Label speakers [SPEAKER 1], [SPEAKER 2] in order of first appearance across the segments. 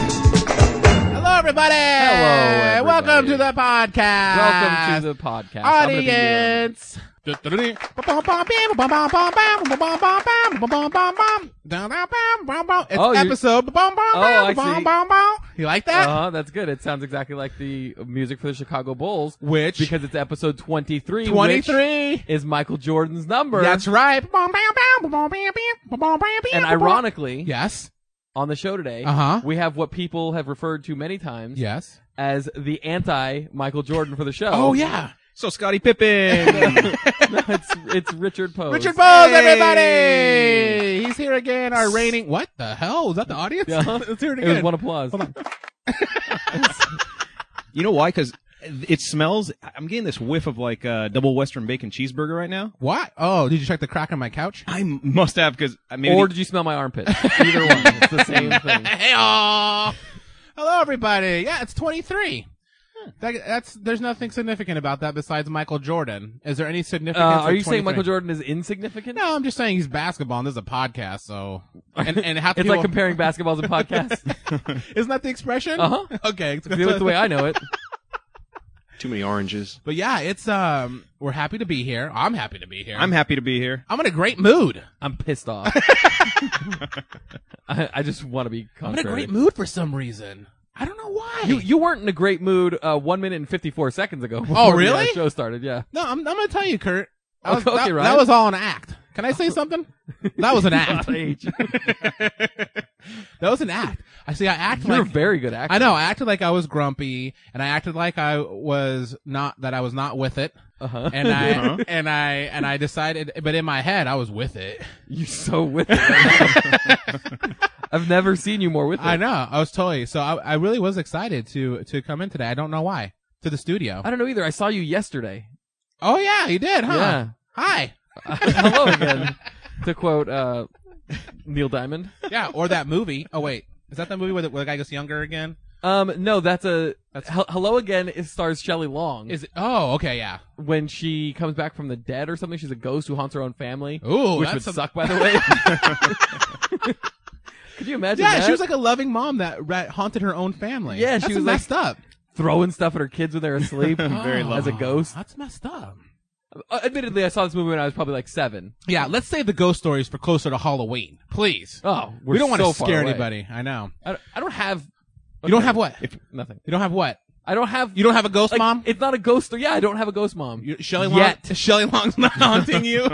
[SPEAKER 1] Hello, everybody.
[SPEAKER 2] everybody.
[SPEAKER 1] Welcome to the podcast.
[SPEAKER 2] Welcome to the podcast. I'm gonna be doing-
[SPEAKER 1] Ah, audience. It's
[SPEAKER 2] Oh, you- Oh,
[SPEAKER 1] episode.
[SPEAKER 2] I
[SPEAKER 1] You like that?
[SPEAKER 2] Uh-huh, that's good. It sounds exactly like the music for the Chicago Bulls,
[SPEAKER 1] Which
[SPEAKER 2] because it's episode 23. which
[SPEAKER 1] 23.
[SPEAKER 2] is Michael Jordan's number.
[SPEAKER 1] That's right.
[SPEAKER 2] And ironically,
[SPEAKER 1] Yes.
[SPEAKER 2] on the show today,
[SPEAKER 1] Uh-huh.
[SPEAKER 2] we have what people have referred to many times
[SPEAKER 1] Yes.
[SPEAKER 2] as the anti Michael Jordan for the show.
[SPEAKER 1] Oh yeah.
[SPEAKER 3] So Scotty Pippen.
[SPEAKER 2] No, it's it's Richard Pose.
[SPEAKER 1] Richard Bowles,
[SPEAKER 3] Hey.
[SPEAKER 1] everybody. He's here again. Our reigning. What the hell? Is that the audience?
[SPEAKER 2] Uh-huh.
[SPEAKER 1] Let's hear it
[SPEAKER 2] It was
[SPEAKER 1] again.
[SPEAKER 2] one applause.
[SPEAKER 3] you know why? Because it smells. I'm getting this whiff of like uh, double Western bacon cheeseburger right now.
[SPEAKER 1] What? Oh, did you check the crack on my couch?
[SPEAKER 3] I m- must have because maybe.
[SPEAKER 2] Or did you smell my armpit? Either one. It's the same thing.
[SPEAKER 1] Hey, aw. hello everybody. Yeah, it's 23.
[SPEAKER 2] Hmm.
[SPEAKER 1] That, that's there's nothing significant about that besides Michael Jordan. Is there any
[SPEAKER 2] Uh,
[SPEAKER 1] significance?
[SPEAKER 2] are
[SPEAKER 1] of
[SPEAKER 2] you saying
[SPEAKER 1] 23?
[SPEAKER 2] Michael Jordan is insignificant?
[SPEAKER 1] No, I'm just saying he's basketball. and This is a podcast, so and and how
[SPEAKER 2] It's like comparing basketballs and podcasts.
[SPEAKER 1] Isn't that the expression?
[SPEAKER 2] Uh-huh.
[SPEAKER 1] Okay, it's
[SPEAKER 2] See, that's the way I know it.
[SPEAKER 3] too many oranges.
[SPEAKER 1] But yeah, it's um, we're happy to be here. I'm happy to be here.
[SPEAKER 3] I'm happy to be here.
[SPEAKER 1] I'm in a great mood.
[SPEAKER 2] I'm pissed off. I, I just want to be
[SPEAKER 1] I'm in a
[SPEAKER 2] contrary.
[SPEAKER 1] great mood for some reason. I don't know why.
[SPEAKER 2] You, you weren't in a great mood uh, one minute and 54 seconds ago. Before
[SPEAKER 1] Oh, really?
[SPEAKER 2] The uh, show started, yeah.
[SPEAKER 1] no, I'm, I'm gonna tell you, Kurt. That was,
[SPEAKER 2] Okay,
[SPEAKER 1] that,
[SPEAKER 2] Ryan.
[SPEAKER 1] that was all an act. Can I say something? That was an act.
[SPEAKER 2] God, I hate you.
[SPEAKER 1] That was an act. I see. I act
[SPEAKER 2] You're a
[SPEAKER 1] like
[SPEAKER 2] very good actor.
[SPEAKER 1] I know. I acted like I was grumpy, and I acted like I was not that I was not with it.
[SPEAKER 2] Uh-huh.
[SPEAKER 1] And I and I and I decided, but in my head, I was with it.
[SPEAKER 2] You're so with it. right now. I've never seen you more with it.
[SPEAKER 1] I know. I was totally. So I, I really was excited to to come in today. I don't know why to the studio.
[SPEAKER 2] I don't know either. I saw you yesterday.
[SPEAKER 1] Oh yeah, you did, huh?
[SPEAKER 2] Yeah.
[SPEAKER 1] Hi.
[SPEAKER 2] Hello again. To quote uh, Neil Diamond.
[SPEAKER 1] Yeah. Or that movie. Oh wait, is that the movie where the, where the guy gets younger again?
[SPEAKER 2] Um, no, that's a Hel- Hello Again. It stars Shelley Long.
[SPEAKER 1] Is it? Oh, okay, yeah.
[SPEAKER 2] when she comes back from the dead or something, she's a ghost who haunts her own family.
[SPEAKER 1] Ooh,
[SPEAKER 2] which
[SPEAKER 1] Oh, that's
[SPEAKER 2] would
[SPEAKER 1] some-
[SPEAKER 2] suck, by the way. Could you imagine?
[SPEAKER 1] Yeah,
[SPEAKER 2] that?
[SPEAKER 1] she was like a loving mom that ra- haunted her own family.
[SPEAKER 2] Yeah,
[SPEAKER 1] That's
[SPEAKER 2] she was like-
[SPEAKER 1] messed up.
[SPEAKER 2] throwing stuff at her kids when they're asleep.
[SPEAKER 3] Very
[SPEAKER 1] Oh,
[SPEAKER 2] as a
[SPEAKER 3] lovely.
[SPEAKER 2] ghost.
[SPEAKER 1] That's messed up.
[SPEAKER 2] Uh, admittedly, I saw this movie when I was probably like seven.
[SPEAKER 1] Yeah, let's save the ghost stories for closer to Halloween, please.
[SPEAKER 2] Oh, we're
[SPEAKER 1] we don't want
[SPEAKER 2] so
[SPEAKER 1] to
[SPEAKER 2] far
[SPEAKER 1] scare
[SPEAKER 2] away.
[SPEAKER 1] anybody. I know.
[SPEAKER 2] I don't, I don't have.
[SPEAKER 1] You don't have what?
[SPEAKER 2] Nothing.
[SPEAKER 1] you don't have what?
[SPEAKER 2] I don't have.
[SPEAKER 1] You don't have a ghost
[SPEAKER 2] like,
[SPEAKER 1] mom?
[SPEAKER 2] It's not a ghost. Yeah, I don't have a ghost mom.
[SPEAKER 1] You- Shelley
[SPEAKER 2] Yet.
[SPEAKER 1] Long. Shelley Long's not haunting you.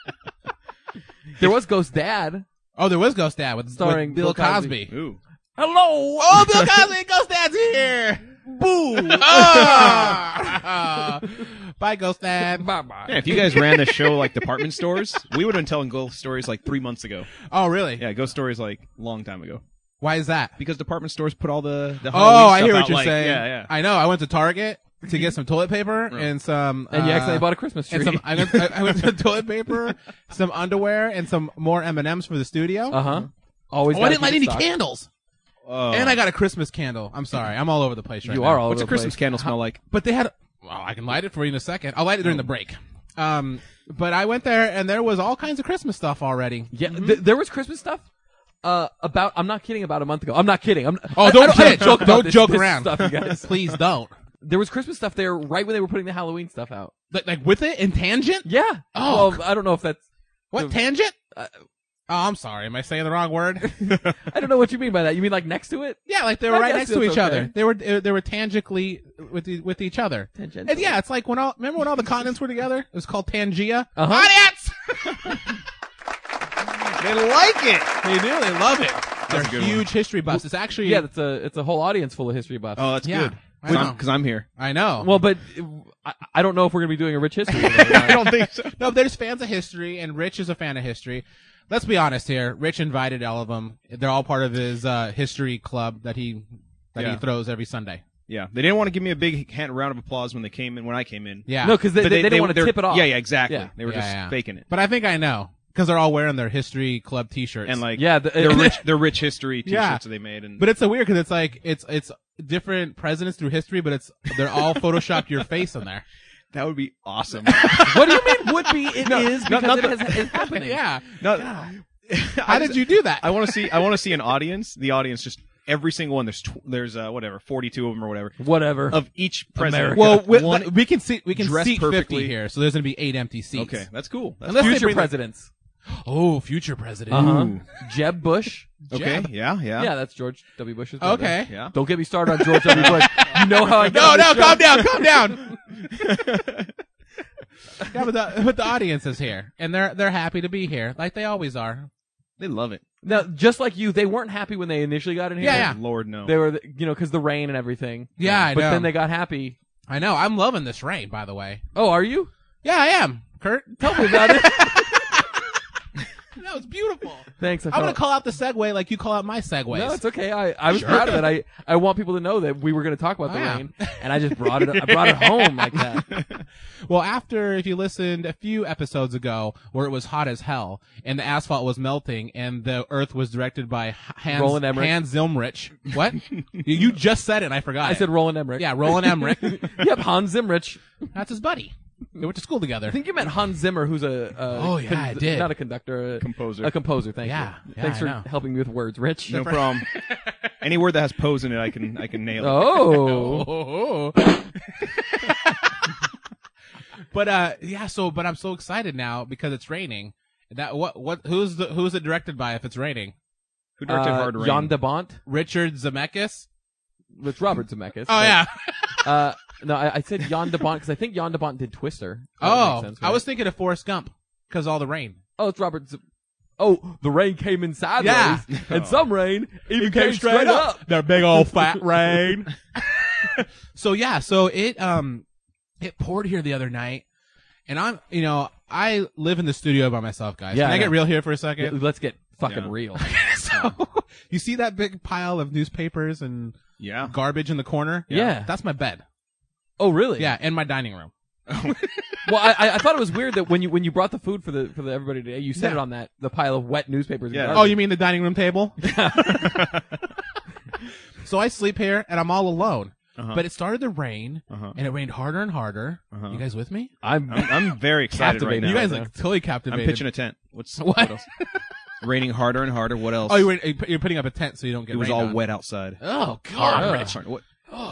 [SPEAKER 2] there was Ghost Dad.
[SPEAKER 1] Oh, there was Ghost Dad with,
[SPEAKER 2] Starring
[SPEAKER 1] with Bill,
[SPEAKER 2] Bill
[SPEAKER 1] Cosby.
[SPEAKER 3] Ooh.
[SPEAKER 2] Hello.
[SPEAKER 1] Oh, Bill Cosby, Ghost Dad's here.
[SPEAKER 2] Boo.
[SPEAKER 1] Ah! Bye, Ghost Dad.
[SPEAKER 2] bye bye.
[SPEAKER 3] Yeah, if you guys ran the show like department stores, we would have been telling ghost stories like three months ago.
[SPEAKER 1] Oh, really?
[SPEAKER 3] Yeah, ghost stories like long time ago
[SPEAKER 1] Why is that?
[SPEAKER 3] because department stores put all the. the
[SPEAKER 1] Oh,
[SPEAKER 3] Halloween
[SPEAKER 1] I
[SPEAKER 3] stuff
[SPEAKER 1] hear
[SPEAKER 3] out,
[SPEAKER 1] what you're
[SPEAKER 3] like-
[SPEAKER 1] saying.
[SPEAKER 3] Yeah, yeah.
[SPEAKER 1] I know. I went to Target to get some toilet paper and some.
[SPEAKER 2] And you
[SPEAKER 1] uh,
[SPEAKER 2] accidentally bought a Christmas tree.
[SPEAKER 1] and some I went, I, I went to toilet paper, some underwear, and some more M and M's for the studio.
[SPEAKER 2] uh huh. Always.
[SPEAKER 1] Oh, I
[SPEAKER 2] gotta
[SPEAKER 1] didn't light
[SPEAKER 2] keep
[SPEAKER 1] any
[SPEAKER 2] it stocked.
[SPEAKER 1] candles,
[SPEAKER 3] Oh.
[SPEAKER 1] and I got a Christmas candle. I'm sorry, I'm all over the place right
[SPEAKER 2] You
[SPEAKER 1] now.
[SPEAKER 2] are all.
[SPEAKER 3] What's
[SPEAKER 2] over
[SPEAKER 3] a
[SPEAKER 2] the place.
[SPEAKER 3] Christmas candle smell like?
[SPEAKER 1] But they had. Well, I can light it for you in a second. I'll light it during the break. Um, but I went there, and there was all kinds of Christmas stuff already.
[SPEAKER 2] Yeah, th- there was Christmas stuff. Uh, about I'm not kidding. About a month ago, I'm not kidding. I'm
[SPEAKER 1] Oh,
[SPEAKER 2] I- I
[SPEAKER 1] don't
[SPEAKER 2] I
[SPEAKER 1] kid.
[SPEAKER 2] joke about
[SPEAKER 1] Don't
[SPEAKER 2] this-
[SPEAKER 1] joke
[SPEAKER 2] this
[SPEAKER 1] around.
[SPEAKER 2] Stuff, you guys.
[SPEAKER 1] Please don't.
[SPEAKER 2] there was Christmas stuff there right when they were putting the Halloween stuff out.
[SPEAKER 1] Like, like with it in tangent.
[SPEAKER 2] Yeah.
[SPEAKER 1] Oh.
[SPEAKER 2] well, I don't know if that's.
[SPEAKER 1] What
[SPEAKER 2] The-
[SPEAKER 1] tangent?
[SPEAKER 2] Uh,
[SPEAKER 1] Oh, I'm sorry. Am I saying the wrong word?
[SPEAKER 2] I don't know what you mean by that. You mean like next to it?
[SPEAKER 1] yeah, like they were
[SPEAKER 2] I
[SPEAKER 1] right next
[SPEAKER 2] guess
[SPEAKER 1] to each
[SPEAKER 2] that's okay.
[SPEAKER 1] other. They were uh, they were tangentially with e- with each other.
[SPEAKER 2] Tangentially.
[SPEAKER 1] And yeah, it's like when all remember when all the continents were together. It was called Pangea.
[SPEAKER 2] Uh-huh.
[SPEAKER 1] Audience,
[SPEAKER 3] They like it.
[SPEAKER 1] they do. They love it. They're
[SPEAKER 3] a good one.
[SPEAKER 1] huge history buffs. It's actually
[SPEAKER 2] Yeah, it's a it's a whole audience full of history buffs.
[SPEAKER 3] Oh, that's
[SPEAKER 1] Yeah.
[SPEAKER 3] good.
[SPEAKER 1] I know.
[SPEAKER 3] Because I'm here.
[SPEAKER 1] I know.
[SPEAKER 2] well, but uh, I, I don't know if we're gonna be doing a rich history. today.
[SPEAKER 3] I don't think so.
[SPEAKER 1] no, there's fans of history, and Rich is a fan of history. Let's be honest here. Rich invited all of them. They're all part of his uh, history club that he that he
[SPEAKER 3] Yeah.
[SPEAKER 1] throws every Sunday.
[SPEAKER 3] Yeah, they didn't want to give me a big hand round of applause when they came in when I came in.
[SPEAKER 1] Yeah.
[SPEAKER 2] no, because they,
[SPEAKER 3] But
[SPEAKER 2] they, they, didn't want to
[SPEAKER 3] they're-
[SPEAKER 2] tip it off.
[SPEAKER 3] Yeah, yeah, exactly.
[SPEAKER 2] Yeah.
[SPEAKER 3] They were
[SPEAKER 1] Yeah,
[SPEAKER 3] just
[SPEAKER 1] yeah.
[SPEAKER 3] faking it.
[SPEAKER 1] But I think I know. because they're all wearing their history club T-shirts
[SPEAKER 3] and like
[SPEAKER 2] Yeah, the-
[SPEAKER 3] their rich their rich history
[SPEAKER 1] Yeah.
[SPEAKER 3] T-shirts that they made and
[SPEAKER 1] But it's so weird because it's like it's it's different presidents through history, but it's they're all photoshopped your face in there.
[SPEAKER 3] that would be awesome.
[SPEAKER 2] what do you mean would be? It is
[SPEAKER 3] No, no,
[SPEAKER 2] because it
[SPEAKER 3] not
[SPEAKER 2] has, it's happening.
[SPEAKER 1] Yeah.
[SPEAKER 3] no,
[SPEAKER 1] How did you do that?
[SPEAKER 3] I want to see I want to see an audience. The audience just every single one. There's tw- there's uh, whatever 42 of them or whatever
[SPEAKER 2] Whatever.
[SPEAKER 3] of each president.
[SPEAKER 2] America.
[SPEAKER 1] well, we,
[SPEAKER 3] One-
[SPEAKER 1] we can see we can
[SPEAKER 3] dressed
[SPEAKER 1] seat
[SPEAKER 3] perfectly.
[SPEAKER 1] fifty here, so there's gonna be eight empty seats.
[SPEAKER 3] okay, that's cool. That's
[SPEAKER 1] Unless they
[SPEAKER 2] future
[SPEAKER 1] bring the-
[SPEAKER 2] presidents.
[SPEAKER 1] Oh, future president.
[SPEAKER 2] Uh huh.
[SPEAKER 3] Ooh.
[SPEAKER 2] Jeb Bush.
[SPEAKER 3] cool. Uh-huh. okay.
[SPEAKER 1] Jeb.
[SPEAKER 3] Yeah, yeah,
[SPEAKER 2] Yeah, that's George W. Bush's brother.
[SPEAKER 1] Okay.
[SPEAKER 3] yeah.
[SPEAKER 2] Don't get me started on George W. Bush. You know how I
[SPEAKER 1] No,
[SPEAKER 2] got
[SPEAKER 1] no,
[SPEAKER 2] on this show.
[SPEAKER 1] calm down, calm down. yeah, but the, but the audience is here, and they're they're happy to be here, like they always are.
[SPEAKER 3] They love it.
[SPEAKER 2] Now, just like you, they weren't happy when they initially got in here.
[SPEAKER 1] Yeah, yeah.
[SPEAKER 3] Lord no.
[SPEAKER 2] They were, you know, because the rain and everything.
[SPEAKER 1] Yeah, I
[SPEAKER 2] but
[SPEAKER 1] know.
[SPEAKER 2] then they got happy.
[SPEAKER 1] I know. I'm loving this rain, by the way.
[SPEAKER 2] Oh, are you?
[SPEAKER 1] Yeah, I am. Kurt,
[SPEAKER 2] Tell me about it.
[SPEAKER 1] that was beautiful.
[SPEAKER 2] Thanks. I
[SPEAKER 1] I'm gonna
[SPEAKER 2] felt-
[SPEAKER 1] call out the segue like you call out my segues.
[SPEAKER 2] No, it's okay. I, I was proud of it. I, I want people to know that we were going to talk about the
[SPEAKER 1] Yeah.
[SPEAKER 2] rain, and I just brought it. I brought it home like that.
[SPEAKER 1] Well, after if you listened a few episodes ago, where it was hot as hell and the asphalt was melting and the Earth was directed by H- Hans
[SPEAKER 2] Roland Emmerich.
[SPEAKER 1] Hans Zimrich. What? you you just said it. and I forgot.
[SPEAKER 2] I
[SPEAKER 1] it.
[SPEAKER 2] said Roland Emmerich.
[SPEAKER 1] yeah, Roland Emmerich.
[SPEAKER 2] yep, Hans Zimrich.
[SPEAKER 1] That's his buddy. They went to school together.
[SPEAKER 2] I think you meant Hans Zimmer, who's a, a
[SPEAKER 1] Oh, yeah, I did.
[SPEAKER 2] not a conductor, a
[SPEAKER 3] Composer.
[SPEAKER 2] a composer. Thank
[SPEAKER 1] Yeah,
[SPEAKER 2] you.
[SPEAKER 1] yeah,
[SPEAKER 2] Thanks
[SPEAKER 1] I
[SPEAKER 2] for
[SPEAKER 1] know.
[SPEAKER 2] helping me with words, Rich.
[SPEAKER 3] no problem. Any word that has pose in it, I can I can nail. it.
[SPEAKER 2] Oh,
[SPEAKER 1] but uh, yeah. So, but I'm so excited now because it's raining. That what what who's the who's it directed by if it's raining?
[SPEAKER 3] Who directed
[SPEAKER 2] uh,
[SPEAKER 3] Hard Rain?
[SPEAKER 2] Jan de Bont
[SPEAKER 1] Richard Zemeckis.
[SPEAKER 2] with Robert Zemeckis.
[SPEAKER 1] Oh
[SPEAKER 2] but,
[SPEAKER 1] yeah.
[SPEAKER 2] Uh, no, I, I said Jan de Bont because I think Jan de Bont did Twister. That would
[SPEAKER 1] Oh,
[SPEAKER 2] make sense,
[SPEAKER 1] I
[SPEAKER 2] right?
[SPEAKER 1] was thinking of Forrest Gump because all the rain.
[SPEAKER 2] Oh, it's Robert. Z- oh, the rain came in sideways,
[SPEAKER 1] Yeah.
[SPEAKER 2] and some rain even came, straight, up.
[SPEAKER 1] That big old fat rain. so yeah, so it um it poured here the other night, and I'm you know I live in the studio by myself, guys.
[SPEAKER 2] Yeah,
[SPEAKER 1] Can I,
[SPEAKER 2] I
[SPEAKER 1] get
[SPEAKER 2] know.
[SPEAKER 1] real here for a
[SPEAKER 2] Yeah,
[SPEAKER 1] second?
[SPEAKER 2] Let's get fucking
[SPEAKER 3] Yeah.
[SPEAKER 2] real.
[SPEAKER 1] so you see that big pile of newspapers and
[SPEAKER 3] Yeah.
[SPEAKER 1] garbage in the corner?
[SPEAKER 2] Yeah.
[SPEAKER 1] that's my bed.
[SPEAKER 2] Oh, really?
[SPEAKER 1] Yeah, and my dining room.
[SPEAKER 2] Well, I- I, I thought it was weird that when you when you brought the food for the for the everybody today, you said
[SPEAKER 1] Yeah.
[SPEAKER 2] it on that the pile of wet newspapers. and
[SPEAKER 3] Yeah.
[SPEAKER 2] garbage.
[SPEAKER 1] Oh, you mean the dining room table? so I sleep here and I'm all alone.
[SPEAKER 3] Uh-huh.
[SPEAKER 1] But it started to rain,
[SPEAKER 3] Uh-huh.
[SPEAKER 1] and it rained harder and harder.
[SPEAKER 3] Uh-huh.
[SPEAKER 1] You guys with me?
[SPEAKER 2] I'm
[SPEAKER 3] I'm, I'm very excited right
[SPEAKER 2] Captivated.
[SPEAKER 3] now.
[SPEAKER 1] you guys
[SPEAKER 2] I know.
[SPEAKER 1] like totally
[SPEAKER 3] I'm
[SPEAKER 1] captivated.
[SPEAKER 3] pitching a tent. What's
[SPEAKER 1] What?
[SPEAKER 3] what else? Raining harder and harder. What else?
[SPEAKER 1] Oh, you're, you're putting up a tent so you don't get
[SPEAKER 3] it was
[SPEAKER 1] rained
[SPEAKER 3] all
[SPEAKER 1] on.
[SPEAKER 3] wet outside.
[SPEAKER 1] Oh God,
[SPEAKER 2] Ugh.
[SPEAKER 1] Rich.
[SPEAKER 3] Sorry, what-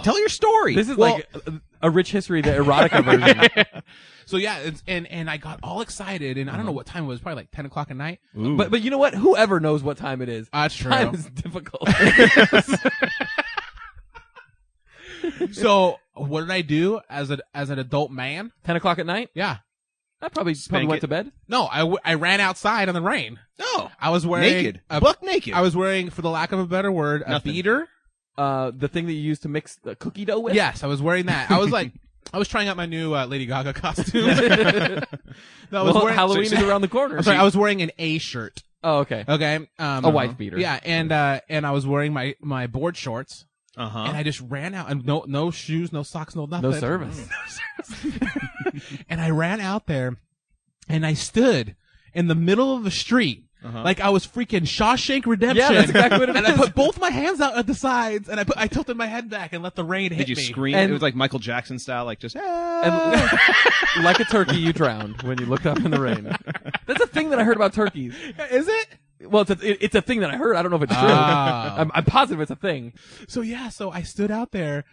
[SPEAKER 3] Tell your story.
[SPEAKER 2] This is
[SPEAKER 1] Well-
[SPEAKER 2] like a, a rich history, the erotica version.
[SPEAKER 1] So yeah, it's, and and I got all excited, and I
[SPEAKER 3] Uh-huh.
[SPEAKER 1] don't know what time it was. Probably like ten o'clock at night.
[SPEAKER 3] Ooh.
[SPEAKER 2] but but you know what? Whoever knows what time it is,
[SPEAKER 3] Ah,
[SPEAKER 1] That's true.
[SPEAKER 2] time is difficult.
[SPEAKER 1] so what did I do as a as an adult man?
[SPEAKER 2] Ten o'clock at night.
[SPEAKER 1] Yeah.
[SPEAKER 2] I probably probably
[SPEAKER 3] Spank
[SPEAKER 2] went
[SPEAKER 3] it.
[SPEAKER 2] to bed.
[SPEAKER 1] No, I, w- I ran outside in the rain.
[SPEAKER 3] no,
[SPEAKER 1] I was wearing
[SPEAKER 3] naked,
[SPEAKER 1] A,
[SPEAKER 3] buck naked.
[SPEAKER 1] I was wearing, for the lack of a better word, a
[SPEAKER 3] Nothing.
[SPEAKER 1] beater.
[SPEAKER 2] Uh, the thing that you use to mix the cookie dough with.
[SPEAKER 1] Yes, I was wearing that. I was like, I was trying out my new uh, Lady Gaga costume. no,
[SPEAKER 3] Uh-huh,
[SPEAKER 1] I was
[SPEAKER 2] Well,
[SPEAKER 1] wearing,
[SPEAKER 2] Halloween
[SPEAKER 1] so-
[SPEAKER 2] is around the corner.
[SPEAKER 1] I'm sorry, I was wearing an A shirt.
[SPEAKER 2] oh, okay.
[SPEAKER 1] Okay, um,
[SPEAKER 2] A wife beater.
[SPEAKER 1] Yeah, and uh, and I was wearing my my board shorts,
[SPEAKER 3] uh huh.
[SPEAKER 1] and I just ran out, and no no shoes, no socks, no nothing,
[SPEAKER 2] Uh-huh. No service.
[SPEAKER 1] and I ran out there, and I stood in the middle of the street. Like I was freaking Shawshank Redemption.
[SPEAKER 2] Uh-huh. Yeah, that's exactly what it
[SPEAKER 1] and I
[SPEAKER 2] is.
[SPEAKER 1] put both my hands out at the sides, and I put I tilted my head back and let the rain hit
[SPEAKER 3] Did you
[SPEAKER 1] me.
[SPEAKER 3] scream?
[SPEAKER 2] And-
[SPEAKER 3] it was like Michael Jackson style, like just.
[SPEAKER 2] And
[SPEAKER 1] Oh.
[SPEAKER 2] like a turkey, you drowned when you looked up in the rain. That's a thing that I heard about turkeys.
[SPEAKER 1] Is it?
[SPEAKER 2] Well, it's a, it- it's a thing that I heard. I don't know if it's true.
[SPEAKER 1] Ah.
[SPEAKER 2] I'm, I'm positive it's a thing.
[SPEAKER 1] So yeah, so I stood out there,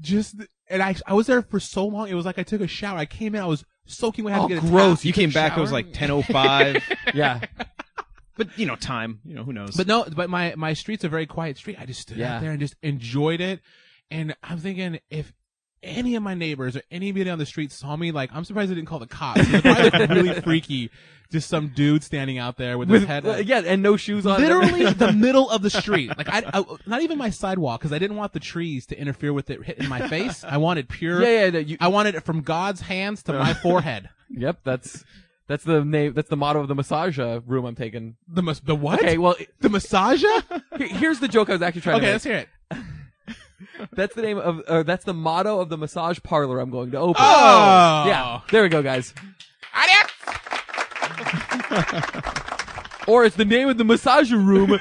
[SPEAKER 1] just and I I was there for so long. It was like I took a shower. I came in, I was soaking. wet, I had
[SPEAKER 2] Oh,
[SPEAKER 1] to get a
[SPEAKER 2] gross.
[SPEAKER 1] towel.
[SPEAKER 3] you
[SPEAKER 1] Took
[SPEAKER 3] came
[SPEAKER 1] a
[SPEAKER 3] back. It was
[SPEAKER 1] shower.
[SPEAKER 3] like ten oh five.
[SPEAKER 2] Yeah.
[SPEAKER 3] But you know, time. You know, who knows?
[SPEAKER 1] But no, but my my street's a very quiet street. I just stood
[SPEAKER 2] Yeah.
[SPEAKER 1] out there and just enjoyed it. And I'm thinking if any of my neighbors or anybody on the street saw me, like I'm surprised they didn't call the cops. It's probably really freaky, just some dude standing out there with, his
[SPEAKER 2] With,
[SPEAKER 1] head.
[SPEAKER 2] uh, yeah, and no shoes on.
[SPEAKER 1] Literally the middle of the street, like I, I not even my sidewalk, because I didn't want the trees to interfere with it hitting my face. I wanted pure,
[SPEAKER 2] yeah, yeah. no, you,
[SPEAKER 1] I wanted it from God's hands to my forehead.
[SPEAKER 2] yep. That's that's the name. That's the motto of the massage uh, room I'm taking.
[SPEAKER 1] The mas- the what?
[SPEAKER 2] Okay. Well,
[SPEAKER 1] The massager? okay,
[SPEAKER 2] he- here's the joke I was actually trying to make.
[SPEAKER 1] let's hear it.
[SPEAKER 2] That's the name of, uh, that's the motto of the massage parlor I'm going to open.
[SPEAKER 1] Oh.
[SPEAKER 2] yeah. There we go, guys. or it's the name of the massage room.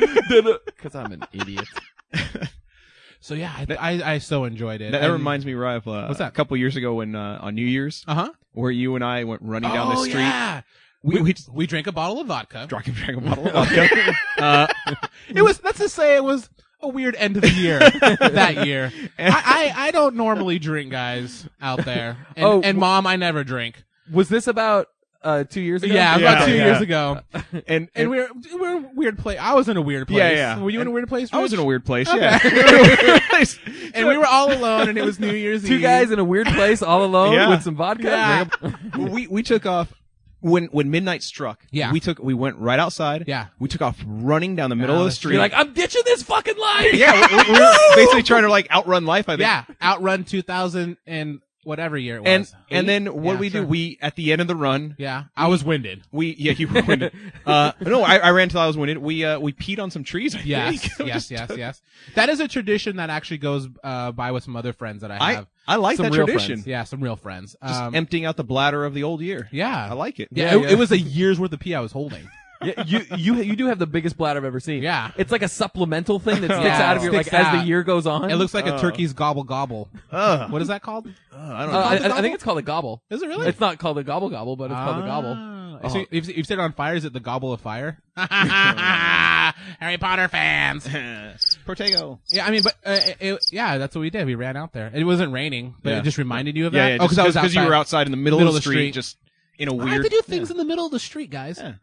[SPEAKER 2] Because I'm an idiot.
[SPEAKER 1] So yeah, I, I, I so enjoyed it.
[SPEAKER 3] That, that reminds me, Rye, of uh,
[SPEAKER 1] What's that?
[SPEAKER 3] a couple years ago when uh, on New Year's,
[SPEAKER 1] Uh huh.
[SPEAKER 3] where you and I went running down the
[SPEAKER 1] Oh,
[SPEAKER 3] street,
[SPEAKER 1] yeah.
[SPEAKER 3] We-
[SPEAKER 1] We,
[SPEAKER 3] we
[SPEAKER 1] we,
[SPEAKER 3] just-
[SPEAKER 1] we drank a bottle of vodka.
[SPEAKER 3] drinking drank a bottle of vodka. uh,
[SPEAKER 1] It was let's just say it was a weird end of the year that year. I, I I don't normally drink, guys out there. And,
[SPEAKER 2] Oh,
[SPEAKER 1] and mom, I never drink.
[SPEAKER 2] Was this about uh, two years ago?
[SPEAKER 1] Yeah, about
[SPEAKER 3] Yeah,
[SPEAKER 1] two
[SPEAKER 3] yeah.
[SPEAKER 1] years ago,
[SPEAKER 3] and,
[SPEAKER 1] and we were we were in a weird place. I was in a weird place.
[SPEAKER 3] Yeah, yeah.
[SPEAKER 1] Were you in a weird place?
[SPEAKER 3] I was
[SPEAKER 1] Rich?
[SPEAKER 3] in a weird place.
[SPEAKER 1] Okay.
[SPEAKER 3] Yeah, Weird place.
[SPEAKER 1] And we were all alone, and it was New Year's
[SPEAKER 2] Two
[SPEAKER 1] Eve.
[SPEAKER 2] guys in a weird place all alone
[SPEAKER 3] Yeah.
[SPEAKER 2] with some vodka.
[SPEAKER 1] Yeah.
[SPEAKER 3] we we took off when when midnight struck.
[SPEAKER 1] Yeah.
[SPEAKER 3] we took we went right outside.
[SPEAKER 1] Yeah.
[SPEAKER 3] we took off running down the middle of the street.
[SPEAKER 2] You're like, I'm ditching this fucking life.
[SPEAKER 3] yeah, we, we- we were basically trying to like outrun life. I think.
[SPEAKER 1] yeah, outrun two thousand and whatever year it was.
[SPEAKER 3] and and
[SPEAKER 1] Eight?
[SPEAKER 3] then what
[SPEAKER 1] Yeah,
[SPEAKER 3] we
[SPEAKER 1] sure.
[SPEAKER 3] do? We at the end of the run,
[SPEAKER 1] yeah, I was winded.
[SPEAKER 3] we yeah, you were winded. uh, no, I, I ran till I was winded. We uh, we peed on some trees. I
[SPEAKER 1] Yes,
[SPEAKER 3] think.
[SPEAKER 1] yes, yes, yes. That is a tradition that actually goes uh, by with some other friends that I
[SPEAKER 3] I
[SPEAKER 1] have.
[SPEAKER 3] I like
[SPEAKER 2] Some
[SPEAKER 3] that
[SPEAKER 2] real
[SPEAKER 3] tradition.
[SPEAKER 2] friends.
[SPEAKER 1] yeah, some real friends.
[SPEAKER 3] Just
[SPEAKER 1] Um,
[SPEAKER 3] emptying out the bladder of the old year.
[SPEAKER 1] yeah,
[SPEAKER 3] I like it.
[SPEAKER 1] Yeah,
[SPEAKER 2] Yeah,
[SPEAKER 1] it,
[SPEAKER 2] yeah.
[SPEAKER 1] it was a year's worth of pee I was holding.
[SPEAKER 2] Yeah, you you you do have the biggest bladder I've ever seen.
[SPEAKER 1] Yeah.
[SPEAKER 2] it's like a supplemental thing that sticks
[SPEAKER 1] Yeah,
[SPEAKER 2] out of
[SPEAKER 1] it
[SPEAKER 2] your like
[SPEAKER 1] sticks
[SPEAKER 2] as
[SPEAKER 1] out.
[SPEAKER 2] the year goes on.
[SPEAKER 1] It looks like a
[SPEAKER 3] Oh.
[SPEAKER 1] turkey's gobble gobble.
[SPEAKER 3] Ugh.
[SPEAKER 1] What is that called?
[SPEAKER 3] Ugh, Oh. I don't
[SPEAKER 2] Uh,
[SPEAKER 3] know.
[SPEAKER 2] I,
[SPEAKER 1] Called the
[SPEAKER 2] I think
[SPEAKER 1] gobble?
[SPEAKER 2] it's called a gobble.
[SPEAKER 1] Is it really?
[SPEAKER 2] It's not called a gobble gobble, but it's called a gobble.
[SPEAKER 3] Uh-huh.
[SPEAKER 1] Ah. So you've, you've set it on fire. Is it the gobble of fire? Harry Potter fans.
[SPEAKER 3] Protego.
[SPEAKER 1] Yeah, I mean, but uh, it, it- yeah, that's what we did. We ran out there. It wasn't raining, but
[SPEAKER 3] Yeah.
[SPEAKER 1] it just reminded you of
[SPEAKER 3] Yeah,
[SPEAKER 1] that.
[SPEAKER 3] yeah.
[SPEAKER 1] oh, because I was
[SPEAKER 3] because you
[SPEAKER 1] outside.
[SPEAKER 3] were outside in the middle, of the street, just in a
[SPEAKER 1] I
[SPEAKER 3] weird.
[SPEAKER 1] have to do things in the middle of the street, guys.
[SPEAKER 3] Yeah.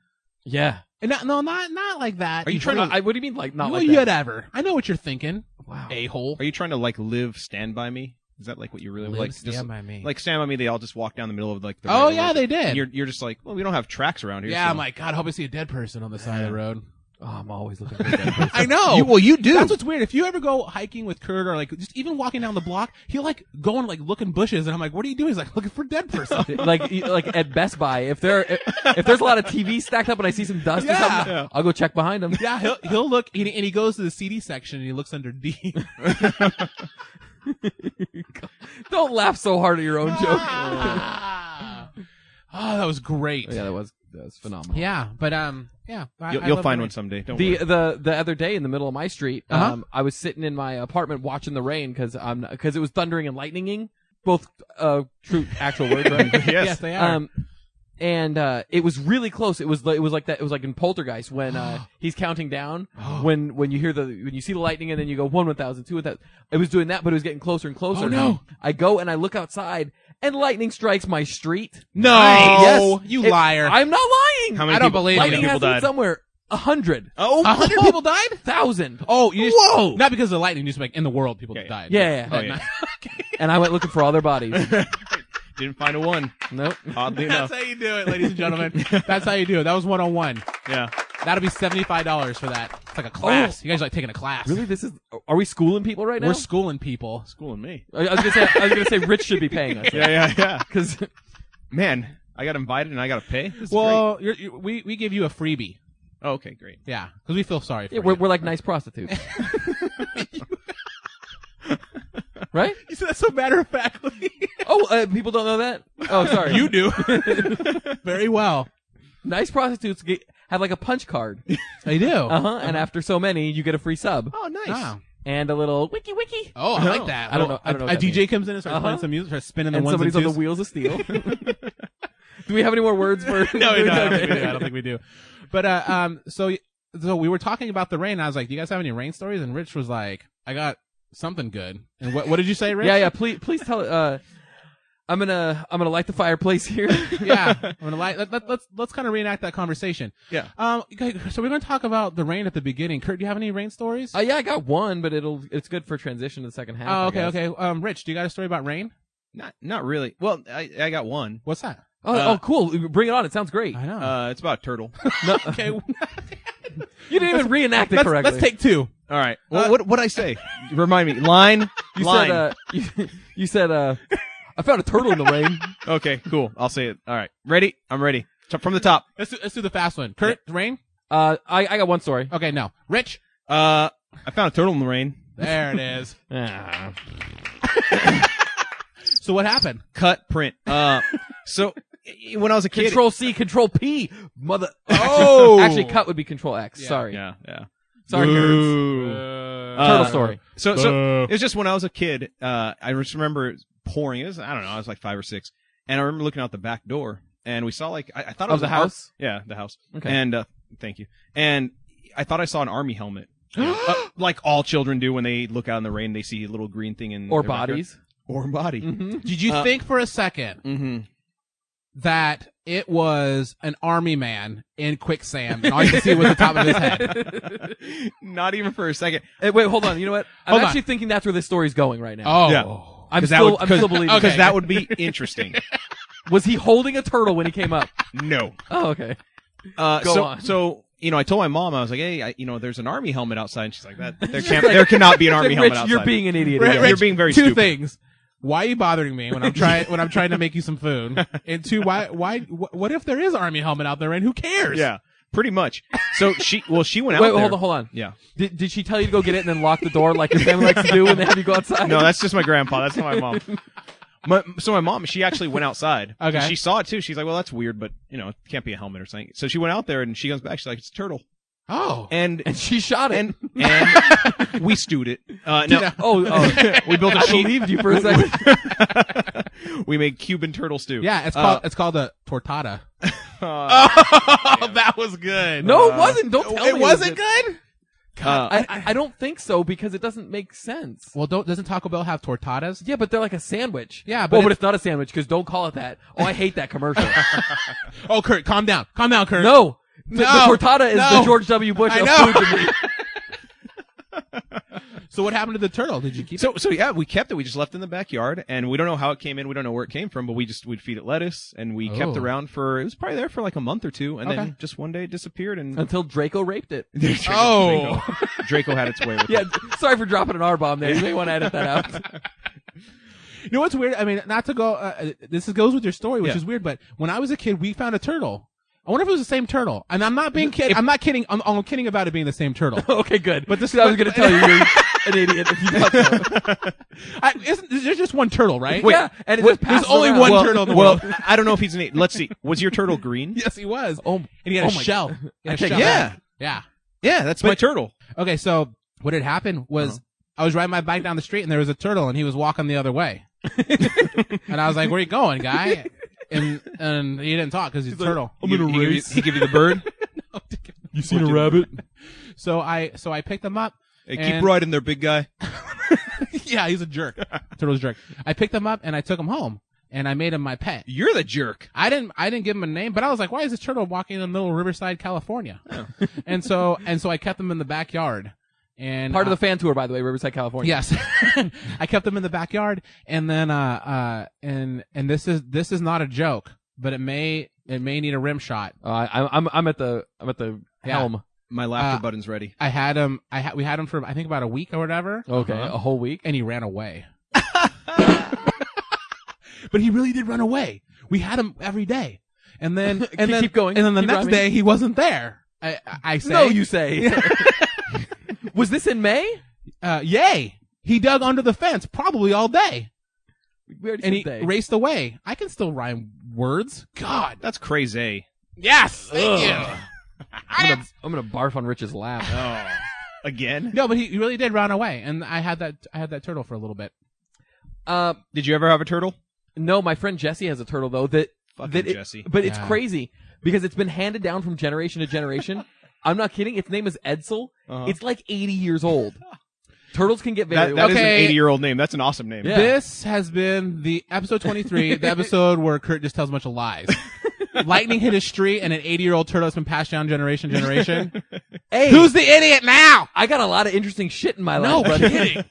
[SPEAKER 2] Yeah.
[SPEAKER 1] And not, no, not not like that.
[SPEAKER 3] Are you trying
[SPEAKER 2] I,
[SPEAKER 3] to-
[SPEAKER 2] I- what do you mean, like not
[SPEAKER 1] No,
[SPEAKER 2] like
[SPEAKER 1] you
[SPEAKER 2] that?
[SPEAKER 1] ever. I know what you're thinking.
[SPEAKER 2] Wow.
[SPEAKER 1] A hole.
[SPEAKER 3] Are you trying to like live Stand by Me? Is that like what you really like? Just,
[SPEAKER 1] by me.
[SPEAKER 3] Like Stand by Me, they all just walk down the middle of like. the
[SPEAKER 1] oh
[SPEAKER 3] road.
[SPEAKER 1] yeah, they
[SPEAKER 3] And
[SPEAKER 1] did.
[SPEAKER 3] you're you're just like, well, we don't have tracks around here.
[SPEAKER 1] yeah,
[SPEAKER 3] so-
[SPEAKER 1] I'm like, God, I hope I see a dead person on the side of the road.
[SPEAKER 2] Oh, I'm always looking. for that.
[SPEAKER 1] I know.
[SPEAKER 3] You- well, you do.
[SPEAKER 1] oh, That's what's weird. If you ever go hiking with Kurt or like just even walking down the block, he'll like go and like look in bushes, and I'm like, "What are you doing?" He's like, "Looking for dead person."
[SPEAKER 2] like you- like at Best Buy, if there if, if there's a lot of TV stacked up and I see some dust, or
[SPEAKER 1] Yeah.
[SPEAKER 2] something,
[SPEAKER 3] Yeah.
[SPEAKER 2] I'll go check behind them.
[SPEAKER 1] yeah, he'll he'll look and he, and he goes to the CD section and he looks under D.
[SPEAKER 2] Don't laugh so hard at your own joke. yeah,
[SPEAKER 1] Ah. oh, that was great. Yeah,
[SPEAKER 2] that was that was phenomenal.
[SPEAKER 1] but um, yeah, I-
[SPEAKER 3] You'll,
[SPEAKER 1] I
[SPEAKER 3] you'll
[SPEAKER 1] love
[SPEAKER 3] find
[SPEAKER 1] the-
[SPEAKER 3] one someday. Don't
[SPEAKER 2] the
[SPEAKER 3] worry.
[SPEAKER 2] the the other day in the middle of my street,
[SPEAKER 1] Uh-huh.
[SPEAKER 2] um, I was sitting in my apartment watching the rain because I'm because it was thundering and lightninging, both uh, true actual words, right?
[SPEAKER 3] yes.
[SPEAKER 1] Yes, they are.
[SPEAKER 2] um, and uh, it was really close. It was li- it was like that. It was like in Poltergeist when uh, he's counting down
[SPEAKER 3] Oh.
[SPEAKER 2] when when you hear the when you see the lightning and then you go one one thousand two one thousand. It was doing that, but it was getting closer and closer.
[SPEAKER 1] Oh, no.
[SPEAKER 2] I go and I look outside, and lightning strikes my street.
[SPEAKER 1] no,
[SPEAKER 2] Yes.
[SPEAKER 1] you
[SPEAKER 2] It-
[SPEAKER 1] liar.
[SPEAKER 2] I'm not lying.
[SPEAKER 3] How many
[SPEAKER 1] I don't
[SPEAKER 3] people,
[SPEAKER 1] believe
[SPEAKER 3] how
[SPEAKER 1] you.
[SPEAKER 3] many
[SPEAKER 2] lightning
[SPEAKER 3] people
[SPEAKER 2] has hit
[SPEAKER 3] died?
[SPEAKER 2] somewhere a hundred
[SPEAKER 3] Oh,
[SPEAKER 1] A hundred people died.
[SPEAKER 2] thousand.
[SPEAKER 1] Oh, you just,
[SPEAKER 3] Whoa.
[SPEAKER 1] Not because of the lightning, just like in the world, people
[SPEAKER 3] Yeah, yeah.
[SPEAKER 1] died.
[SPEAKER 2] Yeah, yeah, yeah.
[SPEAKER 3] Oh, yeah.
[SPEAKER 2] and I went looking for all their bodies.
[SPEAKER 3] Didn't find a one.
[SPEAKER 2] nope.
[SPEAKER 3] Oddly
[SPEAKER 1] Uh, That's
[SPEAKER 3] enough.
[SPEAKER 1] how you do it, ladies and gentlemen. That's how you do it. That was one on one.
[SPEAKER 3] Yeah.
[SPEAKER 1] That'll be seventy five dollars for that. It's like a class. You guys are like taking a class.
[SPEAKER 2] Really? This is? Are we schooling people right now?
[SPEAKER 1] We're schooling people.
[SPEAKER 3] Schooling me.
[SPEAKER 2] I I was gonna say. I was gonna say. Rich should be paying us.
[SPEAKER 3] Yeah, yeah, yeah.
[SPEAKER 2] Because
[SPEAKER 3] Man, I got invited and I got to pay. This is great.
[SPEAKER 1] Well, you're, you we we give you a freebie.
[SPEAKER 3] Oh, okay, great.
[SPEAKER 1] Yeah, because we feel sorry for
[SPEAKER 2] we're,
[SPEAKER 1] you.
[SPEAKER 2] we're like nice prostitutes. right?
[SPEAKER 1] you said that so matter of factly.
[SPEAKER 2] Oh, uh, people don't know that. Oh, sorry.
[SPEAKER 1] you do very well.
[SPEAKER 2] nice prostitutes get, have like a punch card.
[SPEAKER 1] I do.
[SPEAKER 2] Uh huh.
[SPEAKER 1] Uh-huh.
[SPEAKER 2] And after so many, you get a free sub
[SPEAKER 3] Oh, nice.
[SPEAKER 1] Wow.
[SPEAKER 2] and a little wiki wiki.
[SPEAKER 1] Oh, I like that.
[SPEAKER 2] I don't
[SPEAKER 1] Little-
[SPEAKER 2] know- I don't know
[SPEAKER 1] a-
[SPEAKER 2] what
[SPEAKER 1] A,
[SPEAKER 2] that
[SPEAKER 1] DJ
[SPEAKER 2] means.
[SPEAKER 1] comes in and starts
[SPEAKER 2] Uh-huh.
[SPEAKER 1] playing some music, starts spinning the
[SPEAKER 2] and
[SPEAKER 1] ones
[SPEAKER 2] somebody's on
[SPEAKER 1] and
[SPEAKER 2] the
[SPEAKER 1] twos.
[SPEAKER 2] wheels of steel. Do we have any more words for?
[SPEAKER 1] no, we don't. I don't think we do. I
[SPEAKER 2] Okay.
[SPEAKER 1] don't think we do. But uh, um, so so we were talking about the rain. I was like, "Do you guys have any rain stories?" And Rich was like, "I got something good." And what what did you say, Rich?
[SPEAKER 2] Yeah, yeah. Please, please tell. Uh, I'm gonna, I'm gonna light the fireplace here.
[SPEAKER 1] yeah. I'm gonna lie. Let, let, let's let's kind of reenact that conversation.
[SPEAKER 3] Yeah.
[SPEAKER 1] Um. okay, So we're gonna talk about the rain at the beginning. Kurt, do you have any rain stories?
[SPEAKER 2] uh, yeah, I got one, but it'll, it's good for transition to the second half.
[SPEAKER 1] oh,
[SPEAKER 2] I
[SPEAKER 1] okay,
[SPEAKER 2] guess.
[SPEAKER 1] okay. Um, Rich, do you got a story about rain?
[SPEAKER 3] Not, not really. Well, I, I got one.
[SPEAKER 1] What's that?
[SPEAKER 2] Oh,
[SPEAKER 3] Uh,
[SPEAKER 2] oh, cool. Bring it on. It sounds great.
[SPEAKER 1] I know.
[SPEAKER 3] Uh, it's about a turtle.
[SPEAKER 1] okay.
[SPEAKER 2] You didn't even reenact it
[SPEAKER 1] let's,
[SPEAKER 2] correctly.
[SPEAKER 1] let's take two.
[SPEAKER 3] All right. Well,
[SPEAKER 1] Uh,
[SPEAKER 3] what what I say? Remind me. Line.
[SPEAKER 2] You
[SPEAKER 3] line.
[SPEAKER 2] said, uh, you, you said, uh, I found a turtle in the rain.
[SPEAKER 3] okay. Cool. I'll say it. All right. Ready? I'm ready. T- From the top.
[SPEAKER 1] Let's do, let's do the fast one. Kurt, rain.
[SPEAKER 2] Uh, I, I got one story.
[SPEAKER 1] Okay, no. Rich.
[SPEAKER 3] Uh, I found a turtle in the rain.
[SPEAKER 1] There it is.
[SPEAKER 2] Ah.
[SPEAKER 1] so what happened?
[SPEAKER 3] Cut print. Uh, so when I was a kid.
[SPEAKER 2] Control C, Control P, mother.
[SPEAKER 1] Oh.
[SPEAKER 2] actually, cut would be Control X.
[SPEAKER 1] Yeah.
[SPEAKER 2] Sorry,
[SPEAKER 3] Yeah, yeah.
[SPEAKER 2] sorry, nerds.
[SPEAKER 1] Uh,
[SPEAKER 2] Turtle story.
[SPEAKER 3] So, so
[SPEAKER 1] Boo.
[SPEAKER 3] it was just when I was a kid. Uh, I just remember pouring. It was, I don't know. I was like five or six, and I remember looking out the back door, and we saw like I, I thought it
[SPEAKER 2] Of
[SPEAKER 3] was
[SPEAKER 2] the
[SPEAKER 3] an ar-
[SPEAKER 2] house?
[SPEAKER 3] yeah, the house.
[SPEAKER 2] Okay.
[SPEAKER 3] And uh, thank you. And I thought I saw an army helmet. you know, uh, like all children do when they look out in the rain, they see a little green thing in
[SPEAKER 2] or
[SPEAKER 3] their backyard.
[SPEAKER 2] bodies.
[SPEAKER 3] or body.
[SPEAKER 2] Mm-hmm.
[SPEAKER 1] Did you
[SPEAKER 3] Uh,
[SPEAKER 1] think for a second
[SPEAKER 3] Mm-hmm.
[SPEAKER 1] that it was an army man in quicksand and all you could see was the top of his head?
[SPEAKER 3] Not even for a second.
[SPEAKER 2] wait, hold on. You know what? I'm
[SPEAKER 1] Hold on.
[SPEAKER 2] actually thinking that's where this story's going right now.
[SPEAKER 1] Oh.
[SPEAKER 3] Yeah.
[SPEAKER 2] I'm
[SPEAKER 3] 'Cause that
[SPEAKER 2] still,
[SPEAKER 3] would-
[SPEAKER 2] I'm still believing.
[SPEAKER 1] Okay.
[SPEAKER 3] Because that would be interesting.
[SPEAKER 2] Was he holding a turtle when he came up?
[SPEAKER 3] no.
[SPEAKER 2] Oh, okay.
[SPEAKER 3] Uh,
[SPEAKER 2] Go
[SPEAKER 3] so,
[SPEAKER 2] on.
[SPEAKER 3] so you know, I told my mom I was like, "Hey, I, you know, there's an army helmet outside." And she's like, "That there can't, there cannot be an army
[SPEAKER 2] Rich,
[SPEAKER 3] helmet outside."
[SPEAKER 2] you're being an idiot.
[SPEAKER 1] Rich,
[SPEAKER 2] again.
[SPEAKER 3] You're being very
[SPEAKER 1] two
[SPEAKER 3] stupid.
[SPEAKER 1] things. Why are you bothering me when I'm trying when I'm trying to make you some food? And two, why why wh- what if there is army helmet out there and who cares?
[SPEAKER 3] yeah, pretty much. So she, well, she went out.
[SPEAKER 2] Wait, wait,
[SPEAKER 3] there.
[SPEAKER 2] hold on, hold on.
[SPEAKER 3] Yeah,
[SPEAKER 2] Did, did she tell you to go get it and then lock the door like your family likes to do when they have you go outside?
[SPEAKER 3] no, that's just my grandpa. That's not my mom. My, so my mom, she actually went outside.
[SPEAKER 1] Okay.
[SPEAKER 3] And she saw it too. She's like, "Well, that's weird, but you know, it can't be a helmet or something." So she went out there and she comes back. She's like, "It's a turtle."
[SPEAKER 1] Oh.
[SPEAKER 3] And
[SPEAKER 2] and she shot it.
[SPEAKER 3] and and we stewed it. Uh, no,
[SPEAKER 2] oh, oh,
[SPEAKER 3] we built a
[SPEAKER 2] I
[SPEAKER 3] sheet.
[SPEAKER 2] believed you for a second.
[SPEAKER 3] we made Cuban turtle stew.
[SPEAKER 1] yeah, it's called it's called a tortada.
[SPEAKER 3] Uh,
[SPEAKER 1] Oh, that was good.
[SPEAKER 2] No, it wasn't. Don't tell me.
[SPEAKER 1] it wasn't good.
[SPEAKER 3] uh,
[SPEAKER 2] I, I I don't think so because it doesn't make sense.
[SPEAKER 1] Well, don't doesn't Taco Bell have tortadas?
[SPEAKER 2] Yeah, but they're like a sandwich.
[SPEAKER 1] Yeah, but
[SPEAKER 2] but, oh, but
[SPEAKER 1] it-
[SPEAKER 2] it's not a sandwich because don't call it that. Oh, I hate that commercial.
[SPEAKER 1] Oh, Kurt, calm down, calm down, Kurt.
[SPEAKER 2] no, the, the
[SPEAKER 1] No.
[SPEAKER 2] cortada is
[SPEAKER 1] No.
[SPEAKER 2] the George W. Bush
[SPEAKER 1] I
[SPEAKER 2] of
[SPEAKER 1] know.
[SPEAKER 2] food to me.
[SPEAKER 1] So what happened to the turtle? Did you keep?
[SPEAKER 3] So so yeah, we kept it. We just left it in the backyard, and we don't know how it came in. We don't know where it came from, but we just we'd feed it lettuce, and we kept
[SPEAKER 1] Oh.
[SPEAKER 3] around for it was probably there for like a month or two, and
[SPEAKER 1] Okay.
[SPEAKER 3] then just one day it disappeared. And
[SPEAKER 2] until Draco raped it.
[SPEAKER 3] Draco,
[SPEAKER 1] Oh.
[SPEAKER 3] Draco, Draco had its way with
[SPEAKER 2] Yeah,
[SPEAKER 3] it.
[SPEAKER 2] sorry for dropping an R bomb there. You may want to edit that out.
[SPEAKER 1] You know what's weird? I mean, not to go. Uh, this is- goes with your story, which
[SPEAKER 3] Yeah.
[SPEAKER 1] is weird. But when I was a kid, we found a turtle. I wonder if it was the same turtle. And I'm not being kidding. I'm not kidding. I'm, I'm kidding about it being the same turtle.
[SPEAKER 2] okay, good.
[SPEAKER 1] But this-
[SPEAKER 2] I was going to tell you you're an idiot if you thought so.
[SPEAKER 1] I, isn't, there's just one turtle, right?
[SPEAKER 2] yeah, and it
[SPEAKER 1] Wait,
[SPEAKER 2] just passes
[SPEAKER 1] there's only
[SPEAKER 2] around.
[SPEAKER 1] one
[SPEAKER 3] Well,
[SPEAKER 1] turtle in the
[SPEAKER 3] well,
[SPEAKER 1] world.
[SPEAKER 3] I don't know if he's an. Let's see. Was your turtle green?
[SPEAKER 1] Yes, he was.
[SPEAKER 2] Oh,
[SPEAKER 1] and he had
[SPEAKER 2] oh
[SPEAKER 1] a
[SPEAKER 2] my-
[SPEAKER 1] shell. He
[SPEAKER 2] I
[SPEAKER 1] had a
[SPEAKER 2] take
[SPEAKER 1] shell.
[SPEAKER 2] it
[SPEAKER 1] Yeah,
[SPEAKER 3] back.
[SPEAKER 1] yeah.
[SPEAKER 3] Yeah, that's my turtle.
[SPEAKER 1] Okay, so what had happened was I was riding my bike down the street and there was a turtle and he was walking the other way. and I was like, "Where you going, guy?" And and he didn't talk because he's, a turtle.
[SPEAKER 3] He- he give you- He give you the bird.
[SPEAKER 1] You seen a rabbit? So I so I picked him up.
[SPEAKER 3] Hey,
[SPEAKER 1] And-
[SPEAKER 3] keep riding there, big guy.
[SPEAKER 1] yeah, he's a jerk. Turtle's a jerk. I picked him up and I took him home and I made him my pet.
[SPEAKER 3] You're the jerk.
[SPEAKER 1] I didn't I didn't give him a name, but I was like, why is this turtle walking in the middle of Riverside, California? and so and so I kept him in the backyard. And
[SPEAKER 2] Part of the fan tour, by the way, Riverside, California.
[SPEAKER 1] Yes, I kept them in the backyard, and then uh uh and and this is this is not a joke, but it may it may need a rim shot.
[SPEAKER 2] Uh, I, I'm I'm at the I'm at the
[SPEAKER 1] Yeah.
[SPEAKER 2] helm.
[SPEAKER 3] My laughter button's ready.
[SPEAKER 1] I had him. I had we had him for I think about a week or whatever,
[SPEAKER 2] Okay, a whole week.
[SPEAKER 1] and he ran away. but he really did run away. We had him every day, and then and
[SPEAKER 2] Keep-
[SPEAKER 1] then
[SPEAKER 2] keep going.
[SPEAKER 1] and then the
[SPEAKER 2] Keep
[SPEAKER 1] next
[SPEAKER 2] rhyming.
[SPEAKER 1] day he wasn't there. I I- I say
[SPEAKER 2] No, you say. Was this in May?
[SPEAKER 1] uh, yay. He dug under the fence probably all day,
[SPEAKER 2] We
[SPEAKER 1] and
[SPEAKER 2] already said
[SPEAKER 1] he
[SPEAKER 2] day.
[SPEAKER 1] raced away. I can still rhyme words. God.
[SPEAKER 3] That's crazy.
[SPEAKER 1] Yes, thank
[SPEAKER 2] Ugh. I'm gonna, I'm gonna barf on Rich's lap.
[SPEAKER 3] Oh, again.
[SPEAKER 1] you. No, but he he really did run away, and I had that I had that turtle for a little bit.
[SPEAKER 2] Uh,
[SPEAKER 3] Did you ever have a turtle?
[SPEAKER 2] no, my friend Jesse has a turtle though. That
[SPEAKER 3] Fucking
[SPEAKER 2] that it-
[SPEAKER 3] Jesse.
[SPEAKER 2] but it's
[SPEAKER 1] Yeah.
[SPEAKER 2] crazy because it's been handed down from generation to generation. I'm not kidding. Its name is Edsel.
[SPEAKER 3] Uh-huh.
[SPEAKER 2] It's like 80 years old. Turtles can get very
[SPEAKER 3] That, that
[SPEAKER 2] old.
[SPEAKER 3] is
[SPEAKER 1] Okay.
[SPEAKER 3] an 80 year old name. That's an awesome name.
[SPEAKER 2] Yeah.
[SPEAKER 1] This has been the episode twenty three, the episode where Kurt just tells a bunch of lies. Lightning hit his street, and an eighty year old turtle has been passed down generation to generation.
[SPEAKER 2] Hey,
[SPEAKER 1] Who's the idiot now?
[SPEAKER 2] I got a lot of interesting shit in my
[SPEAKER 1] No
[SPEAKER 2] life, buddy.
[SPEAKER 1] kidding.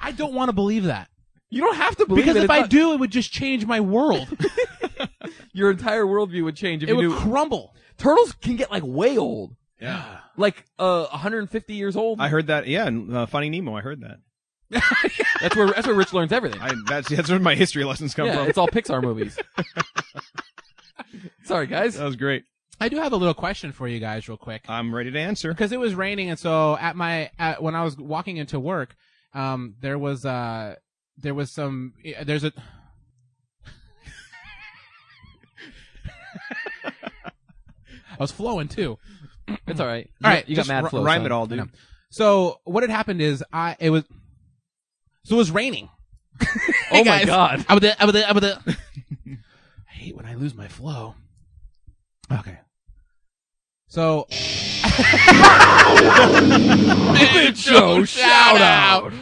[SPEAKER 1] I don't want to believe that
[SPEAKER 2] You don't have to believe
[SPEAKER 1] because
[SPEAKER 2] it.
[SPEAKER 1] if
[SPEAKER 2] It's
[SPEAKER 1] I
[SPEAKER 2] not-
[SPEAKER 1] do, it would just change my world.
[SPEAKER 2] your entire worldview would change if
[SPEAKER 1] It
[SPEAKER 2] you
[SPEAKER 1] would
[SPEAKER 2] knew.
[SPEAKER 1] crumble.
[SPEAKER 2] Turtles can get like way old,
[SPEAKER 3] Yeah.
[SPEAKER 2] like uh 150 years old.
[SPEAKER 3] I heard that. Yeah, in, uh, Finding Nemo. I heard that.
[SPEAKER 2] That's where that's where Rich learns everything.
[SPEAKER 3] I, that's that's where my history lessons come
[SPEAKER 2] yeah,
[SPEAKER 3] from.
[SPEAKER 2] it's all Pixar movies. Sorry, guys.
[SPEAKER 3] That was great.
[SPEAKER 1] I do have a little question for you guys, real quick.
[SPEAKER 3] I'm ready to answer.
[SPEAKER 1] because it was raining and so at my at, when i was walking into work um there was uh there was some eh, there's a I was flowing too.
[SPEAKER 2] It's all right.
[SPEAKER 1] All right,
[SPEAKER 2] you got
[SPEAKER 1] just
[SPEAKER 2] mad
[SPEAKER 1] r-
[SPEAKER 2] flow.
[SPEAKER 3] rhyme
[SPEAKER 2] son.
[SPEAKER 3] it all,
[SPEAKER 1] I know.
[SPEAKER 3] dude.
[SPEAKER 1] So what had happened is I it was so it was raining.
[SPEAKER 2] Oh my God.
[SPEAKER 1] I'm the, I'm the, I'm the. I hate when I lose my flow. Okay. So Big Joe shout out.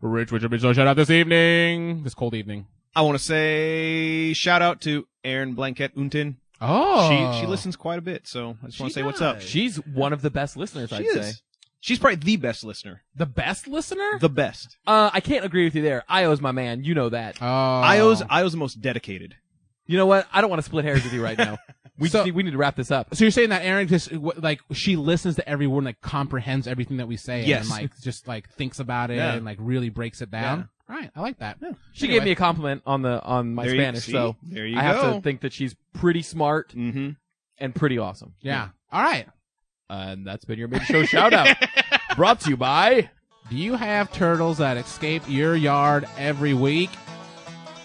[SPEAKER 1] Rich Richard Big Joe shout out this evening. This cold evening.
[SPEAKER 3] I want to say shout out to Aaron Blanket Untin.
[SPEAKER 1] Oh.
[SPEAKER 3] She she listens quite a bit, so I just want
[SPEAKER 1] She
[SPEAKER 3] to say what's up.
[SPEAKER 1] does.
[SPEAKER 2] She's one of the best listeners, I'd
[SPEAKER 3] She
[SPEAKER 2] say.
[SPEAKER 3] is. She's probably the best listener.
[SPEAKER 1] The best listener?
[SPEAKER 3] The best.
[SPEAKER 2] Uh, I can't agree with you there. Io's my man. You know that.
[SPEAKER 1] oh.
[SPEAKER 3] Io's Io's the most dedicated.
[SPEAKER 2] You know what? I don't want to split hairs with you right now. We
[SPEAKER 1] So-
[SPEAKER 2] just need, we need to wrap this up.
[SPEAKER 1] So you're saying that Erin just w- like she listens to every word, and, like comprehends everything that we say,
[SPEAKER 3] Yes.
[SPEAKER 1] and like just like thinks about it
[SPEAKER 3] Yeah.
[SPEAKER 1] and like really breaks it down. Right, I like that.
[SPEAKER 2] She gave me a compliment on the on my
[SPEAKER 3] There you-
[SPEAKER 2] Spanish,
[SPEAKER 3] see?
[SPEAKER 2] so
[SPEAKER 3] there you
[SPEAKER 2] I
[SPEAKER 3] go.
[SPEAKER 2] have to think that she's pretty smart
[SPEAKER 3] mm-hmm.
[SPEAKER 2] and pretty awesome.
[SPEAKER 1] yeah. All right.
[SPEAKER 2] And that's been your big show shout out. Brought to you by
[SPEAKER 1] Do you have turtles that escape your yard every week?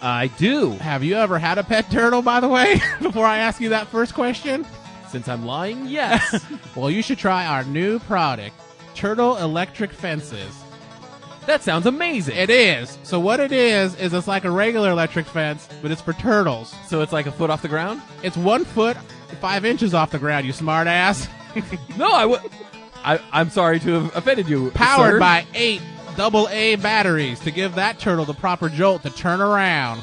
[SPEAKER 2] I do.
[SPEAKER 1] Have you ever had a pet turtle, by the way? Before I ask you that first question,
[SPEAKER 2] Since I'm lying, yes.
[SPEAKER 1] well, you should try our new product, Turtle Electric Fences.
[SPEAKER 2] that sounds amazing.
[SPEAKER 1] It is. So what it is is it's like a regular electric fence, but it's for turtles.
[SPEAKER 2] so it's like a foot off the ground?
[SPEAKER 1] It's one foot five inches off the ground, you smart ass.
[SPEAKER 2] No, I would. I, I'm sorry to have offended you.
[SPEAKER 1] Powered
[SPEAKER 2] sir.
[SPEAKER 1] by eight double A batteries to give that turtle the proper jolt to turn around.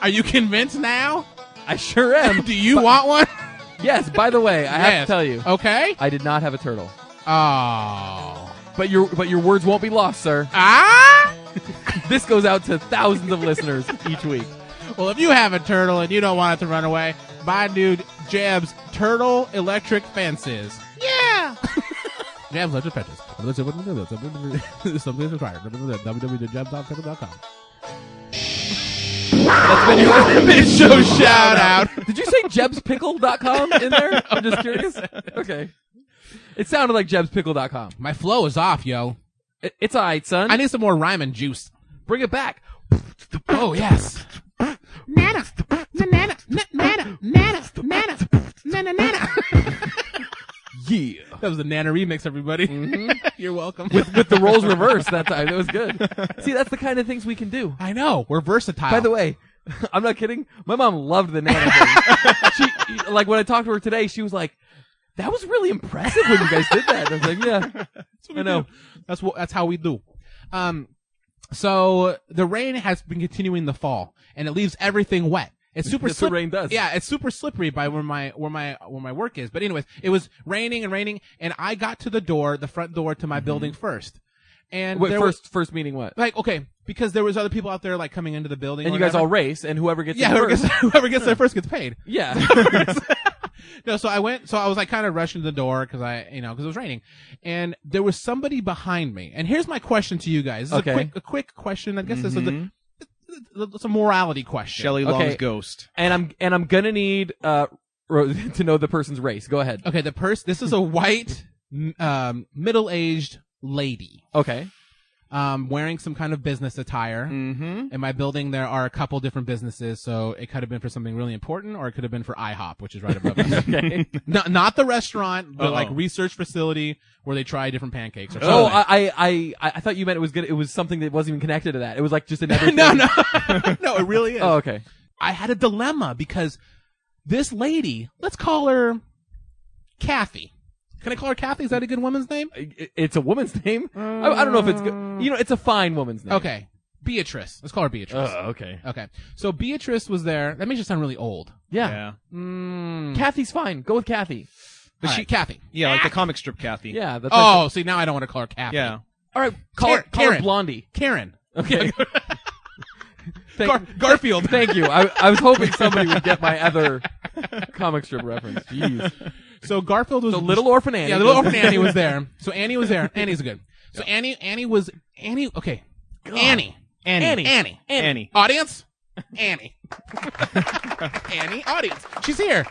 [SPEAKER 1] Are you convinced now?
[SPEAKER 2] I sure am.
[SPEAKER 1] Do you want one?
[SPEAKER 2] yes. By the way, I have
[SPEAKER 1] Yes.
[SPEAKER 2] to tell you,
[SPEAKER 1] Okay.
[SPEAKER 2] I did not have a turtle.
[SPEAKER 1] Oh.
[SPEAKER 2] But your but your words won't be lost, sir.
[SPEAKER 1] Ah?
[SPEAKER 2] This goes out to thousands of listeners each week.
[SPEAKER 1] Well, if you have a turtle and you don't want it to run away, buy dude Jeb's Turtle Electric Fences. Yeah. Jeb's Electric Fences. Something's required. www.jebs.com.
[SPEAKER 2] That's been your big show
[SPEAKER 1] shout out.
[SPEAKER 2] Did you say jebspickle.com in there? I'm just curious. Okay. It sounded like jebspickle.com.
[SPEAKER 1] My flow is off, yo.
[SPEAKER 2] It, it's all right, son.
[SPEAKER 1] I need some more rhyme and juice.
[SPEAKER 2] Bring it back.
[SPEAKER 1] Oh yes. Nana, nana, nana, nana, nana, nana, nana, nana.
[SPEAKER 2] Yeah.
[SPEAKER 1] That was a Nana remix, everybody. You're welcome.
[SPEAKER 2] Mm-hmm. With the roles reversed that time. It was good. See, that's the kind of things we can do.
[SPEAKER 1] I know we're versatile.
[SPEAKER 2] By the way, I'm not kidding. My mom loved the nana thing. she, like when I talked to her today, she was like, that was really impressive when you guys did that. And I was like, yeah. I know.
[SPEAKER 1] that's what that's how we do. Um, so the rain has been continuing the fall, and it leaves everything wet. It's super
[SPEAKER 2] That's what
[SPEAKER 1] slip-
[SPEAKER 2] rain does.
[SPEAKER 1] Yeah, it's super slippery by where my where my where my work is. But anyways, it was raining and raining, and I got to the door, the front door to my building first. And
[SPEAKER 2] Mm-hmm. Wait,
[SPEAKER 1] there was-
[SPEAKER 2] first, first meaning what?
[SPEAKER 1] like okay because there was other people out there like coming into the building
[SPEAKER 2] And
[SPEAKER 1] or
[SPEAKER 2] you guys
[SPEAKER 1] whatever.
[SPEAKER 2] all race, and whoever gets
[SPEAKER 1] yeah
[SPEAKER 2] in
[SPEAKER 1] whoever
[SPEAKER 2] first.
[SPEAKER 1] gets, whoever gets there first gets paid
[SPEAKER 2] yeah.
[SPEAKER 1] no so i went so i was like kind of rushing to the door because i you know because it was raining and there was somebody behind me and here's my question to you guys this
[SPEAKER 2] Okay.
[SPEAKER 1] is a quick, a quick question i guess this is a, it's a morality question
[SPEAKER 3] Mm-hmm. Shelley
[SPEAKER 2] Okay.
[SPEAKER 3] Long's ghost.
[SPEAKER 2] and I'm and I'm gonna need uh ro- to know the person's race. Go ahead.
[SPEAKER 1] okay the person this is a white m- um middle-aged lady
[SPEAKER 2] Okay.
[SPEAKER 1] um wearing some kind of business attire
[SPEAKER 3] Mm-hmm.
[SPEAKER 1] in my building there are a couple different businesses so it could have been for something really important or it could have been for ihop which is right above us
[SPEAKER 2] Okay.
[SPEAKER 1] not, not the restaurant but
[SPEAKER 3] Uh-oh.
[SPEAKER 1] like research facility where they try different pancakes or something
[SPEAKER 2] oh, I, I I I thought you meant it was good. It was something that wasn't even connected to that. It was like just another.
[SPEAKER 1] no
[SPEAKER 2] thing.
[SPEAKER 1] no no it really is
[SPEAKER 2] Oh, okay.
[SPEAKER 1] i had a dilemma because this lady let's call her kathy can i call her kathy is that a good woman's name
[SPEAKER 2] I- It's a woman's name. I, I don't know if it's good. You know, it's a fine woman's name.
[SPEAKER 1] okay beatrice let's call her beatrice
[SPEAKER 2] Oh, okay.
[SPEAKER 1] okay so beatrice was there that makes her sound really old
[SPEAKER 2] Yeah.
[SPEAKER 3] Yeah.
[SPEAKER 1] mm.
[SPEAKER 2] Kathy's fine. Go with Kathy.
[SPEAKER 1] but she kathy
[SPEAKER 3] Yeah, like the comic strip Kathy.
[SPEAKER 2] Yeah. That's
[SPEAKER 1] oh see now i don't want to call her kathy
[SPEAKER 3] Yeah.
[SPEAKER 2] All right. Call her,
[SPEAKER 1] Karen-
[SPEAKER 2] call her
[SPEAKER 1] Karen.
[SPEAKER 2] Blondie.
[SPEAKER 1] karen
[SPEAKER 2] Okay. Thank,
[SPEAKER 1] Gar- garfield
[SPEAKER 2] thank you. I, I was hoping somebody would get my other comic strip reference. Jeez.
[SPEAKER 1] so garfield was
[SPEAKER 2] The Little Orphan Annie.
[SPEAKER 1] Yeah, the little orphan Annie was there. So Annie was there. Annie's good. So Annie, Annie was Annie. Okay, Annie, Annie,
[SPEAKER 2] Annie.
[SPEAKER 1] Annie, Annie,
[SPEAKER 3] Annie.
[SPEAKER 1] Audience, Annie, Annie, audience. She's here.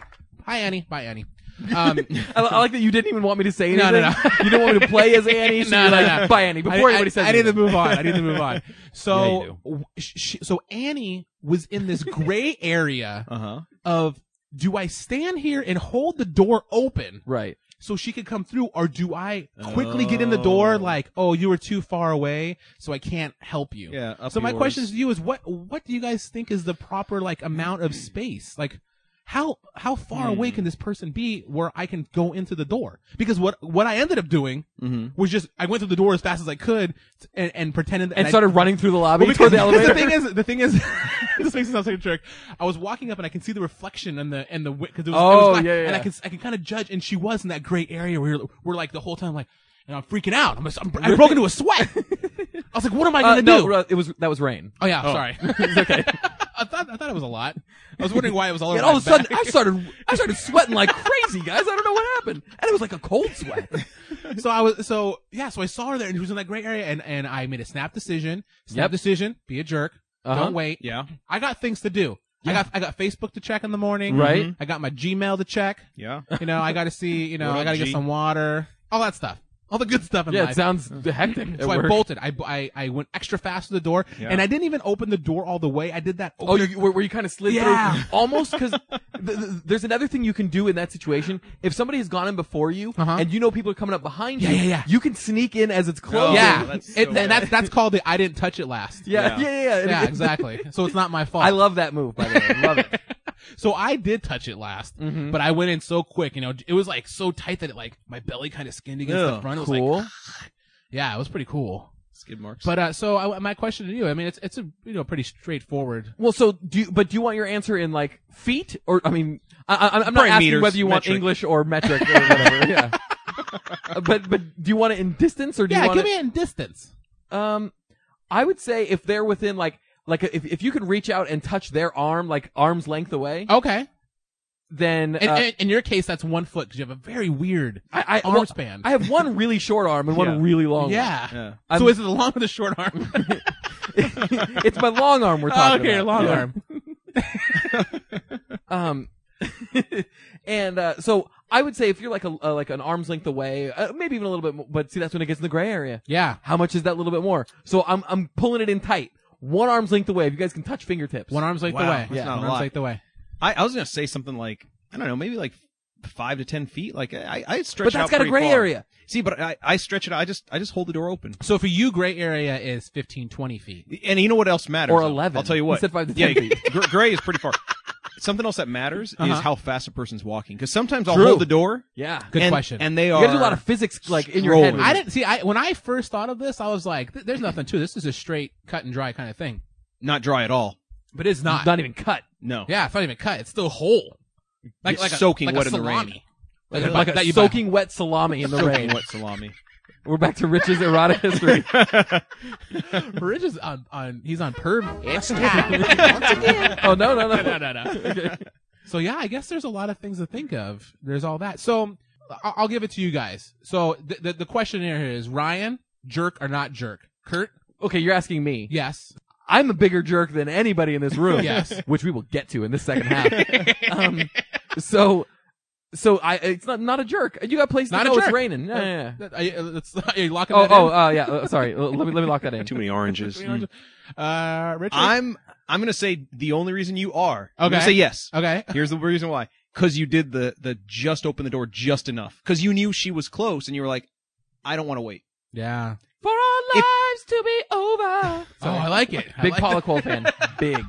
[SPEAKER 1] Hi, Annie. Bye, Annie. Um,
[SPEAKER 2] I, I like that you didn't even want me to say
[SPEAKER 1] No,
[SPEAKER 2] anything.
[SPEAKER 1] no,
[SPEAKER 2] You didn't want me to play as Annie. So
[SPEAKER 1] No,
[SPEAKER 2] you're
[SPEAKER 1] no,
[SPEAKER 2] like,
[SPEAKER 1] no.
[SPEAKER 2] Bye, Annie. Before
[SPEAKER 1] I,
[SPEAKER 2] anybody
[SPEAKER 1] I,
[SPEAKER 2] says
[SPEAKER 1] I need to
[SPEAKER 2] anything.
[SPEAKER 1] move on. I need to move on.
[SPEAKER 2] Yeah, you
[SPEAKER 1] So, w- sh- sh- so Annie was in this gray area
[SPEAKER 3] Uh huh.
[SPEAKER 1] of do I stand here and hold the door open
[SPEAKER 2] Right.
[SPEAKER 1] so she could come through, or do I quickly get in the door
[SPEAKER 3] Oh.
[SPEAKER 1] like, oh, you were too far away, so I can't help you?
[SPEAKER 3] Yeah. up
[SPEAKER 1] So my
[SPEAKER 3] yours.
[SPEAKER 1] question to you is what what do you guys think is the proper like amount of space? Like how how far
[SPEAKER 3] Hmm.
[SPEAKER 1] away can this person be where I can go into the door? Because what what I ended up doing
[SPEAKER 3] Mm-hmm.
[SPEAKER 1] was just I went through the door as fast as I could and, and pretended
[SPEAKER 2] And,
[SPEAKER 1] I-
[SPEAKER 2] started running through the lobby
[SPEAKER 1] well,
[SPEAKER 2] toward the
[SPEAKER 1] because-
[SPEAKER 2] elevator.
[SPEAKER 1] because The thing is, the thing is, this makes it sound like a trick. I was walking up and I can see the reflection and the and the because it was, it was
[SPEAKER 2] Oh,
[SPEAKER 1] black,
[SPEAKER 2] yeah, yeah,
[SPEAKER 1] and I
[SPEAKER 2] yeah.
[SPEAKER 1] can I can kind of judge. And she was in that gray area where you're- we're like the whole time like, and I'm freaking out. I'm, just- I'm I broke into a sweat. I was like, what am I
[SPEAKER 2] Uh,
[SPEAKER 1] gonna
[SPEAKER 2] no,
[SPEAKER 1] do?
[SPEAKER 2] ru- it was that was rain.
[SPEAKER 1] Oh yeah, sorry. okay. I thought I thought it was a lot. I was wondering why it was all.
[SPEAKER 2] And
[SPEAKER 1] over
[SPEAKER 2] all
[SPEAKER 1] my
[SPEAKER 2] of a sudden,
[SPEAKER 1] back.
[SPEAKER 2] I started I started sweating like crazy, guys. I don't know what happened, and it was like a cold sweat.
[SPEAKER 1] so I was so yeah. So I saw her there, and she was in that gray area, and and I made a snap decision. Snap
[SPEAKER 2] Yep.
[SPEAKER 1] decision. Be a jerk.
[SPEAKER 2] Uh-huh.
[SPEAKER 1] Don't wait.
[SPEAKER 3] Yeah.
[SPEAKER 1] I got things to do. I got I got Facebook to check in the morning.
[SPEAKER 2] Right.
[SPEAKER 1] I got my Gmail to check.
[SPEAKER 3] Yeah.
[SPEAKER 1] You know, I got to see. You know,
[SPEAKER 3] What
[SPEAKER 1] I
[SPEAKER 3] up,
[SPEAKER 1] got to get
[SPEAKER 3] G?
[SPEAKER 1] some water. All that stuff. All the good stuff in
[SPEAKER 2] Yeah,
[SPEAKER 1] life.
[SPEAKER 2] it sounds hectic. at
[SPEAKER 1] so I
[SPEAKER 2] work.
[SPEAKER 1] bolted. I, bo- I I went extra fast to the door,
[SPEAKER 3] Yeah.
[SPEAKER 1] and I didn't even open the door all the way. I did that.
[SPEAKER 2] Oh,
[SPEAKER 1] opener-
[SPEAKER 2] you, where, where you kind of slid
[SPEAKER 1] Yeah.
[SPEAKER 2] through almost because th- th- there's another thing you can do in that situation. If somebody has gone in before you
[SPEAKER 1] Uh-huh.
[SPEAKER 2] and you know people are coming up behind
[SPEAKER 1] Yeah,
[SPEAKER 2] you,
[SPEAKER 1] yeah, yeah.
[SPEAKER 2] you can sneak in as it's closing.
[SPEAKER 1] yeah.
[SPEAKER 3] that's so
[SPEAKER 1] It-
[SPEAKER 3] bad.
[SPEAKER 1] and that's that's called the I didn't touch it last.
[SPEAKER 2] yeah, yeah,
[SPEAKER 3] Yeah.
[SPEAKER 2] yeah. yeah. And
[SPEAKER 1] yeah,
[SPEAKER 2] it-
[SPEAKER 1] exactly. So it's not my fault.
[SPEAKER 2] I love that move. By the way, I love it.
[SPEAKER 1] So I did touch it last,
[SPEAKER 2] Mm-hmm.
[SPEAKER 1] but I went in so quick. You know, it was like so tight that it like my belly kind of skinned against the
[SPEAKER 3] Ugh,
[SPEAKER 1] front. It was
[SPEAKER 2] Cool.
[SPEAKER 1] like, yeah, it was pretty cool.
[SPEAKER 3] Skid marks.
[SPEAKER 1] But uh, so I, my question to you, I mean, it's it's a you know pretty straightforward.
[SPEAKER 2] well, so do you, but do you want your answer in like feet or I mean I, I, I'm not
[SPEAKER 3] Brain
[SPEAKER 2] asking
[SPEAKER 3] meters,
[SPEAKER 2] whether you want
[SPEAKER 3] metric.
[SPEAKER 2] English or metric or whatever. yeah. Uh, but but do you want it in distance or do you
[SPEAKER 1] Yeah,
[SPEAKER 2] want
[SPEAKER 1] give
[SPEAKER 2] it?
[SPEAKER 1] me in distance.
[SPEAKER 2] Um, I would say if they're within like like if if you can reach out and touch their arm like arm's length away,
[SPEAKER 1] Okay.
[SPEAKER 2] then
[SPEAKER 1] And,
[SPEAKER 2] uh,
[SPEAKER 1] and in your case, that's one foot because you have a very weird
[SPEAKER 2] I I,
[SPEAKER 1] arm
[SPEAKER 2] well,
[SPEAKER 1] span.
[SPEAKER 2] I have one really short arm and one
[SPEAKER 3] Yeah.
[SPEAKER 2] really long.
[SPEAKER 1] yeah.
[SPEAKER 3] yeah.
[SPEAKER 1] So
[SPEAKER 2] I'm-
[SPEAKER 1] is it the long or the short arm?
[SPEAKER 2] arm. it's my long arm we're
[SPEAKER 1] Oh,
[SPEAKER 2] talking
[SPEAKER 1] okay,
[SPEAKER 2] about.
[SPEAKER 1] long
[SPEAKER 2] Yeah.
[SPEAKER 1] arm.
[SPEAKER 2] Um, and uh, so I would say if you're like a uh, like an arm's length away, uh, maybe even a little bit, mo- but see that's when it gets in the gray area.
[SPEAKER 1] Yeah.
[SPEAKER 2] How much is that little bit more? So I'm I'm pulling it in tight. One arm's length away. If you guys can touch fingertips.
[SPEAKER 1] One arm's length
[SPEAKER 3] Wow,
[SPEAKER 1] away.
[SPEAKER 3] that's
[SPEAKER 1] Yeah.
[SPEAKER 3] not a
[SPEAKER 1] One arm's
[SPEAKER 3] lot.
[SPEAKER 1] length away.
[SPEAKER 3] I, I was gonna say something like I don't know, maybe like five to ten feet. Like I, I I'd stretch.
[SPEAKER 2] But
[SPEAKER 3] it out
[SPEAKER 2] that's got a
[SPEAKER 3] pretty
[SPEAKER 2] gray
[SPEAKER 3] far.
[SPEAKER 2] area.
[SPEAKER 3] See, but I, I stretch it. out. I just I just hold the door open.
[SPEAKER 1] So for you, gray area is 15, 20 feet.
[SPEAKER 3] And you know what else matters?
[SPEAKER 2] Or 11.
[SPEAKER 3] I'll tell you what.
[SPEAKER 2] He said five to
[SPEAKER 3] yeah,
[SPEAKER 2] 10 feet.
[SPEAKER 3] gr- gray is pretty far. Something else that matters
[SPEAKER 1] Uh-huh.
[SPEAKER 3] is how fast a person's walking. Because sometimes I'll
[SPEAKER 2] True.
[SPEAKER 3] hold the door.
[SPEAKER 2] Yeah.
[SPEAKER 1] Good
[SPEAKER 3] and-
[SPEAKER 1] question.
[SPEAKER 3] And they
[SPEAKER 2] You
[SPEAKER 3] are.
[SPEAKER 2] gotta do a lot of physics like in your head.
[SPEAKER 3] Strolling.
[SPEAKER 2] with
[SPEAKER 1] I
[SPEAKER 2] it.
[SPEAKER 1] didn't see. I when I first thought of this, I was like, "Th- "There's nothing to it. this. Is a straight cut and dry kind of thing."
[SPEAKER 3] not dry at all.
[SPEAKER 1] But it's
[SPEAKER 2] not,
[SPEAKER 1] not.
[SPEAKER 2] even cut.
[SPEAKER 3] No.
[SPEAKER 1] Yeah, it's not even cut. It's still whole. Like
[SPEAKER 3] It's
[SPEAKER 1] like a-
[SPEAKER 3] soaking
[SPEAKER 1] like a
[SPEAKER 3] wet in the
[SPEAKER 1] salami.
[SPEAKER 3] rain.
[SPEAKER 1] Like
[SPEAKER 2] Like, a-
[SPEAKER 1] a-
[SPEAKER 2] like a
[SPEAKER 1] that you buy-
[SPEAKER 2] soaking wet salami in the
[SPEAKER 3] Soaking
[SPEAKER 2] rain.
[SPEAKER 3] wet salami.
[SPEAKER 2] We're back to Rich's erotic history.
[SPEAKER 1] Rich is on, on he's on perv.
[SPEAKER 4] It's time once again.
[SPEAKER 2] Oh no no
[SPEAKER 1] no,
[SPEAKER 2] no.
[SPEAKER 1] no, no. So yeah, I guess there's a lot of things to think of. There's all that. So I- I'll give it to you guys. So the the, the question here is Ryan jerk or not jerk? Kurt,
[SPEAKER 2] Okay, you're asking me.
[SPEAKER 1] yes.
[SPEAKER 2] I'm a bigger jerk than anybody in this room.
[SPEAKER 1] Yes.
[SPEAKER 2] Which we will get to in this second half. um, so so I it's not not a jerk. You got places
[SPEAKER 1] Not
[SPEAKER 2] to
[SPEAKER 1] a
[SPEAKER 2] know it's
[SPEAKER 1] jerk.
[SPEAKER 2] raining. Yeah, yeah, yeah.
[SPEAKER 1] Are you, uh, let's, are you locking
[SPEAKER 2] Oh
[SPEAKER 1] that
[SPEAKER 2] oh
[SPEAKER 1] in?
[SPEAKER 2] uh, yeah. uh, Sorry. L- Let me let me lock that in.
[SPEAKER 3] Too many oranges. Mm.
[SPEAKER 1] Uh, Richard.
[SPEAKER 3] I'm I'm gonna say the only reason you are. I'm gonna
[SPEAKER 1] Okay.
[SPEAKER 3] say yes.
[SPEAKER 1] okay.
[SPEAKER 3] Here's the reason why. Because you did the the just open the door just enough. Because you knew she was close, and you were like, I don't want to wait.
[SPEAKER 1] Yeah.
[SPEAKER 2] For our
[SPEAKER 3] If-
[SPEAKER 2] lives to be over.
[SPEAKER 1] Oh, I like it. I
[SPEAKER 2] Big
[SPEAKER 1] like
[SPEAKER 2] Paula Cole fan. Big.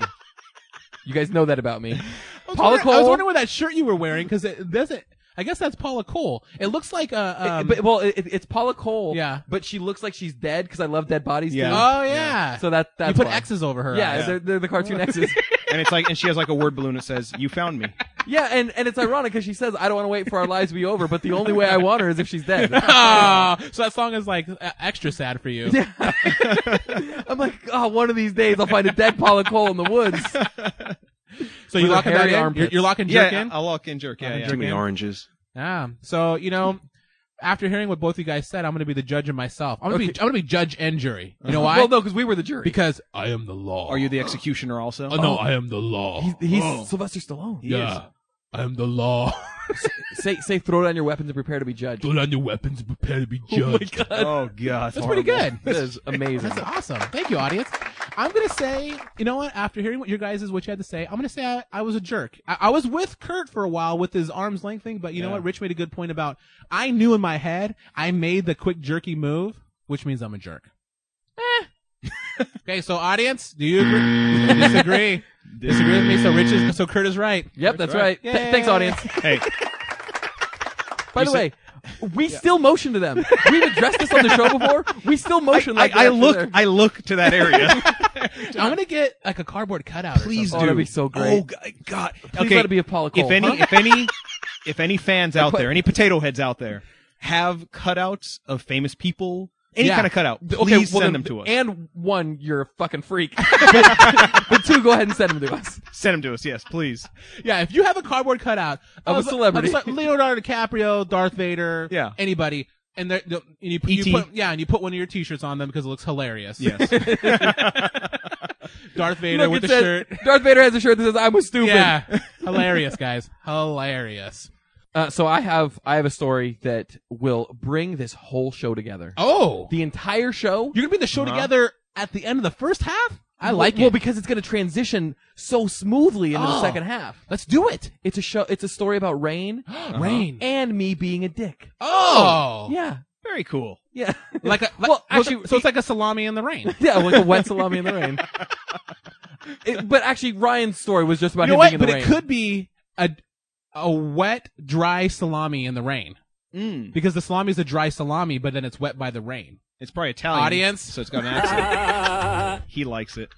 [SPEAKER 2] You guys know that about me. Uh,
[SPEAKER 1] I was, wondering,
[SPEAKER 2] Paula
[SPEAKER 1] I was
[SPEAKER 2] Cole?
[SPEAKER 1] wondering what that shirt you were wearing because it doesn't. I guess that's Paula Cole. It looks like uh,
[SPEAKER 2] It-
[SPEAKER 1] um,
[SPEAKER 2] but well, it, it's Paula Cole.
[SPEAKER 1] Yeah.
[SPEAKER 2] but she looks like she's dead because I love dead bodies.
[SPEAKER 3] Yeah.
[SPEAKER 2] Too.
[SPEAKER 1] oh yeah.
[SPEAKER 2] So that that's
[SPEAKER 1] you put
[SPEAKER 2] why.
[SPEAKER 1] X's over her.
[SPEAKER 2] Yeah,
[SPEAKER 1] eyes.
[SPEAKER 2] They're, they're the cartoon X's.
[SPEAKER 3] And it's like, and she has like a word balloon that says, "You found me."
[SPEAKER 2] yeah, and and it's ironic because she says I don't want to wait for our lives to be over, but the only way I want her is if she's dead.
[SPEAKER 1] Ah, so that song is like uh, extra sad for you.
[SPEAKER 2] Yeah. I'm like, oh, one of these days I'll find a dead Paula Cole in the woods.
[SPEAKER 1] So you
[SPEAKER 2] With
[SPEAKER 1] locking
[SPEAKER 2] her
[SPEAKER 1] that
[SPEAKER 2] hairy
[SPEAKER 1] in?
[SPEAKER 2] armpits.
[SPEAKER 1] You're, you're locking jerk
[SPEAKER 3] yeah,
[SPEAKER 1] in.
[SPEAKER 3] I'll walk in jerk. Yeah,
[SPEAKER 1] I'll
[SPEAKER 3] yeah.
[SPEAKER 1] jerk Too many in.
[SPEAKER 3] oranges.
[SPEAKER 1] yeah. So you know, after hearing what both you guys said, I'm gonna be the judge of myself. I'm gonna be I'm gonna be judge and jury. You know why?
[SPEAKER 2] Well, no, because we were the jury.
[SPEAKER 1] Because I am the law.
[SPEAKER 3] Are you the executioner also?
[SPEAKER 1] Oh, no, I am the law.
[SPEAKER 2] he's, he's
[SPEAKER 1] Oh,
[SPEAKER 2] Sylvester Stallone.
[SPEAKER 1] yeah. I am the law.
[SPEAKER 2] Say say, throw down your weapons and prepare to be judged.
[SPEAKER 1] Put on your weapons. and Prepare to be judged.
[SPEAKER 3] Oh god, that's
[SPEAKER 1] That's pretty
[SPEAKER 3] horrible.
[SPEAKER 1] good.
[SPEAKER 2] That is amazing.
[SPEAKER 1] That's awesome. Thank you, audience. I'm gonna say, you know what? After hearing what your guys is what you had to say, I'm gonna say I, I was a jerk. I, I was with Kurt for a while with his arms length thing, but you know
[SPEAKER 3] Yeah.
[SPEAKER 1] what? Rich made a good point about I knew in my head I made the quick jerky move, which means I'm a jerk. Eh. okay, so audience, do you agree? disagree? Disagree with me? So Rich is so Kurt is right.
[SPEAKER 2] Yep, that's right. Th-
[SPEAKER 1] Yay.
[SPEAKER 2] thanks, audience.
[SPEAKER 3] Hey,
[SPEAKER 2] By the way, we still motion to them. We've addressed this on the show before. We still motion
[SPEAKER 3] I,
[SPEAKER 2] like
[SPEAKER 3] I
[SPEAKER 2] that to
[SPEAKER 3] look,
[SPEAKER 2] their-
[SPEAKER 3] I look to that area.
[SPEAKER 1] I'm gonna get like a cardboard cutout. or
[SPEAKER 3] Please
[SPEAKER 2] Oh,
[SPEAKER 1] something.
[SPEAKER 3] do.
[SPEAKER 2] that'd be so great.
[SPEAKER 3] Oh g- God.
[SPEAKER 2] Please
[SPEAKER 3] okay.
[SPEAKER 2] let it be a Paula Cole.
[SPEAKER 3] if any,
[SPEAKER 2] huh?
[SPEAKER 3] if any, if any fans out
[SPEAKER 2] put-
[SPEAKER 3] there, any potato heads out there, have cutouts of famous people, any
[SPEAKER 1] Yeah.
[SPEAKER 3] kind of cutout, please
[SPEAKER 2] okay, well,
[SPEAKER 3] send
[SPEAKER 2] then-
[SPEAKER 3] them to us.
[SPEAKER 2] And one, you're a fucking freak. but, but two, go ahead and send them to us.
[SPEAKER 3] send them to us, yes, please.
[SPEAKER 1] Yeah, if you have a cardboard cutout
[SPEAKER 2] Of a celebrity.
[SPEAKER 1] of ce- Leonardo DiCaprio, Darth Vader,
[SPEAKER 3] Yeah.
[SPEAKER 1] anybody, and they're, they'll- and you, put-
[SPEAKER 2] E
[SPEAKER 1] you
[SPEAKER 3] E.T..
[SPEAKER 1] put yeah, and you put one of your T-shirts on them because it looks hilarious.
[SPEAKER 3] Yes.
[SPEAKER 1] Darth Vader
[SPEAKER 2] Look,
[SPEAKER 1] with
[SPEAKER 2] it
[SPEAKER 1] the
[SPEAKER 2] says-
[SPEAKER 1] shirt.
[SPEAKER 2] Darth Vader has a shirt that says "I'm a stupid."
[SPEAKER 1] Yeah, hilarious guys, hilarious.
[SPEAKER 2] Uh, so I have I have a story that will bring this whole show together.
[SPEAKER 1] Oh,
[SPEAKER 2] The entire show.
[SPEAKER 1] you're gonna be in the show
[SPEAKER 3] Uh-huh.
[SPEAKER 1] together at the end of the first half. I like
[SPEAKER 2] well, Well,
[SPEAKER 1] it.
[SPEAKER 2] because it's going to transition so smoothly into the
[SPEAKER 1] Oh.
[SPEAKER 2] second half.
[SPEAKER 1] Let's do it.
[SPEAKER 2] It's a show. It's a story about rain
[SPEAKER 1] Rain.
[SPEAKER 2] and me being a dick.
[SPEAKER 1] Oh,
[SPEAKER 2] Uh-huh. Yeah.
[SPEAKER 3] Very cool.
[SPEAKER 2] Yeah.
[SPEAKER 1] like a like,
[SPEAKER 2] Well,
[SPEAKER 1] actually,
[SPEAKER 2] well, the-
[SPEAKER 1] so it's like a salami in the rain.
[SPEAKER 2] yeah, like a wet salami in the rain. It- but actually, Ryan's story was just about
[SPEAKER 1] You know what?
[SPEAKER 2] him being in
[SPEAKER 1] But
[SPEAKER 2] the
[SPEAKER 1] it
[SPEAKER 2] rain.
[SPEAKER 1] could be a a wet, dry salami in the rain.
[SPEAKER 3] Mm.
[SPEAKER 1] Because the salami is a dry salami, but then it's wet by the rain.
[SPEAKER 3] It's probably Italian.
[SPEAKER 1] Audience?
[SPEAKER 3] So it's got an accent. he likes it.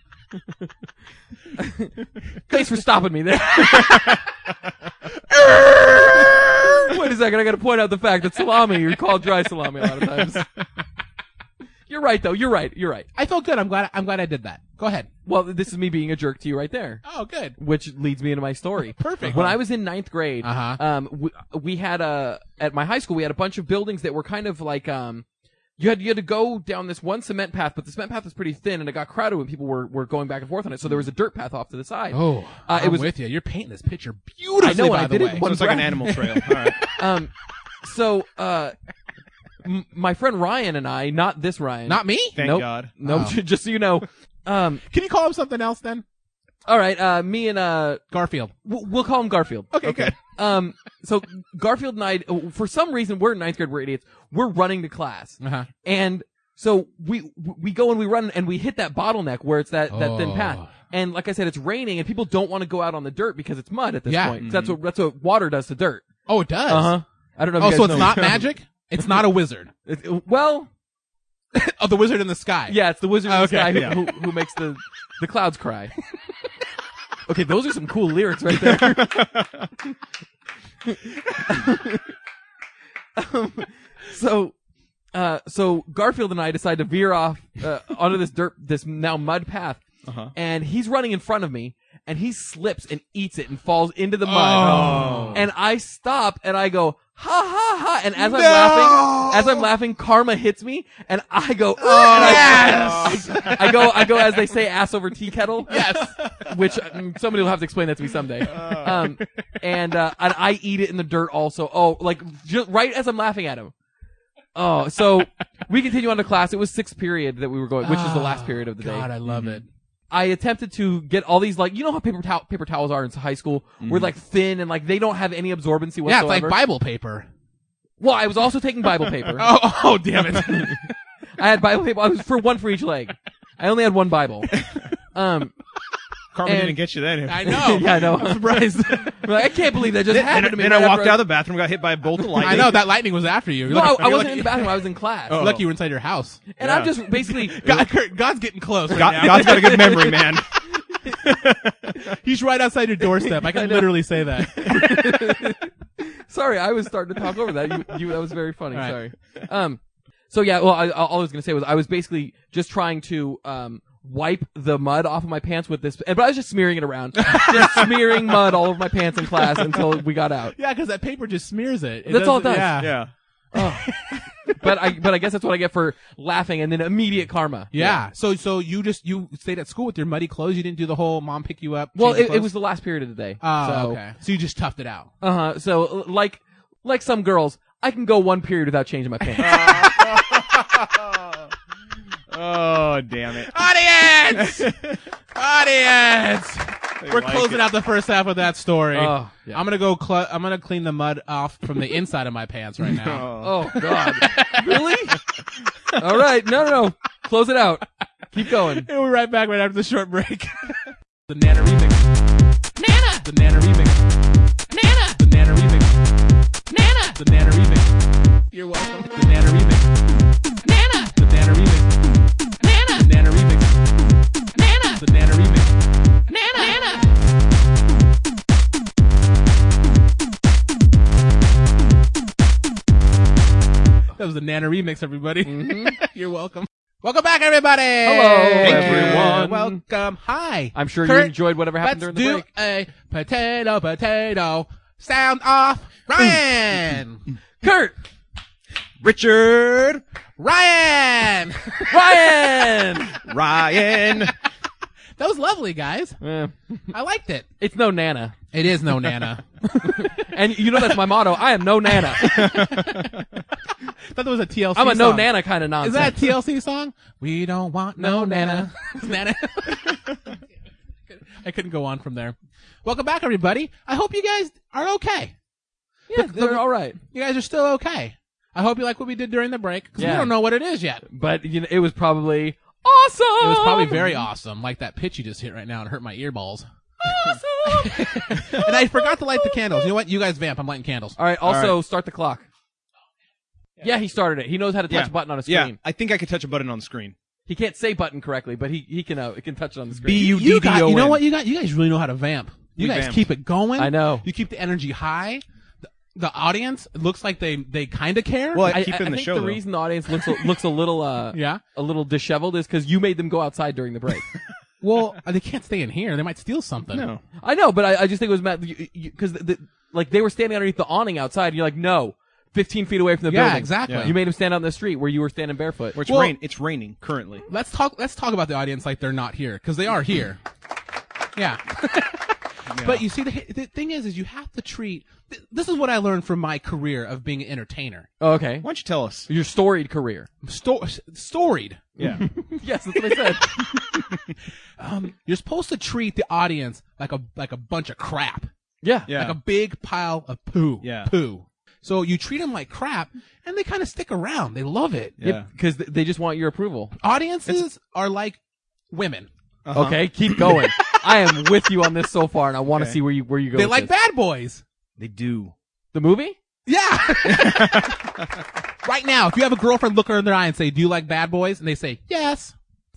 [SPEAKER 2] Thanks for stopping me there. Wait a second, I gotta point out the fact that salami, you're called dry salami a lot of times. You're right though, you're right, you're right.
[SPEAKER 1] I felt good. I'm glad. I'm glad I did that. Go ahead.
[SPEAKER 2] Well, this is me being a jerk to you right there.
[SPEAKER 1] Oh, good.
[SPEAKER 2] Which leads me into my story.
[SPEAKER 1] Perfect.
[SPEAKER 2] When I was in ninth grade,
[SPEAKER 1] Uh-huh.
[SPEAKER 2] um, we, we had a at my high school we had a bunch of buildings that were kind of like um, you had you had to go down this one cement path, but the cement path was pretty thin and it got crowded when people were, were going back and forth on it. So there was a dirt path off to the side.
[SPEAKER 1] Oh,
[SPEAKER 2] Uh, it
[SPEAKER 1] I'm
[SPEAKER 2] was-
[SPEAKER 1] with you. You're painting this picture beautifully.
[SPEAKER 2] I know,
[SPEAKER 1] By
[SPEAKER 2] I
[SPEAKER 1] the
[SPEAKER 2] did it
[SPEAKER 1] way.
[SPEAKER 2] one-
[SPEAKER 3] So it's like an
[SPEAKER 2] breath.
[SPEAKER 3] animal trail. All right.
[SPEAKER 2] Um, so uh, m- my friend Ryan and I, not this Ryan,
[SPEAKER 1] Not me.
[SPEAKER 3] Thank
[SPEAKER 2] Nope.
[SPEAKER 3] God.
[SPEAKER 2] no,
[SPEAKER 1] Oh.
[SPEAKER 2] just so you know. Um,
[SPEAKER 1] Can you call him something else then?
[SPEAKER 2] all right, uh, me and uh,
[SPEAKER 1] Garfield.
[SPEAKER 2] w- we'll call him Garfield.
[SPEAKER 1] Okay, good.
[SPEAKER 2] Um, so Garfield and I, for some reason, we're in ninth grade, we're idiots. We're running to class,
[SPEAKER 1] Uh-huh.
[SPEAKER 2] and so we we go and we run and we hit that bottleneck where it's that that thin
[SPEAKER 1] Oh.
[SPEAKER 2] path. And like I said, it's raining, and people don't want to go out on the dirt because it's mud at this
[SPEAKER 1] Yeah.
[SPEAKER 2] point. That's what that's what water does to dirt.
[SPEAKER 1] Oh, it does.
[SPEAKER 2] I don't know. If
[SPEAKER 1] Oh,
[SPEAKER 2] Uh-huh. you guys
[SPEAKER 1] so it's
[SPEAKER 2] know.
[SPEAKER 1] not magic. It's not a wizard.
[SPEAKER 2] It- well,
[SPEAKER 1] Oh, the wizard in the sky.
[SPEAKER 2] Yeah, it's the wizard in the
[SPEAKER 1] Okay.
[SPEAKER 2] sky who,
[SPEAKER 1] Yeah.
[SPEAKER 2] who, who makes the, the clouds cry. okay, those are some cool lyrics right there. um, so, uh, so Garfield and I decide to veer off uh, onto this dirt, this now mud path,
[SPEAKER 3] Uh-huh.
[SPEAKER 2] and he's running in front of me, and he slips and eats it and falls into the
[SPEAKER 1] Oh.
[SPEAKER 2] mud, and I stop and I go. Ha ha ha! And as
[SPEAKER 1] No.
[SPEAKER 2] I'm laughing, as I'm laughing, karma hits me, and I go. "Ugh," and I-
[SPEAKER 1] Oh, Yes.
[SPEAKER 2] I go, I go, as they say, ass over tea kettle.
[SPEAKER 1] yes. Uh.
[SPEAKER 2] Which um, somebody will have to explain that to me someday. Um, and uh, and I eat it in the dirt also. Oh, like just right as I'm laughing at him. Oh, so we continue on to class. It was sixth period that we were going, which is the last
[SPEAKER 1] Ah,
[SPEAKER 2] period of the
[SPEAKER 1] God,
[SPEAKER 2] day. Mm-hmm.
[SPEAKER 1] I love it.
[SPEAKER 2] I attempted to get all these like you know how paper towel paper towels are in high school, where like thin and like they don't have any absorbency
[SPEAKER 1] Yeah,
[SPEAKER 2] whatsoever.
[SPEAKER 1] it's like Bible paper.
[SPEAKER 2] well, I was also taking Bible paper.
[SPEAKER 1] Oh, oh, damn it.
[SPEAKER 2] I had Bible paper. I was for one for each leg. I only had one Bible. Um,
[SPEAKER 3] Carmen
[SPEAKER 2] And-
[SPEAKER 3] didn't get you then.
[SPEAKER 1] I know.
[SPEAKER 2] yeah, I know.
[SPEAKER 1] Oh. I'm surprised.
[SPEAKER 2] Like, I can't believe that just
[SPEAKER 3] Then,
[SPEAKER 2] happened
[SPEAKER 3] then-
[SPEAKER 2] to me.
[SPEAKER 3] then
[SPEAKER 2] right
[SPEAKER 3] I walked
[SPEAKER 2] after
[SPEAKER 3] out of the bathroom, got hit by a bolt of lightning.
[SPEAKER 1] I know that lightning was after you. You're
[SPEAKER 2] No,
[SPEAKER 1] lucky-
[SPEAKER 2] I, I
[SPEAKER 1] you're
[SPEAKER 2] wasn't in the
[SPEAKER 1] lucky-
[SPEAKER 2] bathroom. I was in class,
[SPEAKER 3] Oh.
[SPEAKER 1] Lucky you were inside your house.
[SPEAKER 2] and I'm just basically.
[SPEAKER 1] God, Kurt, God's getting close. Right
[SPEAKER 3] God,
[SPEAKER 1] now.
[SPEAKER 3] God's got a good memory, man.
[SPEAKER 1] He's right outside your doorstep. I can literally say that.
[SPEAKER 2] sorry, I was starting to talk over that. You, you that was very funny.
[SPEAKER 1] All right.
[SPEAKER 2] Sorry. Um, so yeah, well, I, all I was gonna say was I was basically just trying to um wipe the mud off of my pants with this, but I was just smearing it around, just smearing mud all over my pants in class until we got out.
[SPEAKER 1] Yeah, because that paper just smears it. It
[SPEAKER 2] That's all it
[SPEAKER 1] doesn't-
[SPEAKER 2] does.
[SPEAKER 1] Yeah.
[SPEAKER 3] Yeah.
[SPEAKER 2] But I, but I guess that's what I get for laughing and then immediate karma.
[SPEAKER 1] Yeah. So so you just you stayed at school with your muddy clothes. You didn't do the whole mom pick you up.
[SPEAKER 2] Well,
[SPEAKER 1] change your
[SPEAKER 2] it, it
[SPEAKER 1] clothes?
[SPEAKER 2] was the last period of the day.
[SPEAKER 1] Oh,
[SPEAKER 2] so,
[SPEAKER 1] okay. So you just toughed it out.
[SPEAKER 2] Uh huh. So l- like like some girls, I can go one period without changing my pants.
[SPEAKER 3] Oh, damn it.
[SPEAKER 1] Audience! Audience!
[SPEAKER 3] They
[SPEAKER 1] We're
[SPEAKER 3] like
[SPEAKER 1] closing
[SPEAKER 3] it.
[SPEAKER 1] out the first half of that story.
[SPEAKER 2] Oh, yeah.
[SPEAKER 1] I'm gonna go. Cl- I'm gonna clean the mud off from the inside of my pants right now.
[SPEAKER 3] Oh.
[SPEAKER 2] Oh God! really? All right. No, no, no. Close it out. Keep going.
[SPEAKER 1] And we're right back right after the short break. the nana remix. Nana. The nana remix. Nana. The nana remix. Nana. The nana remix. You're welcome. The nana remix. Nana. The nana remix. Nana. The nana remix. Nana. The nana remix.
[SPEAKER 4] Nana. Nana.
[SPEAKER 1] That was the nana remix, everybody. Mm-hmm. You're welcome. Welcome back, everybody.
[SPEAKER 2] Hello,
[SPEAKER 1] Thank you.
[SPEAKER 2] everyone.
[SPEAKER 1] Welcome. Hi.
[SPEAKER 2] I'm sure you
[SPEAKER 1] Kurt,
[SPEAKER 2] enjoyed whatever happened
[SPEAKER 1] Let's
[SPEAKER 2] during the
[SPEAKER 1] do
[SPEAKER 2] break.
[SPEAKER 1] a potato, potato. Sound off, Ryan.
[SPEAKER 2] Kurt,
[SPEAKER 3] Richard
[SPEAKER 1] Ryan.
[SPEAKER 2] Ryan.
[SPEAKER 3] Ryan.
[SPEAKER 1] That was lovely, guys.
[SPEAKER 2] Eh,
[SPEAKER 1] I liked it.
[SPEAKER 2] it's no Nana,
[SPEAKER 1] It is no Nana.
[SPEAKER 2] and you know that's my motto. I am no Nana.
[SPEAKER 1] I thought that was a TLC.
[SPEAKER 2] I'm a no
[SPEAKER 1] song.
[SPEAKER 2] Nana kind of
[SPEAKER 1] Is
[SPEAKER 2] nonsense.
[SPEAKER 1] that a TLC song? We don't want no,
[SPEAKER 2] No
[SPEAKER 1] Nana. Nana. I couldn't go on from there. Welcome back, everybody. I hope you guys are okay.
[SPEAKER 2] yeah, they're all right.
[SPEAKER 1] You guys are still okay. I hope you like what we did during the break because we
[SPEAKER 2] Yeah.
[SPEAKER 1] don't know what it is yet.
[SPEAKER 2] But you know, it was probably awesome.
[SPEAKER 1] It was
[SPEAKER 2] Oh.
[SPEAKER 1] probably very awesome, like that pitch you just hit right now and hurt my earballs.
[SPEAKER 2] awesome.
[SPEAKER 1] and I forgot to light the candles. You know what? You guys vamp. I'm lighting candles.
[SPEAKER 2] All right. Also, start the clock. Yeah, he started it. He knows how to touch
[SPEAKER 3] Yeah.
[SPEAKER 2] a button on a
[SPEAKER 3] yeah,
[SPEAKER 2] screen.
[SPEAKER 3] I think I could touch a button on the screen.
[SPEAKER 2] He can't say button correctly, but he, he can uh, he can touch it on the screen.
[SPEAKER 3] B U
[SPEAKER 1] You
[SPEAKER 3] D D
[SPEAKER 1] got.
[SPEAKER 3] O N.
[SPEAKER 1] You know what? You got. You guys really know how to vamp. You
[SPEAKER 3] We
[SPEAKER 1] guys
[SPEAKER 3] vamped.
[SPEAKER 1] keep it going.
[SPEAKER 2] I know.
[SPEAKER 1] You keep the energy high. The, the audience it looks like they they kind of care.
[SPEAKER 3] Well, I,
[SPEAKER 2] I,
[SPEAKER 3] keep
[SPEAKER 2] I-
[SPEAKER 3] it in
[SPEAKER 2] I
[SPEAKER 3] the
[SPEAKER 2] think
[SPEAKER 3] show.
[SPEAKER 2] the
[SPEAKER 3] though.
[SPEAKER 2] reason the audience looks a, looks a little uh
[SPEAKER 1] Yeah.
[SPEAKER 2] a little disheveled is because you made them go outside during the break.
[SPEAKER 1] well, they can't stay in here. They might steal something.
[SPEAKER 3] no.
[SPEAKER 2] I know, but I, I just think it was Matt because the, the, like they were standing underneath the awning outside. and You're like, no, 15 feet away from the
[SPEAKER 1] Yeah,
[SPEAKER 2] building.
[SPEAKER 1] exactly.
[SPEAKER 2] You made them stand out in the street where you were standing barefoot.
[SPEAKER 3] Or it's
[SPEAKER 1] Well-
[SPEAKER 3] rain. It's raining currently.
[SPEAKER 1] Let's talk. Let's talk about the audience like they're not here because they are here. Yeah. But you see, the, the thing is, is you have to treat. Th- this is what I learned from my career of being an entertainer.
[SPEAKER 2] oh, okay.
[SPEAKER 3] Why don't you tell us?
[SPEAKER 2] Your storied career.
[SPEAKER 1] Sto- storied.
[SPEAKER 3] Yeah.
[SPEAKER 2] yes, that's what I said.
[SPEAKER 1] Um, you're supposed to treat the audience like a like a bunch of crap.
[SPEAKER 2] yeah.
[SPEAKER 3] Yeah.
[SPEAKER 1] like a big pile of poo.
[SPEAKER 3] Yeah.
[SPEAKER 1] Poo. So you treat them like crap, and they kind of stick around. They love it.
[SPEAKER 3] Yeah.
[SPEAKER 2] Because they just want your approval.
[SPEAKER 1] Audiences are like women.
[SPEAKER 3] Uh-huh.
[SPEAKER 2] Okay, keep going. I am with you on this so far, and I want to
[SPEAKER 3] Okay.
[SPEAKER 2] see where you where you go.
[SPEAKER 1] They
[SPEAKER 2] with
[SPEAKER 1] like
[SPEAKER 2] this.
[SPEAKER 1] bad boys.
[SPEAKER 3] They do.
[SPEAKER 2] the movie.
[SPEAKER 1] Yeah. right now, if you have a girlfriend, look her in the eye and say, "Do you like bad boys?" and they say, "Yes."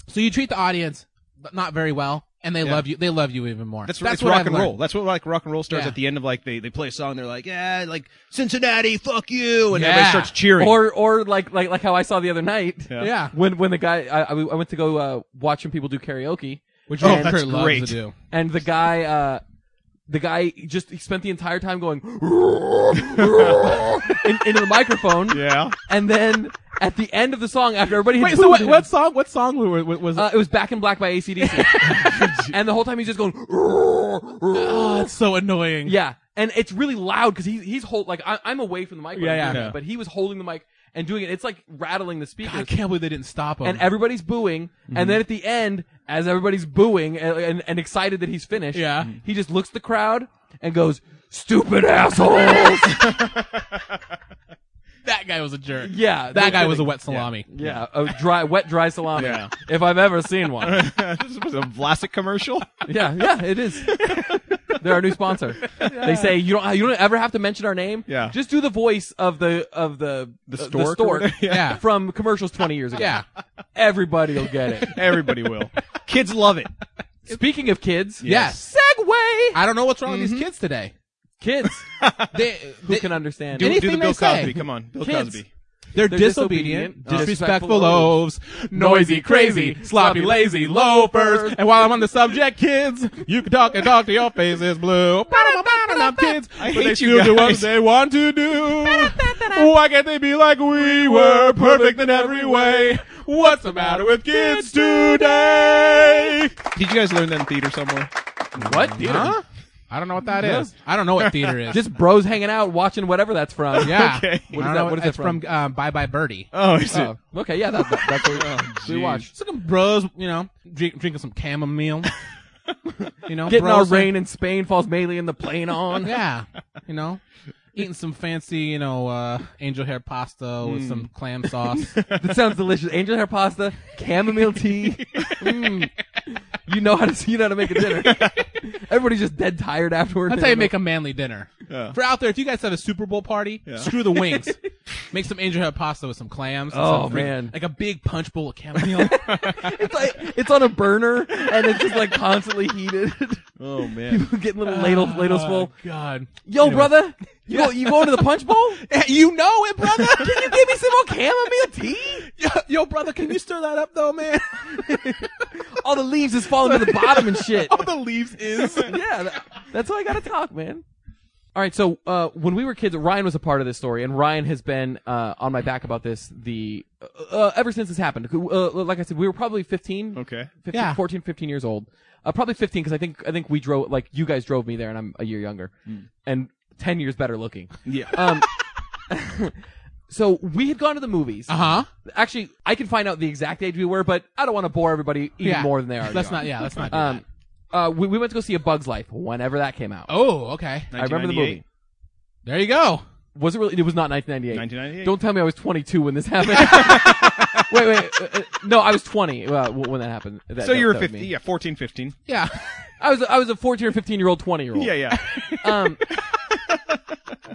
[SPEAKER 1] So you treat the audience but not very well, and they
[SPEAKER 3] Yeah.
[SPEAKER 1] love you. They love you even more.
[SPEAKER 3] That's,
[SPEAKER 1] that's
[SPEAKER 3] it's
[SPEAKER 1] what
[SPEAKER 3] rock
[SPEAKER 1] I've
[SPEAKER 3] and
[SPEAKER 1] learned.
[SPEAKER 3] roll. That's what like rock and roll starts
[SPEAKER 1] Yeah.
[SPEAKER 3] at the end of like they, they play a song. They're like yeah, like Cincinnati, fuck you, and
[SPEAKER 1] Yeah.
[SPEAKER 3] everybody starts cheering.
[SPEAKER 2] Or or like like like how I saw the other night.
[SPEAKER 3] Yeah.
[SPEAKER 1] Yeah.
[SPEAKER 2] When when the guy I I I went to go uh, watch some people do karaoke,
[SPEAKER 1] Which
[SPEAKER 3] Oh,
[SPEAKER 1] Ryan
[SPEAKER 3] that's
[SPEAKER 1] Kurt loves
[SPEAKER 3] great.
[SPEAKER 1] to do.
[SPEAKER 2] and the guy uh the guy just he spent the entire time going in, into the microphone,
[SPEAKER 3] yeah,
[SPEAKER 2] and then at the end of the song, after everybody had
[SPEAKER 1] Wait, so what,
[SPEAKER 2] booed him,
[SPEAKER 1] what song? What song was, was
[SPEAKER 2] Uh, it was Back in Black by ACDC, and the whole time he's just going.
[SPEAKER 1] Oh, it's so annoying.
[SPEAKER 2] Yeah, and it's really loud because he, he's hold like I, I'm away from the mic, when
[SPEAKER 1] Yeah,
[SPEAKER 2] I'm
[SPEAKER 1] yeah.
[SPEAKER 2] doing it,
[SPEAKER 3] Yeah.
[SPEAKER 2] but he was holding the mic and doing it. It's like rattling the
[SPEAKER 1] I
[SPEAKER 2] speakers,
[SPEAKER 1] can't believe they didn't stop him.
[SPEAKER 2] and everybody's booing.
[SPEAKER 1] Mm-hmm.
[SPEAKER 2] And then at the end, as everybody's booing and, and, and excited that he's finished,
[SPEAKER 1] Yeah. Mhm.
[SPEAKER 2] he just looks at the crowd and goes, "Stupid assholes!"
[SPEAKER 1] that guy was a jerk.
[SPEAKER 2] yeah,
[SPEAKER 1] That guy was a
[SPEAKER 2] wet.
[SPEAKER 1] wet salami.
[SPEAKER 2] Yeah, a dry, wet, dry salami.
[SPEAKER 3] Yeah.
[SPEAKER 2] If I've ever seen one.
[SPEAKER 3] this was a Vlasic commercial.
[SPEAKER 2] Yeah, yeah, it is. They're our new sponsor. They say you don't you don't ever have to mention our name.
[SPEAKER 3] Yeah.
[SPEAKER 2] just do the voice of the of the
[SPEAKER 3] The
[SPEAKER 2] uh,
[SPEAKER 3] stork or whatever.
[SPEAKER 1] Yeah.
[SPEAKER 2] from commercials twenty years ago.
[SPEAKER 1] Yeah.
[SPEAKER 2] everybody will get it.
[SPEAKER 3] Everybody will. Kids love it.
[SPEAKER 2] Speaking of kids,
[SPEAKER 1] Yes.
[SPEAKER 2] Segway
[SPEAKER 1] I don't know what's wrong
[SPEAKER 2] Mm-hmm.
[SPEAKER 1] with these kids today.
[SPEAKER 2] kids
[SPEAKER 1] They,
[SPEAKER 2] who
[SPEAKER 1] they
[SPEAKER 2] can understand.
[SPEAKER 1] Do-
[SPEAKER 3] Do,
[SPEAKER 1] Anything
[SPEAKER 3] do the Bill
[SPEAKER 1] they say.
[SPEAKER 3] Cosby. Come on, Bill
[SPEAKER 2] Kids.
[SPEAKER 3] Cosby.
[SPEAKER 1] they're,
[SPEAKER 2] they're
[SPEAKER 1] disobedient,
[SPEAKER 2] disobedient,
[SPEAKER 1] disrespectful
[SPEAKER 2] disrespectful
[SPEAKER 1] loaves, noisy, crazy, sloppy,
[SPEAKER 2] sloppy,
[SPEAKER 1] lazy loafers. And while I'm on the subject, kids, you can talk and talk to your face is blue. Ba-da-ba-ba-da-ba, Kids,
[SPEAKER 3] I
[SPEAKER 1] but they
[SPEAKER 3] hate you
[SPEAKER 1] still do what
[SPEAKER 3] guys.
[SPEAKER 1] they want to do. Why can't they be like we were, perfect in every way? What's the matter with kids today?
[SPEAKER 3] Did you guys learn that in theater somewhere?
[SPEAKER 2] what? Theater?
[SPEAKER 1] Huh? I don't know what that is.
[SPEAKER 2] Yeah.
[SPEAKER 1] I don't know what theater is.
[SPEAKER 2] Just bros hanging out watching whatever that's from.
[SPEAKER 1] yeah.
[SPEAKER 3] Okay.
[SPEAKER 1] What
[SPEAKER 2] What
[SPEAKER 1] is
[SPEAKER 2] is that- what is that
[SPEAKER 1] it's from? um, Bye Bye Birdie.
[SPEAKER 3] Oh, is it?
[SPEAKER 2] Oh, okay, yeah, that, that- that's what we, we
[SPEAKER 3] jeez.
[SPEAKER 2] watch.
[SPEAKER 1] It's like bros, you know, drink, drinking some chamomile. you know,
[SPEAKER 2] Getting
[SPEAKER 1] bros
[SPEAKER 2] our
[SPEAKER 1] like-
[SPEAKER 2] rain in Spain falls mainly in the plane on.
[SPEAKER 1] Yeah, you know, eating some fancy, you know, uh, angel hair pasta with
[SPEAKER 2] Hmm.
[SPEAKER 1] some clam sauce.
[SPEAKER 2] that sounds delicious. Angel hair pasta, chamomile tea. Mm. You know how to you know how to make a dinner. Everybody's just dead tired afterward.
[SPEAKER 1] That's how you make a manly dinner.
[SPEAKER 3] Yeah.
[SPEAKER 1] For out there, if you guys have a Super Bowl party, screw the wings. make some angel hair pasta with some clams. and
[SPEAKER 2] Oh,
[SPEAKER 1] some freak-
[SPEAKER 2] man.
[SPEAKER 1] like a big punch bowl of chamomile.
[SPEAKER 2] it's like it's on a burner and it's just like constantly heated.
[SPEAKER 3] Oh man.
[SPEAKER 2] People getting little ladle ladles
[SPEAKER 1] Oh,
[SPEAKER 2] full.
[SPEAKER 1] God,
[SPEAKER 2] Yo, brother, you go, you going to the punch bowl?
[SPEAKER 1] you know it, brother.
[SPEAKER 2] Can you give me some more chamomile tea?
[SPEAKER 1] yo, yo, brother, can you stir that up though, man?
[SPEAKER 2] All the leaves is falling to the bottom and shit.
[SPEAKER 1] the leaves is.
[SPEAKER 2] yeah, that- that's all I gotta talk, man. All right, so uh, when we were kids, Ryan was a part of this story, and Ryan has been uh, on my back about this the uh, uh, ever since this happened. Uh, like I said, we were probably 15,
[SPEAKER 3] Okay.
[SPEAKER 2] 15
[SPEAKER 1] Yeah.
[SPEAKER 2] 14, 15 years old. Uh, probably 15 because I think I think we drove like you guys drove me there, and I'm a year younger and 10 years better looking.
[SPEAKER 3] Yeah.
[SPEAKER 2] Um, so we had gone to the movies.
[SPEAKER 1] Uh huh.
[SPEAKER 2] Actually, I can find out the exact age we were, but I don't want to bore everybody even
[SPEAKER 1] Yeah.
[SPEAKER 2] more than they are.
[SPEAKER 1] Let's not. Yeah, let's not. Do
[SPEAKER 2] Um, uh, we, we went to go see A Bug's Life whenever that came out.
[SPEAKER 1] that. Oh, okay.
[SPEAKER 2] I remember the movie.
[SPEAKER 1] There you go.
[SPEAKER 2] Was it really? It was not 1998.
[SPEAKER 3] 1998.
[SPEAKER 2] Don't tell me I was 22 when this happened. wait, wait. Uh, uh, no, I was 20 uh, w- when that happened. That-
[SPEAKER 3] So
[SPEAKER 2] that-
[SPEAKER 3] you were
[SPEAKER 2] that was
[SPEAKER 3] 15,
[SPEAKER 2] me.
[SPEAKER 3] yeah, 14, 15.
[SPEAKER 1] Yeah.
[SPEAKER 2] I was I was a 14 or 15 year old 20 year old.
[SPEAKER 3] Yeah, yeah.
[SPEAKER 2] Um,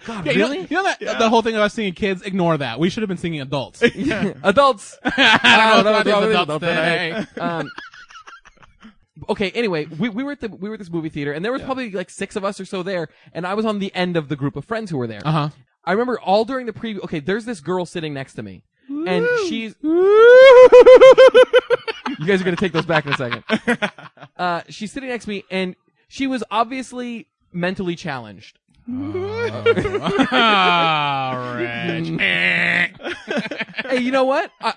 [SPEAKER 2] God,
[SPEAKER 1] Yeah, you know-
[SPEAKER 2] really?
[SPEAKER 1] You know, that the whole thing about singing kids. Ignore that. We should have been singing adults. I don't
[SPEAKER 2] Adults.
[SPEAKER 1] know
[SPEAKER 2] that
[SPEAKER 1] about this
[SPEAKER 2] was-
[SPEAKER 1] adult
[SPEAKER 2] that was-
[SPEAKER 1] thing.
[SPEAKER 2] um, okay. Anyway, we, we were at the we were at this movie theater, and there was probably like six of us or so there, and I was on the end of the group of friends who were there.
[SPEAKER 1] Uh-huh.
[SPEAKER 2] I remember all during the preview. Okay, there's this girl sitting next to me, and she's. you guys are gonna take those back in a second. Uh, she's sitting next to me, and she was obviously mentally challenged. Uh-huh.
[SPEAKER 1] Ah, Rich.
[SPEAKER 2] Hey, you know what? I,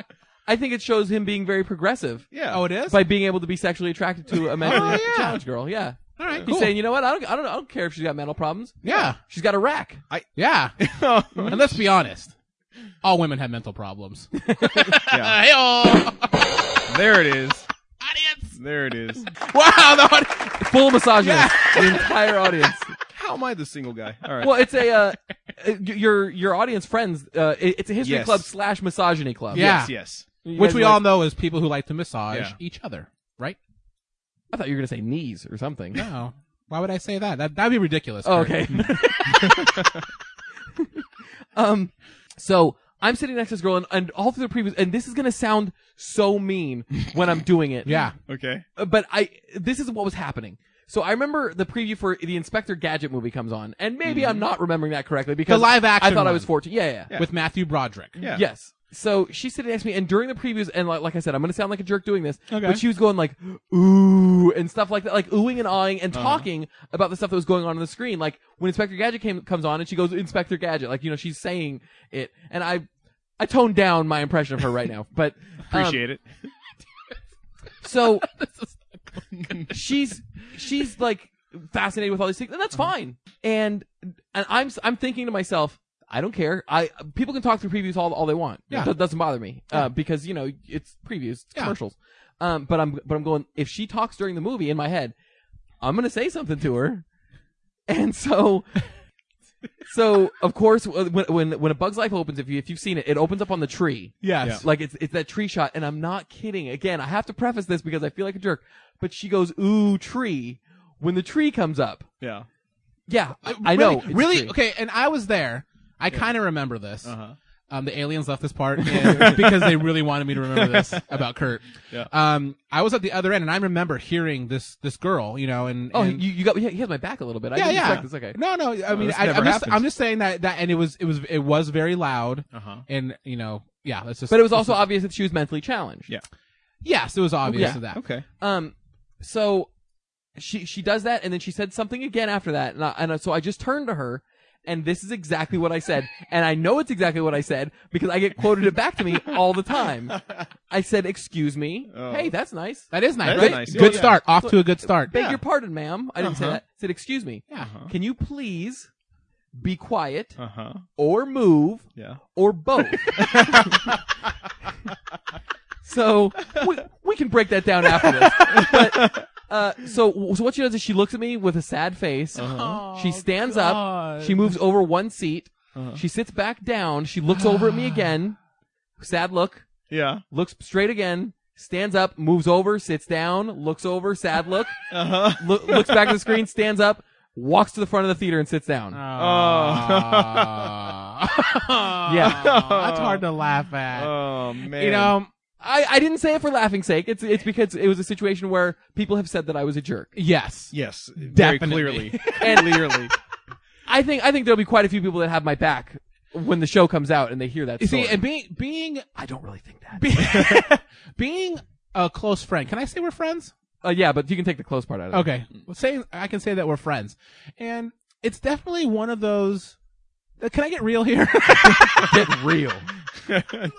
[SPEAKER 2] I think it shows him being very progressive
[SPEAKER 3] Yeah.
[SPEAKER 1] Oh, it is.
[SPEAKER 2] by being able to be sexually attracted to a mentally
[SPEAKER 1] Oh, yeah.
[SPEAKER 2] challenged girl. Yeah.
[SPEAKER 1] All right.
[SPEAKER 2] He's
[SPEAKER 1] Cool.
[SPEAKER 2] saying, you know what? I don't, I don't, I don't care if she's got mental problems.
[SPEAKER 1] yeah.
[SPEAKER 2] She's got a rack.
[SPEAKER 1] Yeah. and let's be honest. All women have mental problems. Uh,
[SPEAKER 3] Yeah.
[SPEAKER 1] hey, audience.
[SPEAKER 3] There it is. There it is.
[SPEAKER 1] Wow. The audi-
[SPEAKER 2] Full misogynist. The entire audience.
[SPEAKER 3] How am I the single guy? All right.
[SPEAKER 2] Well, it's a uh, uh, your your audience friends. Uh, it- it's a history
[SPEAKER 3] Yes.
[SPEAKER 2] club slash misogyny club.
[SPEAKER 1] Yeah.
[SPEAKER 3] Yes, yes.
[SPEAKER 2] You
[SPEAKER 1] Which
[SPEAKER 2] guys
[SPEAKER 1] we
[SPEAKER 2] like-
[SPEAKER 1] all know is people who like to massage
[SPEAKER 3] Yeah.
[SPEAKER 1] each other, right?
[SPEAKER 2] I thought you were gonna say knees or something.
[SPEAKER 1] No. Why would I say that? That that'd be ridiculous.
[SPEAKER 2] Oh,
[SPEAKER 1] Kurt.
[SPEAKER 2] okay. um, so I'm sitting next to this girl, and, and all through the previous, and this is gonna sound so mean when I'm doing it.
[SPEAKER 1] Yeah.
[SPEAKER 3] Okay.
[SPEAKER 2] Uh, but I this is what was happening. So I remember the preview for the Inspector Gadget movie comes on, and maybe I'm not remembering that correctly because
[SPEAKER 1] Mm-hmm. live action
[SPEAKER 2] I thought I
[SPEAKER 1] one.
[SPEAKER 2] was 14. Yeah, yeah, yeah.
[SPEAKER 1] With Matthew Broderick.
[SPEAKER 3] Yeah.
[SPEAKER 2] Yes. So she's sitting next to me, and during the previews, and like, like I said, I'm going to sound like a jerk doing this,
[SPEAKER 1] Okay.
[SPEAKER 2] but she was going like ooh and stuff like that, like oohing and awing
[SPEAKER 1] Uh-huh.
[SPEAKER 2] and talking about the stuff that was going on on the screen. Like when Inspector Gadget came comes on, and she goes Inspector Gadget, like you know she's saying it, and I I toned down my impression of her right now, but um,
[SPEAKER 3] Appreciate it.
[SPEAKER 2] so she's she's like fascinated with all these things, and
[SPEAKER 1] Uh-huh.
[SPEAKER 2] that's fine. And and I'm I'm thinking to myself, I don't care. I people can talk through previews all all they want.
[SPEAKER 1] Yeah.
[SPEAKER 2] That doesn't bother me uh, because you know it's previews, it's
[SPEAKER 1] Yeah.
[SPEAKER 2] commercials. Um, but I'm but I'm going if she talks during the movie in my head, I'm gonna say something to her, and so. So of course, when when when a Bug's Life opens, if you if you've seen it, it opens up on the tree.
[SPEAKER 1] Yes.
[SPEAKER 2] Like it's it's that tree shot, and I'm not kidding. Again, I have to preface this because I feel like a jerk. But she goes, "Ooh, tree," when the tree comes up.
[SPEAKER 3] Yeah.
[SPEAKER 2] Yeah, I,
[SPEAKER 1] Really-
[SPEAKER 2] I know. it's a
[SPEAKER 1] Really?
[SPEAKER 2] tree.
[SPEAKER 1] Okay. And I was there. I kind of remember this.
[SPEAKER 3] Uh huh.
[SPEAKER 1] Um, the aliens left this part in because they really wanted me to remember this about Kurt.
[SPEAKER 3] Yeah.
[SPEAKER 1] Um, I was at the other end, and I remember hearing this this girl, you know, and
[SPEAKER 2] Oh,
[SPEAKER 1] and-
[SPEAKER 2] you, you got yeah, he has my back a little bit. I
[SPEAKER 1] yeah,
[SPEAKER 2] didn't
[SPEAKER 1] yeah.
[SPEAKER 2] expect this. Okay.
[SPEAKER 1] No, no. I mean,
[SPEAKER 3] Oh, this
[SPEAKER 1] I,
[SPEAKER 3] never
[SPEAKER 1] am just,
[SPEAKER 3] happens.
[SPEAKER 1] I'm just saying that that, and it was it was it was very loud,
[SPEAKER 3] Uh huh.
[SPEAKER 1] and you know, yeah. Let's just.
[SPEAKER 2] But it was also obvious that she was mentally challenged.
[SPEAKER 3] Yeah.
[SPEAKER 1] yes, it was obvious
[SPEAKER 2] Yeah.
[SPEAKER 1] of that.
[SPEAKER 3] Okay.
[SPEAKER 2] Um. So she she does that, and then she said something again after that, and, I, and so I just turned to her. And this is exactly what I said, and I know it's exactly what I said because I get quoted it back to me all the time. I said, "Excuse me."
[SPEAKER 3] Oh.
[SPEAKER 2] Hey, that's nice.
[SPEAKER 1] That is nice.
[SPEAKER 3] That is
[SPEAKER 1] right?
[SPEAKER 3] nice, Oh, yeah.
[SPEAKER 1] Good
[SPEAKER 3] Yeah.
[SPEAKER 1] start. Off to a good start.
[SPEAKER 2] Beg
[SPEAKER 3] Yeah.
[SPEAKER 2] your pardon, ma'am. I didn't say
[SPEAKER 3] Uh-huh.
[SPEAKER 2] that. I said, "Excuse me.
[SPEAKER 1] Yeah.
[SPEAKER 2] Can you please be quiet
[SPEAKER 3] Uh huh.
[SPEAKER 2] or move
[SPEAKER 3] Yeah.
[SPEAKER 2] or both?" so we, we can break that down after this. But, uh, so so what she does is she looks at me with a sad face.
[SPEAKER 3] Uh-huh. uh,
[SPEAKER 2] She stands up. She moves over one seat.
[SPEAKER 3] Uh-huh. Ah.
[SPEAKER 2] She sits back down. She looks over at me again. Sad look.
[SPEAKER 3] Yeah.
[SPEAKER 2] Looks straight again. Stands up. Moves over. Sits down. Looks over. Sad look.
[SPEAKER 3] Uh huh.
[SPEAKER 2] Lo- looks back at the screen. Stands up. Walks to the front of the theater and sits down.
[SPEAKER 1] Uh. Ah. yeah. That's hard to laugh at.
[SPEAKER 3] Oh man.
[SPEAKER 1] you know,
[SPEAKER 2] I, I didn't say it for laughing's sake. It's it's because it was a situation where people have said that I was a jerk.
[SPEAKER 1] yes.
[SPEAKER 3] Yes.
[SPEAKER 1] Definitely.
[SPEAKER 3] Very clearly. clearly.
[SPEAKER 2] I think I think there'll be quite a few people that have my back when the show comes out and they hear that.
[SPEAKER 1] You see,
[SPEAKER 2] story.
[SPEAKER 1] and being being
[SPEAKER 2] I don't really think that.
[SPEAKER 1] be- being a close friend. Can I say we're friends?
[SPEAKER 2] Uh, yeah, but you can take the close part out of it.
[SPEAKER 1] Okay. Well, say I can say that we're friends, and it's definitely one of those. uh, Can I get real here?
[SPEAKER 2] Get real.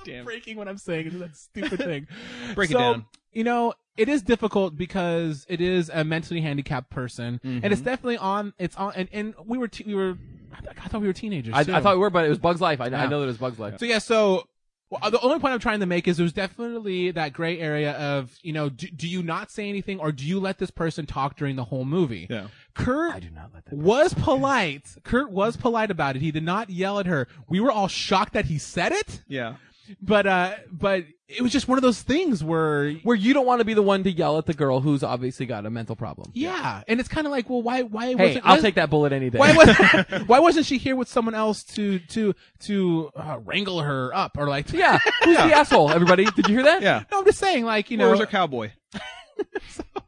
[SPEAKER 3] Damn.
[SPEAKER 1] breaking what I'm saying into that stupid thing.
[SPEAKER 3] Break it
[SPEAKER 1] So,
[SPEAKER 3] down.
[SPEAKER 1] You know, it is difficult because it is a mentally handicapped person, and
[SPEAKER 2] Mm-hmm.
[SPEAKER 1] it's definitely on. It's on, and, and we were te- we were. I th- I thought we were teenagers.
[SPEAKER 2] I, I
[SPEAKER 1] too.
[SPEAKER 2] thought we were, but it was Bugs Life. I, I
[SPEAKER 1] Yeah.
[SPEAKER 2] know that it was Bugs Life.
[SPEAKER 1] So yeah, so well, the only point I'm trying to make is there's definitely that gray area of you know do, do you not say anything or do you let this person talk during the whole movie?
[SPEAKER 3] Yeah.
[SPEAKER 1] Kurt
[SPEAKER 2] not let
[SPEAKER 1] was polite. Kurt was polite about it. He did not yell at her. We were all shocked that he said it,
[SPEAKER 3] Yeah.
[SPEAKER 1] but uh, but it was just one of those things where
[SPEAKER 2] Where you don't want to be the one to yell at the girl who's obviously got a mental problem.
[SPEAKER 1] yeah, and it's kind of like well why why
[SPEAKER 2] Hey,
[SPEAKER 1] wasn't
[SPEAKER 2] I'll
[SPEAKER 1] why-
[SPEAKER 2] take that bullet any day.
[SPEAKER 1] Why was why wasn't she here with someone else to to to uh, wrangle her up or like
[SPEAKER 2] yeah, who's the asshole? Everybody, did you hear that?
[SPEAKER 3] Yeah.
[SPEAKER 1] No, I'm just saying like you
[SPEAKER 3] Where
[SPEAKER 1] know
[SPEAKER 3] was our cowboy?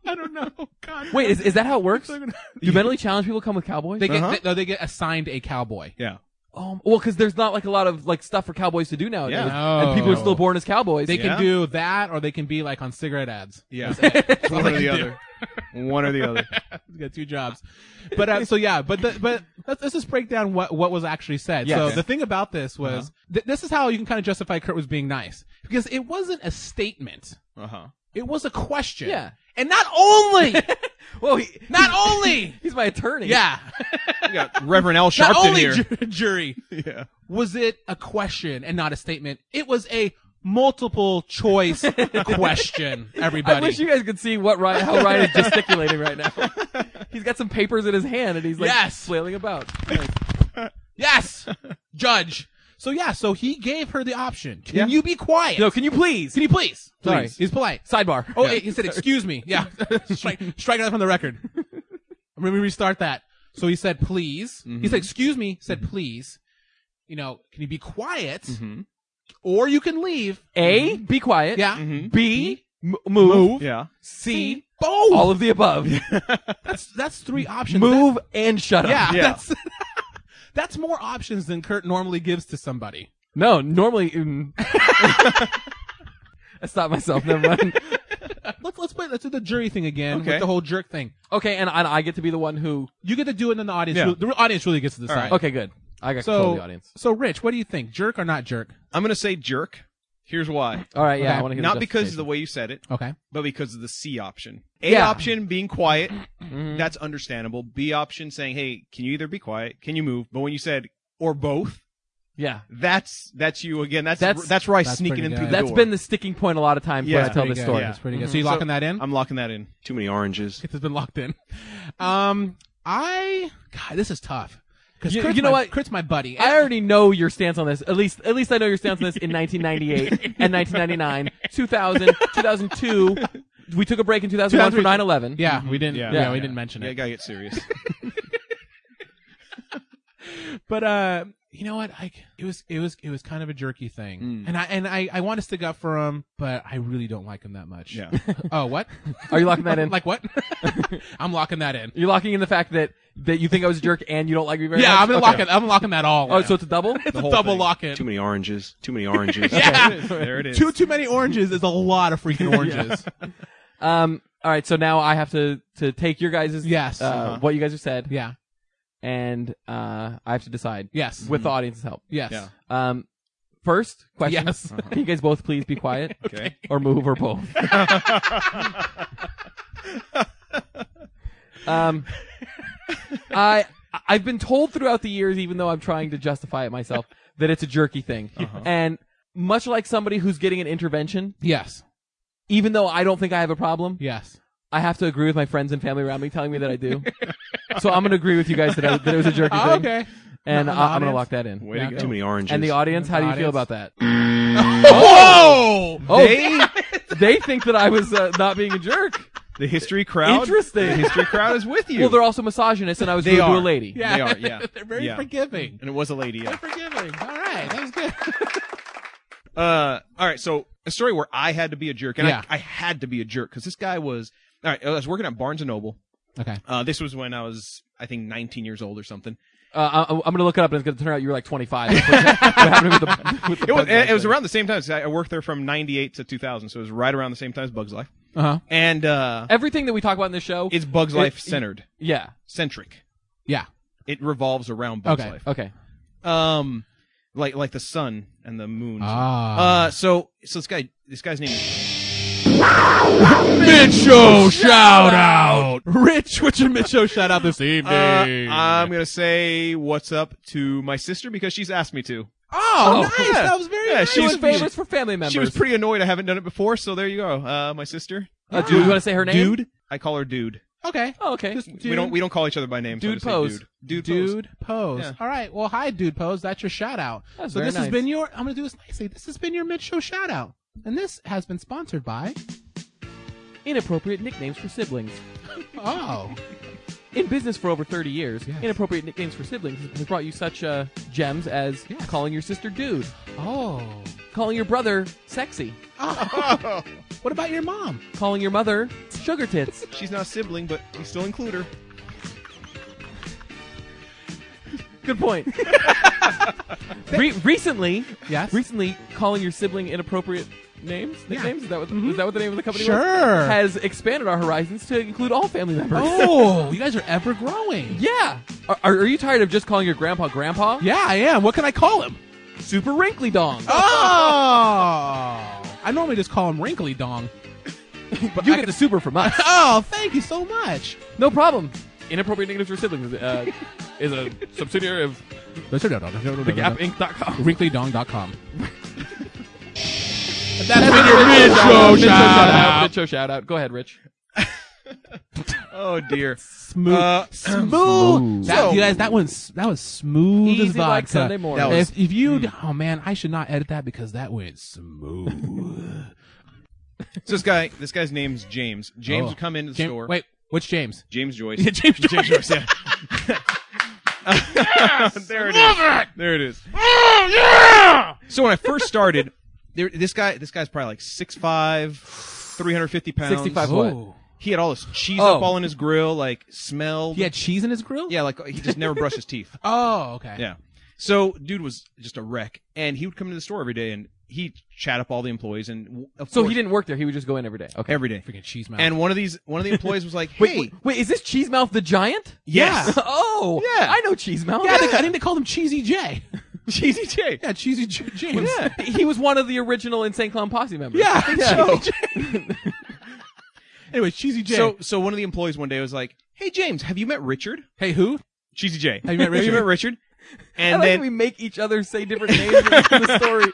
[SPEAKER 1] I don't know. God.
[SPEAKER 2] Wait, is, is that how it works? Do mentally challenged people come with cowboys?
[SPEAKER 1] They get
[SPEAKER 3] Uh-huh.
[SPEAKER 1] they, no, they get assigned a cowboy.
[SPEAKER 3] Yeah.
[SPEAKER 2] um, well, because there's not like a lot of like stuff for cowboys to do nowadays,
[SPEAKER 3] Yeah.
[SPEAKER 1] No.
[SPEAKER 2] and people are still born as cowboys.
[SPEAKER 1] Oh. They
[SPEAKER 3] Yeah.
[SPEAKER 1] can do that, or they can be like on cigarette ads.
[SPEAKER 3] Yeah.
[SPEAKER 1] That's all
[SPEAKER 3] One or
[SPEAKER 1] they
[SPEAKER 3] the
[SPEAKER 1] can do.
[SPEAKER 3] other. One or the other.
[SPEAKER 1] They got two jobs. But uh, so yeah, but the, but let's, let's just break down what what was actually said.
[SPEAKER 2] Yes.
[SPEAKER 1] So
[SPEAKER 2] Okay.
[SPEAKER 1] the thing about this
[SPEAKER 3] Uh-huh.
[SPEAKER 1] was th- this is how you can kind of justify Kurt was being nice because it wasn't a statement.
[SPEAKER 3] Uh huh.
[SPEAKER 1] It was a question.
[SPEAKER 2] Yeah.
[SPEAKER 1] And not only,
[SPEAKER 2] well, he,
[SPEAKER 1] not only,
[SPEAKER 2] he's my attorney.
[SPEAKER 1] yeah,
[SPEAKER 3] We got Reverend Al
[SPEAKER 1] not
[SPEAKER 3] Sharpton
[SPEAKER 1] only
[SPEAKER 3] here.
[SPEAKER 1] ju- jury,
[SPEAKER 3] yeah.
[SPEAKER 1] was it a question and not a statement? It was a multiple choice question,
[SPEAKER 2] I
[SPEAKER 1] everybody.
[SPEAKER 2] wish you guys could see what Ryan, how Ryan is gesticulating right now. He's got some papers in his hand and he's like
[SPEAKER 1] Yes.
[SPEAKER 2] flailing about.
[SPEAKER 1] yes, judge. So yeah, so he gave her the option. Can
[SPEAKER 3] Yeah.
[SPEAKER 1] you be quiet?
[SPEAKER 2] No, can you please?
[SPEAKER 1] Can you please?
[SPEAKER 2] Sorry.
[SPEAKER 1] Please. He's polite.
[SPEAKER 2] Sidebar.
[SPEAKER 1] Oh, he said, excuse me. Yeah. strike, strike that from the record. Let me restart that. So he said, please. He said, excuse me. Said, please. You know, can you be quiet?
[SPEAKER 3] Mhm.
[SPEAKER 1] Or you can leave.
[SPEAKER 2] A, be quiet.
[SPEAKER 1] Mm-hmm. Yeah.
[SPEAKER 3] Mhm.
[SPEAKER 2] B, m- move.
[SPEAKER 3] Yeah.
[SPEAKER 2] C,
[SPEAKER 1] Both.
[SPEAKER 2] all of the above.
[SPEAKER 1] that's, that's three options.
[SPEAKER 2] Oh. move and shut up.
[SPEAKER 1] Yeah,
[SPEAKER 3] Yeah.
[SPEAKER 1] that's that's more options than Kurt normally gives to somebody.
[SPEAKER 2] No, normally. Mm. I stopped myself. Never mind.
[SPEAKER 1] Let's let's play, let's do the jury thing again
[SPEAKER 3] Okay.
[SPEAKER 1] with the whole jerk thing.
[SPEAKER 2] Okay, and I, I get to be the one who.
[SPEAKER 1] You get to do it in the audience.
[SPEAKER 3] Yeah.
[SPEAKER 1] The audience really gets to
[SPEAKER 3] All
[SPEAKER 1] decide.
[SPEAKER 3] right.
[SPEAKER 2] Okay, good. I got control
[SPEAKER 1] So
[SPEAKER 2] of the audience.
[SPEAKER 1] so Rich, what do you think? Jerk or not jerk?
[SPEAKER 3] I'm gonna say jerk. Here's why.
[SPEAKER 2] All right, yeah,
[SPEAKER 1] Okay.
[SPEAKER 2] I want to hear
[SPEAKER 3] Not because of the way you said it,
[SPEAKER 1] Okay.
[SPEAKER 3] but because of the C option. A
[SPEAKER 2] Yeah.
[SPEAKER 3] option being quiet,
[SPEAKER 2] Mm-hmm.
[SPEAKER 3] that's understandable. B option saying, "Hey, can you either be quiet, can you move?" But when you said or both,
[SPEAKER 2] Yeah,
[SPEAKER 3] that's that's you again. That's
[SPEAKER 2] That's-
[SPEAKER 3] that's, where I
[SPEAKER 1] That's
[SPEAKER 3] sneaking
[SPEAKER 1] pretty
[SPEAKER 3] in
[SPEAKER 1] good.
[SPEAKER 3] through the
[SPEAKER 2] that's
[SPEAKER 3] door.
[SPEAKER 2] been the sticking point a lot of times when
[SPEAKER 3] Yeah.
[SPEAKER 2] I tell
[SPEAKER 1] Pretty
[SPEAKER 2] this
[SPEAKER 1] good.
[SPEAKER 2] story.
[SPEAKER 1] Yeah, Mm-hmm. it's pretty good. So you
[SPEAKER 3] Mhm.
[SPEAKER 1] locking
[SPEAKER 3] So-
[SPEAKER 1] that in?
[SPEAKER 3] I'm locking that in.
[SPEAKER 5] Too many oranges.
[SPEAKER 1] It's been locked in. Um, I God, this is tough. Because
[SPEAKER 2] You-
[SPEAKER 1] Kurt's
[SPEAKER 2] you know
[SPEAKER 1] my,
[SPEAKER 2] what?
[SPEAKER 1] Kurt's my buddy.
[SPEAKER 2] I already know your stance on this. At least, at least I know your stance on this in 1998 and 1999, 2000, 2002. We took a break in 2001 for 9/11.
[SPEAKER 1] yeah, we didn't. Yeah,
[SPEAKER 3] Yeah.
[SPEAKER 1] we
[SPEAKER 2] Yeah.
[SPEAKER 1] didn't mention
[SPEAKER 3] Yeah,
[SPEAKER 1] it.
[SPEAKER 3] gotta get serious.
[SPEAKER 1] But uh, you know what? Like it was, it was, it was kind of a jerky thing, and I and I, I want to stick up for him, but I really don't like him that much.
[SPEAKER 3] yeah,
[SPEAKER 1] oh, what?
[SPEAKER 2] Are you locking that in?
[SPEAKER 1] like what? I'm locking that in.
[SPEAKER 2] You're locking in the fact that that you think I was a jerk and you don't like me very
[SPEAKER 1] yeah,
[SPEAKER 2] much.
[SPEAKER 1] I'm gonna
[SPEAKER 2] Okay.
[SPEAKER 1] lock it. I'm locking that all.
[SPEAKER 2] Oh,
[SPEAKER 1] in.
[SPEAKER 2] so it's a double.
[SPEAKER 1] it's
[SPEAKER 3] the
[SPEAKER 1] a
[SPEAKER 3] whole
[SPEAKER 1] double
[SPEAKER 3] thing.
[SPEAKER 1] lock in.
[SPEAKER 5] Too many oranges. Too many oranges.
[SPEAKER 1] Yeah.
[SPEAKER 3] there it is.
[SPEAKER 1] Too too many oranges is a lot of freaking oranges.
[SPEAKER 2] Um. All right. So now I have to to take your guys'
[SPEAKER 1] Yes.
[SPEAKER 2] uh,
[SPEAKER 3] Uh-huh.
[SPEAKER 2] what you guys have said,
[SPEAKER 1] yeah.
[SPEAKER 2] and uh, I have to decide
[SPEAKER 1] Yes. Mm-hmm.
[SPEAKER 2] with the audience's help.
[SPEAKER 1] yes.
[SPEAKER 3] Yeah.
[SPEAKER 2] Um. first question?
[SPEAKER 1] Yes.
[SPEAKER 2] Can you guys both please be quiet
[SPEAKER 3] Okay.
[SPEAKER 2] or move or both? um, I I've been told throughout the years, even though I'm trying to justify it myself, that it's a jerky thing,
[SPEAKER 1] Uh-huh.
[SPEAKER 2] and much like somebody who's getting an intervention,
[SPEAKER 1] Yes.
[SPEAKER 2] even though I don't think I have a problem,
[SPEAKER 1] Yes.
[SPEAKER 2] I have to agree with my friends and family around me telling me that I do. so I'm going to agree with you guys that, I, that it was a jerky thing,
[SPEAKER 1] Ah, okay.
[SPEAKER 2] and
[SPEAKER 1] Not in the
[SPEAKER 2] I,
[SPEAKER 3] uh,
[SPEAKER 2] I'm going
[SPEAKER 1] audience?
[SPEAKER 2] to lock that in.
[SPEAKER 3] Way to
[SPEAKER 1] Yeah.
[SPEAKER 3] go.
[SPEAKER 5] Too many oranges.
[SPEAKER 2] And the audience, how do you
[SPEAKER 1] The
[SPEAKER 2] feel
[SPEAKER 1] audience.
[SPEAKER 2] about that?
[SPEAKER 1] Oh!
[SPEAKER 2] Oh, they they think that I was uh, not being a jerk.
[SPEAKER 3] The history crowd.
[SPEAKER 2] Interesting.
[SPEAKER 3] The history crowd is with you.
[SPEAKER 2] Well, they're also misogynists, and I was
[SPEAKER 3] They
[SPEAKER 2] rude to
[SPEAKER 3] are.
[SPEAKER 2] a lady.
[SPEAKER 1] Yeah.
[SPEAKER 3] They are, yeah.
[SPEAKER 1] They're very
[SPEAKER 3] Yeah.
[SPEAKER 1] forgiving.
[SPEAKER 3] and it was a lady. Yeah.
[SPEAKER 1] Forgiving. All right. That was good.
[SPEAKER 3] Uh, all right. So a story where I had to be a jerk, and
[SPEAKER 1] Yeah.
[SPEAKER 3] I, I had to be a jerk because this guy was. All right, I was working at Barnes and Noble.
[SPEAKER 1] okay.
[SPEAKER 3] Uh, this was when I was, I think, 19 years old or something.
[SPEAKER 2] Uh, I, I'm going to look it up, and it's going to turn out you were like 25. That's what, what happened with the, with the
[SPEAKER 3] It was,
[SPEAKER 2] bug
[SPEAKER 3] it
[SPEAKER 2] life
[SPEAKER 3] was
[SPEAKER 2] thing.
[SPEAKER 3] around the same time. so I I worked there from 98 to 2000, so it was right around the same time as Bugs Life.
[SPEAKER 1] Uh huh.
[SPEAKER 3] And uh,
[SPEAKER 2] Uh-huh. everything that we talk about in this show.
[SPEAKER 3] it's Bugs Life centered,
[SPEAKER 2] yeah.
[SPEAKER 3] centric.
[SPEAKER 1] Yeah.
[SPEAKER 3] It revolves around Bugs
[SPEAKER 1] Okay.
[SPEAKER 3] Life.
[SPEAKER 2] Okay.
[SPEAKER 3] Um, like like the sun and the moon.
[SPEAKER 1] Ah.
[SPEAKER 3] Uh, so so this guy, this guy's name.
[SPEAKER 1] Mid show shout out. Rich, what's your mid show shout out this evening?
[SPEAKER 3] Uh, I'm gonna say what's up to my sister because she's asked me to.
[SPEAKER 1] oh, nice.
[SPEAKER 3] yeah.
[SPEAKER 1] That was very
[SPEAKER 3] Yeah,
[SPEAKER 1] nice.
[SPEAKER 3] she
[SPEAKER 2] Doing
[SPEAKER 3] was-
[SPEAKER 2] favors for family members.
[SPEAKER 3] She was pretty annoyed I haven't done it before, so there you go. Uh, my sister,
[SPEAKER 2] Uh, do you want to say her name?
[SPEAKER 3] dude. I call her dude.
[SPEAKER 1] okay.
[SPEAKER 2] Oh, okay.
[SPEAKER 1] Just
[SPEAKER 3] We don't we don't call each other by name. so I
[SPEAKER 2] Dude
[SPEAKER 3] just say
[SPEAKER 2] pose.
[SPEAKER 3] Dude. Dude. pose.
[SPEAKER 1] Dude Pose.
[SPEAKER 3] Yeah.
[SPEAKER 1] All right. Well, hi, Dude Pose. That's your shout out.
[SPEAKER 2] That's
[SPEAKER 1] so
[SPEAKER 2] very
[SPEAKER 1] this has
[SPEAKER 2] nice.
[SPEAKER 1] been your, I'm going to do this nicely. This has been your mid show shout out. And this has been sponsored by,
[SPEAKER 2] Inappropriate nicknames for siblings.
[SPEAKER 1] oh,
[SPEAKER 2] In business for over 30 years,
[SPEAKER 1] Yes.
[SPEAKER 2] inappropriate nicknames for siblings has brought you such uh, gems as
[SPEAKER 1] Yes.
[SPEAKER 2] calling your sister dude,
[SPEAKER 1] oh.
[SPEAKER 2] calling your brother sexy,
[SPEAKER 1] What about your mom?
[SPEAKER 2] calling your mother sugar tits.
[SPEAKER 3] She's not a sibling, but we still include her.
[SPEAKER 2] Good point. Re- recently,
[SPEAKER 1] Yes.
[SPEAKER 2] recently calling your sibling inappropriate names, nicknames. Is that what is that what the name of the company was?
[SPEAKER 1] Mm-hmm. Sure.
[SPEAKER 2] Has expanded our horizons to include all family members.
[SPEAKER 1] oh, you guys are ever growing.
[SPEAKER 2] Yeah. Are, are are you tired of just calling your grandpa grandpa?
[SPEAKER 1] Yeah, I am. What can I call him?
[SPEAKER 2] Super wrinkly dong.
[SPEAKER 1] Oh. I normally just call him Wrinkly Dong.
[SPEAKER 2] but you get the super from us.
[SPEAKER 1] Oh, thank you so much.
[SPEAKER 2] No problem. Inappropriate nicknames for siblings uh, is a subsidiary of thegapinc.com.
[SPEAKER 1] WrinklyDong.com.
[SPEAKER 2] That's been your mid-show shout-out. Mid-show shout-out. Go ahead, Rich.
[SPEAKER 3] Oh dear.
[SPEAKER 1] Smooth.
[SPEAKER 3] Uh,
[SPEAKER 1] smooth. That,
[SPEAKER 3] So-
[SPEAKER 1] you guys, that one's that was smooth as
[SPEAKER 2] Easy
[SPEAKER 1] vodka.
[SPEAKER 2] like Sunday morning.
[SPEAKER 3] That was- mm.
[SPEAKER 1] if, if you, oh man, I should not edit that because that went smooth.
[SPEAKER 3] So this guy, this guy's name's James. James
[SPEAKER 1] Oh.
[SPEAKER 3] would come into the
[SPEAKER 1] James,
[SPEAKER 3] store.
[SPEAKER 1] Wait, which James?
[SPEAKER 3] James Joyce.
[SPEAKER 1] Yeah, James Joyce.
[SPEAKER 3] yeah. there it is. There it is. Oh yeah. So when I first started, there, this guy, this guy's probably like 6'5", 350 pounds.
[SPEAKER 2] 65 what?
[SPEAKER 1] Oh.
[SPEAKER 3] He had all this cheese
[SPEAKER 2] Oh.
[SPEAKER 3] up all in his grill, like smelled.
[SPEAKER 1] He had cheese in his grill.
[SPEAKER 3] yeah, like he just never brushed his teeth.
[SPEAKER 1] Oh, okay.
[SPEAKER 3] Yeah. So dude was just a wreck, and he would come to the store every day and he chat up all the employees, and w- of
[SPEAKER 2] So
[SPEAKER 3] course-
[SPEAKER 2] he didn't work there. He would just go in every day. Okay.
[SPEAKER 3] every day.
[SPEAKER 1] Freaking cheese mouth.
[SPEAKER 3] And one of these, one of the employees was like,
[SPEAKER 2] Wait,
[SPEAKER 3] "Hey,
[SPEAKER 2] wait, wait, is this Cheese Mouth the Giant?
[SPEAKER 3] yes,
[SPEAKER 2] oh,
[SPEAKER 3] Yeah.
[SPEAKER 2] I know Cheese Mouth.
[SPEAKER 1] yeah, They, I think they called him Cheesy J.
[SPEAKER 3] cheesy J."
[SPEAKER 1] yeah, Cheesy J- James.
[SPEAKER 3] Yeah.
[SPEAKER 2] he was one of the original Insane Clown Posse members.
[SPEAKER 1] Yeah, I think so. anyway, Cheesy J.
[SPEAKER 3] So, so one of the employees one day was like, "Hey James, have you met Richard?"
[SPEAKER 1] hey, who?
[SPEAKER 3] Cheesy J.
[SPEAKER 1] Have you met Richard?"
[SPEAKER 3] Richard?
[SPEAKER 2] I
[SPEAKER 3] And
[SPEAKER 2] like that we
[SPEAKER 3] then,
[SPEAKER 2] make each other say different names in the story.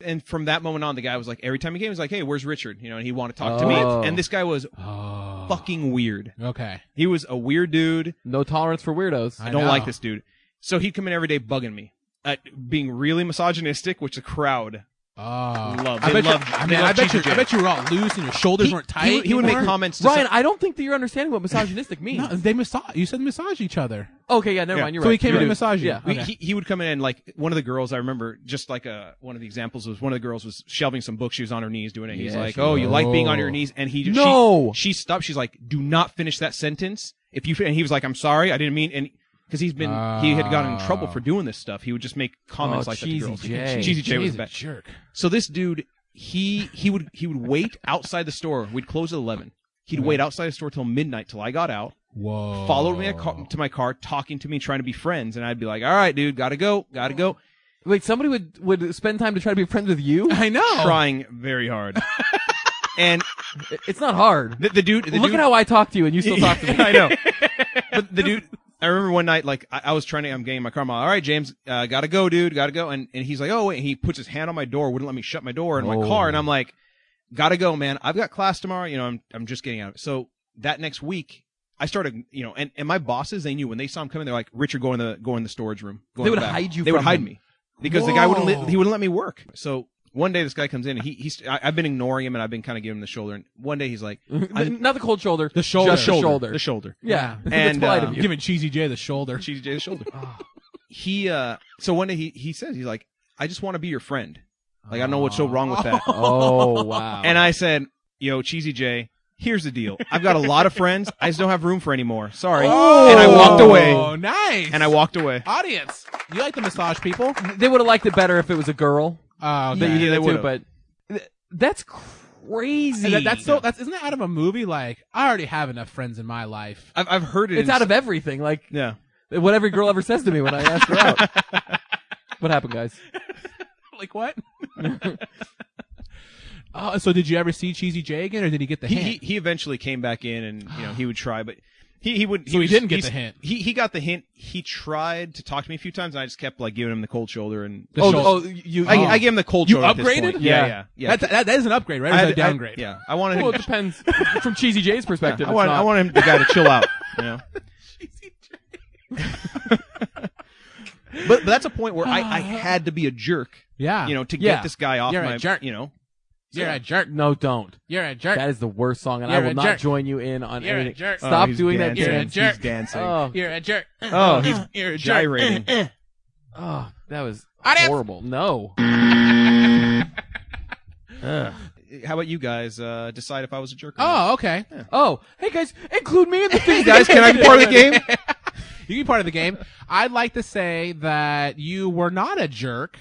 [SPEAKER 3] and from that moment on, the guy was like, every time he came, he was like, "Hey, where's Richard?" You know, and he wanted to talk to me.
[SPEAKER 2] Oh.
[SPEAKER 3] And this guy was
[SPEAKER 1] Oh.
[SPEAKER 3] fucking weird.
[SPEAKER 1] Okay.
[SPEAKER 3] He was a weird dude.
[SPEAKER 2] No tolerance for weirdos.
[SPEAKER 1] I
[SPEAKER 3] I don't
[SPEAKER 1] know.
[SPEAKER 3] like this dude. So he'd come in every day bugging me, uh, being really misogynistic, which the crowd
[SPEAKER 1] Oh.
[SPEAKER 3] loved.
[SPEAKER 1] I
[SPEAKER 3] They
[SPEAKER 1] bet you.
[SPEAKER 3] loved-
[SPEAKER 1] I
[SPEAKER 3] they
[SPEAKER 1] mean, I
[SPEAKER 3] loved
[SPEAKER 1] bet you.
[SPEAKER 3] Cheesy J.
[SPEAKER 1] I bet you were all loose and your shoulders
[SPEAKER 3] He-
[SPEAKER 1] weren't tight.
[SPEAKER 3] he, he would make
[SPEAKER 1] anymore.
[SPEAKER 3] comments. to
[SPEAKER 2] Ryan,
[SPEAKER 3] some-
[SPEAKER 2] I don't think that you're understanding what misogynistic means.
[SPEAKER 1] No, they massage. You said massage each other.
[SPEAKER 2] Okay, yeah, never
[SPEAKER 3] Yeah.
[SPEAKER 2] mind. You're
[SPEAKER 1] So
[SPEAKER 2] right.
[SPEAKER 1] he came
[SPEAKER 2] You're
[SPEAKER 1] in
[SPEAKER 2] right.
[SPEAKER 1] massage you.
[SPEAKER 2] Yeah.
[SPEAKER 3] we,
[SPEAKER 1] Okay.
[SPEAKER 3] he, he would come in and like one of the girls I remember just like uh one of the examples was one of the girls was shelving some books she was on her knees doing it he's
[SPEAKER 2] Yeah,
[SPEAKER 3] like
[SPEAKER 2] she
[SPEAKER 3] oh
[SPEAKER 2] was.
[SPEAKER 3] you like being on your knees and he just
[SPEAKER 2] No.
[SPEAKER 3] she, she stopped she's like do not finish that sentence if you and he was like I'm sorry I didn't mean and because he's been he had gotten in trouble
[SPEAKER 1] Oh.
[SPEAKER 3] for doing this stuff he would just make comments
[SPEAKER 2] Oh,
[SPEAKER 3] like
[SPEAKER 2] Cheesy
[SPEAKER 3] that to girls
[SPEAKER 2] J.
[SPEAKER 3] cheesy J was
[SPEAKER 1] He's
[SPEAKER 3] the
[SPEAKER 1] a
[SPEAKER 3] best
[SPEAKER 1] jerk.
[SPEAKER 3] so this dude he he would he would wait outside the store we'd close at eleven he'd wait outside the store till midnight till I got out
[SPEAKER 1] Whoa.
[SPEAKER 3] followed me a car, to my car, talking to me, trying to be friends, and I'd be like, "All right, dude, gotta go, gotta go."
[SPEAKER 2] Wait, somebody would would spend time to try to be friends with you?
[SPEAKER 1] I know.
[SPEAKER 3] trying very hard. and
[SPEAKER 2] It- It's not hard.
[SPEAKER 3] the, the dude, the
[SPEAKER 2] Look
[SPEAKER 3] dude,
[SPEAKER 2] at how I talk to you and you still talk to me.
[SPEAKER 3] I know. But the dude, I remember one night, like I, I was trying to, I'm getting my car. I'm like, all right, James, uh, gotta go, dude, gotta go. And and he's like, oh wait, and he puts his hand on my door, wouldn't let me shut my door in
[SPEAKER 2] Oh.
[SPEAKER 3] my car, and I'm like, gotta go, man. I've got class tomorrow. You know, I'm I'm just getting out. So that next week. I started, you know, and, and my bosses, they knew when they saw him coming, they're like, "Richard, go in the go in the storage room." Go in
[SPEAKER 2] They
[SPEAKER 3] the
[SPEAKER 2] would
[SPEAKER 3] back."
[SPEAKER 2] hide you
[SPEAKER 3] They would
[SPEAKER 2] from
[SPEAKER 3] hide
[SPEAKER 2] him.
[SPEAKER 3] me because the guy wouldn't
[SPEAKER 1] Whoa.
[SPEAKER 3] let, he wouldn't let me work. So one day this guy comes in and he he's I, I've been ignoring him and I've been kind of giving him the shoulder. And one day he's like, I'm-
[SPEAKER 2] not the cold shoulder.
[SPEAKER 1] The shoulder.
[SPEAKER 2] Just the shoulder.
[SPEAKER 3] the shoulder.
[SPEAKER 2] yeah.
[SPEAKER 3] And,
[SPEAKER 2] That's polite
[SPEAKER 3] um,
[SPEAKER 2] of you.
[SPEAKER 1] Giving Cheesy J the shoulder.
[SPEAKER 3] Cheesy J's shoulder. he uh so one day he he says he's like, I just want to be your friend. Like I don't know what's so wrong with that.
[SPEAKER 2] oh wow.
[SPEAKER 3] and I said, Yo, Cheesy J, here's the deal. I've got a lot of friends. I just don't have room for any more. Sorry. And I walked away.
[SPEAKER 1] Oh, nice.
[SPEAKER 3] And I walked away.
[SPEAKER 1] Audience, you like the massage people?
[SPEAKER 2] they would have liked it better if it was a girl.
[SPEAKER 3] Oh,
[SPEAKER 1] Uh,
[SPEAKER 2] that you
[SPEAKER 3] Yeah,
[SPEAKER 2] did
[SPEAKER 3] they
[SPEAKER 2] that too,
[SPEAKER 3] would've.
[SPEAKER 2] but th- that's crazy.
[SPEAKER 1] that, that's so. That's isn't that out of a movie? Like I already have enough friends in my life.
[SPEAKER 3] I've I've heard it.
[SPEAKER 2] it's
[SPEAKER 3] in-
[SPEAKER 2] out of everything. Like
[SPEAKER 3] Yeah.
[SPEAKER 2] what every girl ever says to me when I ask her out. what happened, guys?
[SPEAKER 1] Like what? Oh, so did you ever see Cheesy J again, or did he get the
[SPEAKER 3] He,
[SPEAKER 1] hint?
[SPEAKER 3] he he eventually came back in and you know he would try, but he he would.
[SPEAKER 1] So he
[SPEAKER 3] was-
[SPEAKER 1] didn't get
[SPEAKER 3] he's-
[SPEAKER 1] the hint.
[SPEAKER 3] He he got the hint. He tried to talk to me a few times, and I just kept like giving him the cold shoulder and.
[SPEAKER 1] The
[SPEAKER 2] Oh,
[SPEAKER 1] shoulder.
[SPEAKER 2] oh, you.
[SPEAKER 3] I,
[SPEAKER 2] oh.
[SPEAKER 3] I gave him the cold
[SPEAKER 1] You
[SPEAKER 3] shoulder. at this
[SPEAKER 1] upgraded?
[SPEAKER 3] point. Yeah,
[SPEAKER 2] Yeah.
[SPEAKER 3] yeah, yeah.
[SPEAKER 1] That's, that, that is an upgrade, right? Or is that a
[SPEAKER 3] had-
[SPEAKER 1] downgrade?
[SPEAKER 3] yeah, I wanted
[SPEAKER 2] well,
[SPEAKER 3] him.
[SPEAKER 2] it depends from Cheesy J's perspective.
[SPEAKER 3] I
[SPEAKER 2] it's
[SPEAKER 3] want
[SPEAKER 2] not.
[SPEAKER 3] I want him the guy to chill out. You know. but, but that's a point where I, I had to be a jerk,
[SPEAKER 1] yeah.
[SPEAKER 3] you know, to
[SPEAKER 2] Ah, Yeah.
[SPEAKER 3] get this guy off
[SPEAKER 1] You're a
[SPEAKER 3] my
[SPEAKER 1] jerk.
[SPEAKER 3] You know,
[SPEAKER 1] you're a jerk.
[SPEAKER 2] No, don't.
[SPEAKER 1] You're a jerk.
[SPEAKER 2] That is the worst song, and I
[SPEAKER 1] You're
[SPEAKER 2] will
[SPEAKER 1] a
[SPEAKER 2] not
[SPEAKER 1] jerk.
[SPEAKER 2] join you in on
[SPEAKER 1] You're a
[SPEAKER 2] anything.
[SPEAKER 1] jerk.
[SPEAKER 3] Oh,
[SPEAKER 2] Stop
[SPEAKER 3] he's
[SPEAKER 2] doing
[SPEAKER 3] dancing.
[SPEAKER 2] that
[SPEAKER 1] You're a
[SPEAKER 2] dance.
[SPEAKER 1] jerk.
[SPEAKER 3] dancing.
[SPEAKER 2] Oh,
[SPEAKER 1] you're a jerk.
[SPEAKER 3] Oh, he's
[SPEAKER 1] you're a jerk.
[SPEAKER 3] gyrating.
[SPEAKER 2] oh, that was
[SPEAKER 1] Audience.
[SPEAKER 2] horrible. No.
[SPEAKER 3] How about you guys uh, decide if I was a jerk? Or not?
[SPEAKER 1] Oh, okay.
[SPEAKER 2] Oh, hey guys, include me in the thing.
[SPEAKER 3] Hey guys, can I be part of the game?
[SPEAKER 1] You can be part of the game. I'd like to say that you were not a jerk,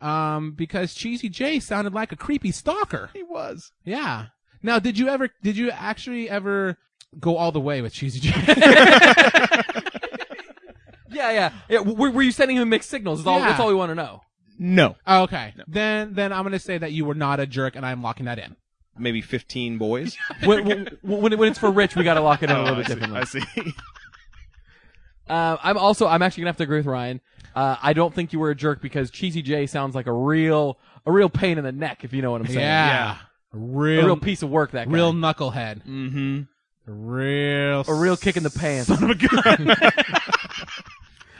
[SPEAKER 1] um, because Cheesy J sounded like a creepy stalker.
[SPEAKER 3] he was.
[SPEAKER 1] Yeah. Now, did you ever? Did you actually ever go all the way with Cheesy J?
[SPEAKER 2] Yeah, yeah. yeah w- were, were you sending him mixed signals? Is all,
[SPEAKER 1] Yeah.
[SPEAKER 2] That's all we want to know.
[SPEAKER 3] No,
[SPEAKER 1] Oh, okay. Then, then I'm gonna say that you were not a jerk, and I'm locking that in.
[SPEAKER 3] maybe fifteen boys.
[SPEAKER 2] when, when- when, when it's for Rich, we got to lock it in Oh, a little
[SPEAKER 3] Oh, I
[SPEAKER 2] bit
[SPEAKER 3] see,
[SPEAKER 2] differently.
[SPEAKER 3] I see.
[SPEAKER 2] Uh, I'm also I'm actually gonna have to agree with Ryan. Uh, I don't think you were a jerk because Cheesy J sounds like a real a real pain in the neck if you know what I'm
[SPEAKER 1] Yeah.
[SPEAKER 2] saying.
[SPEAKER 1] Real,
[SPEAKER 2] a real
[SPEAKER 1] real,
[SPEAKER 2] piece of work that guy.
[SPEAKER 1] real knucklehead.
[SPEAKER 3] mm-hmm.
[SPEAKER 1] Real.
[SPEAKER 2] a real kick in the pants.
[SPEAKER 1] Son of a gun.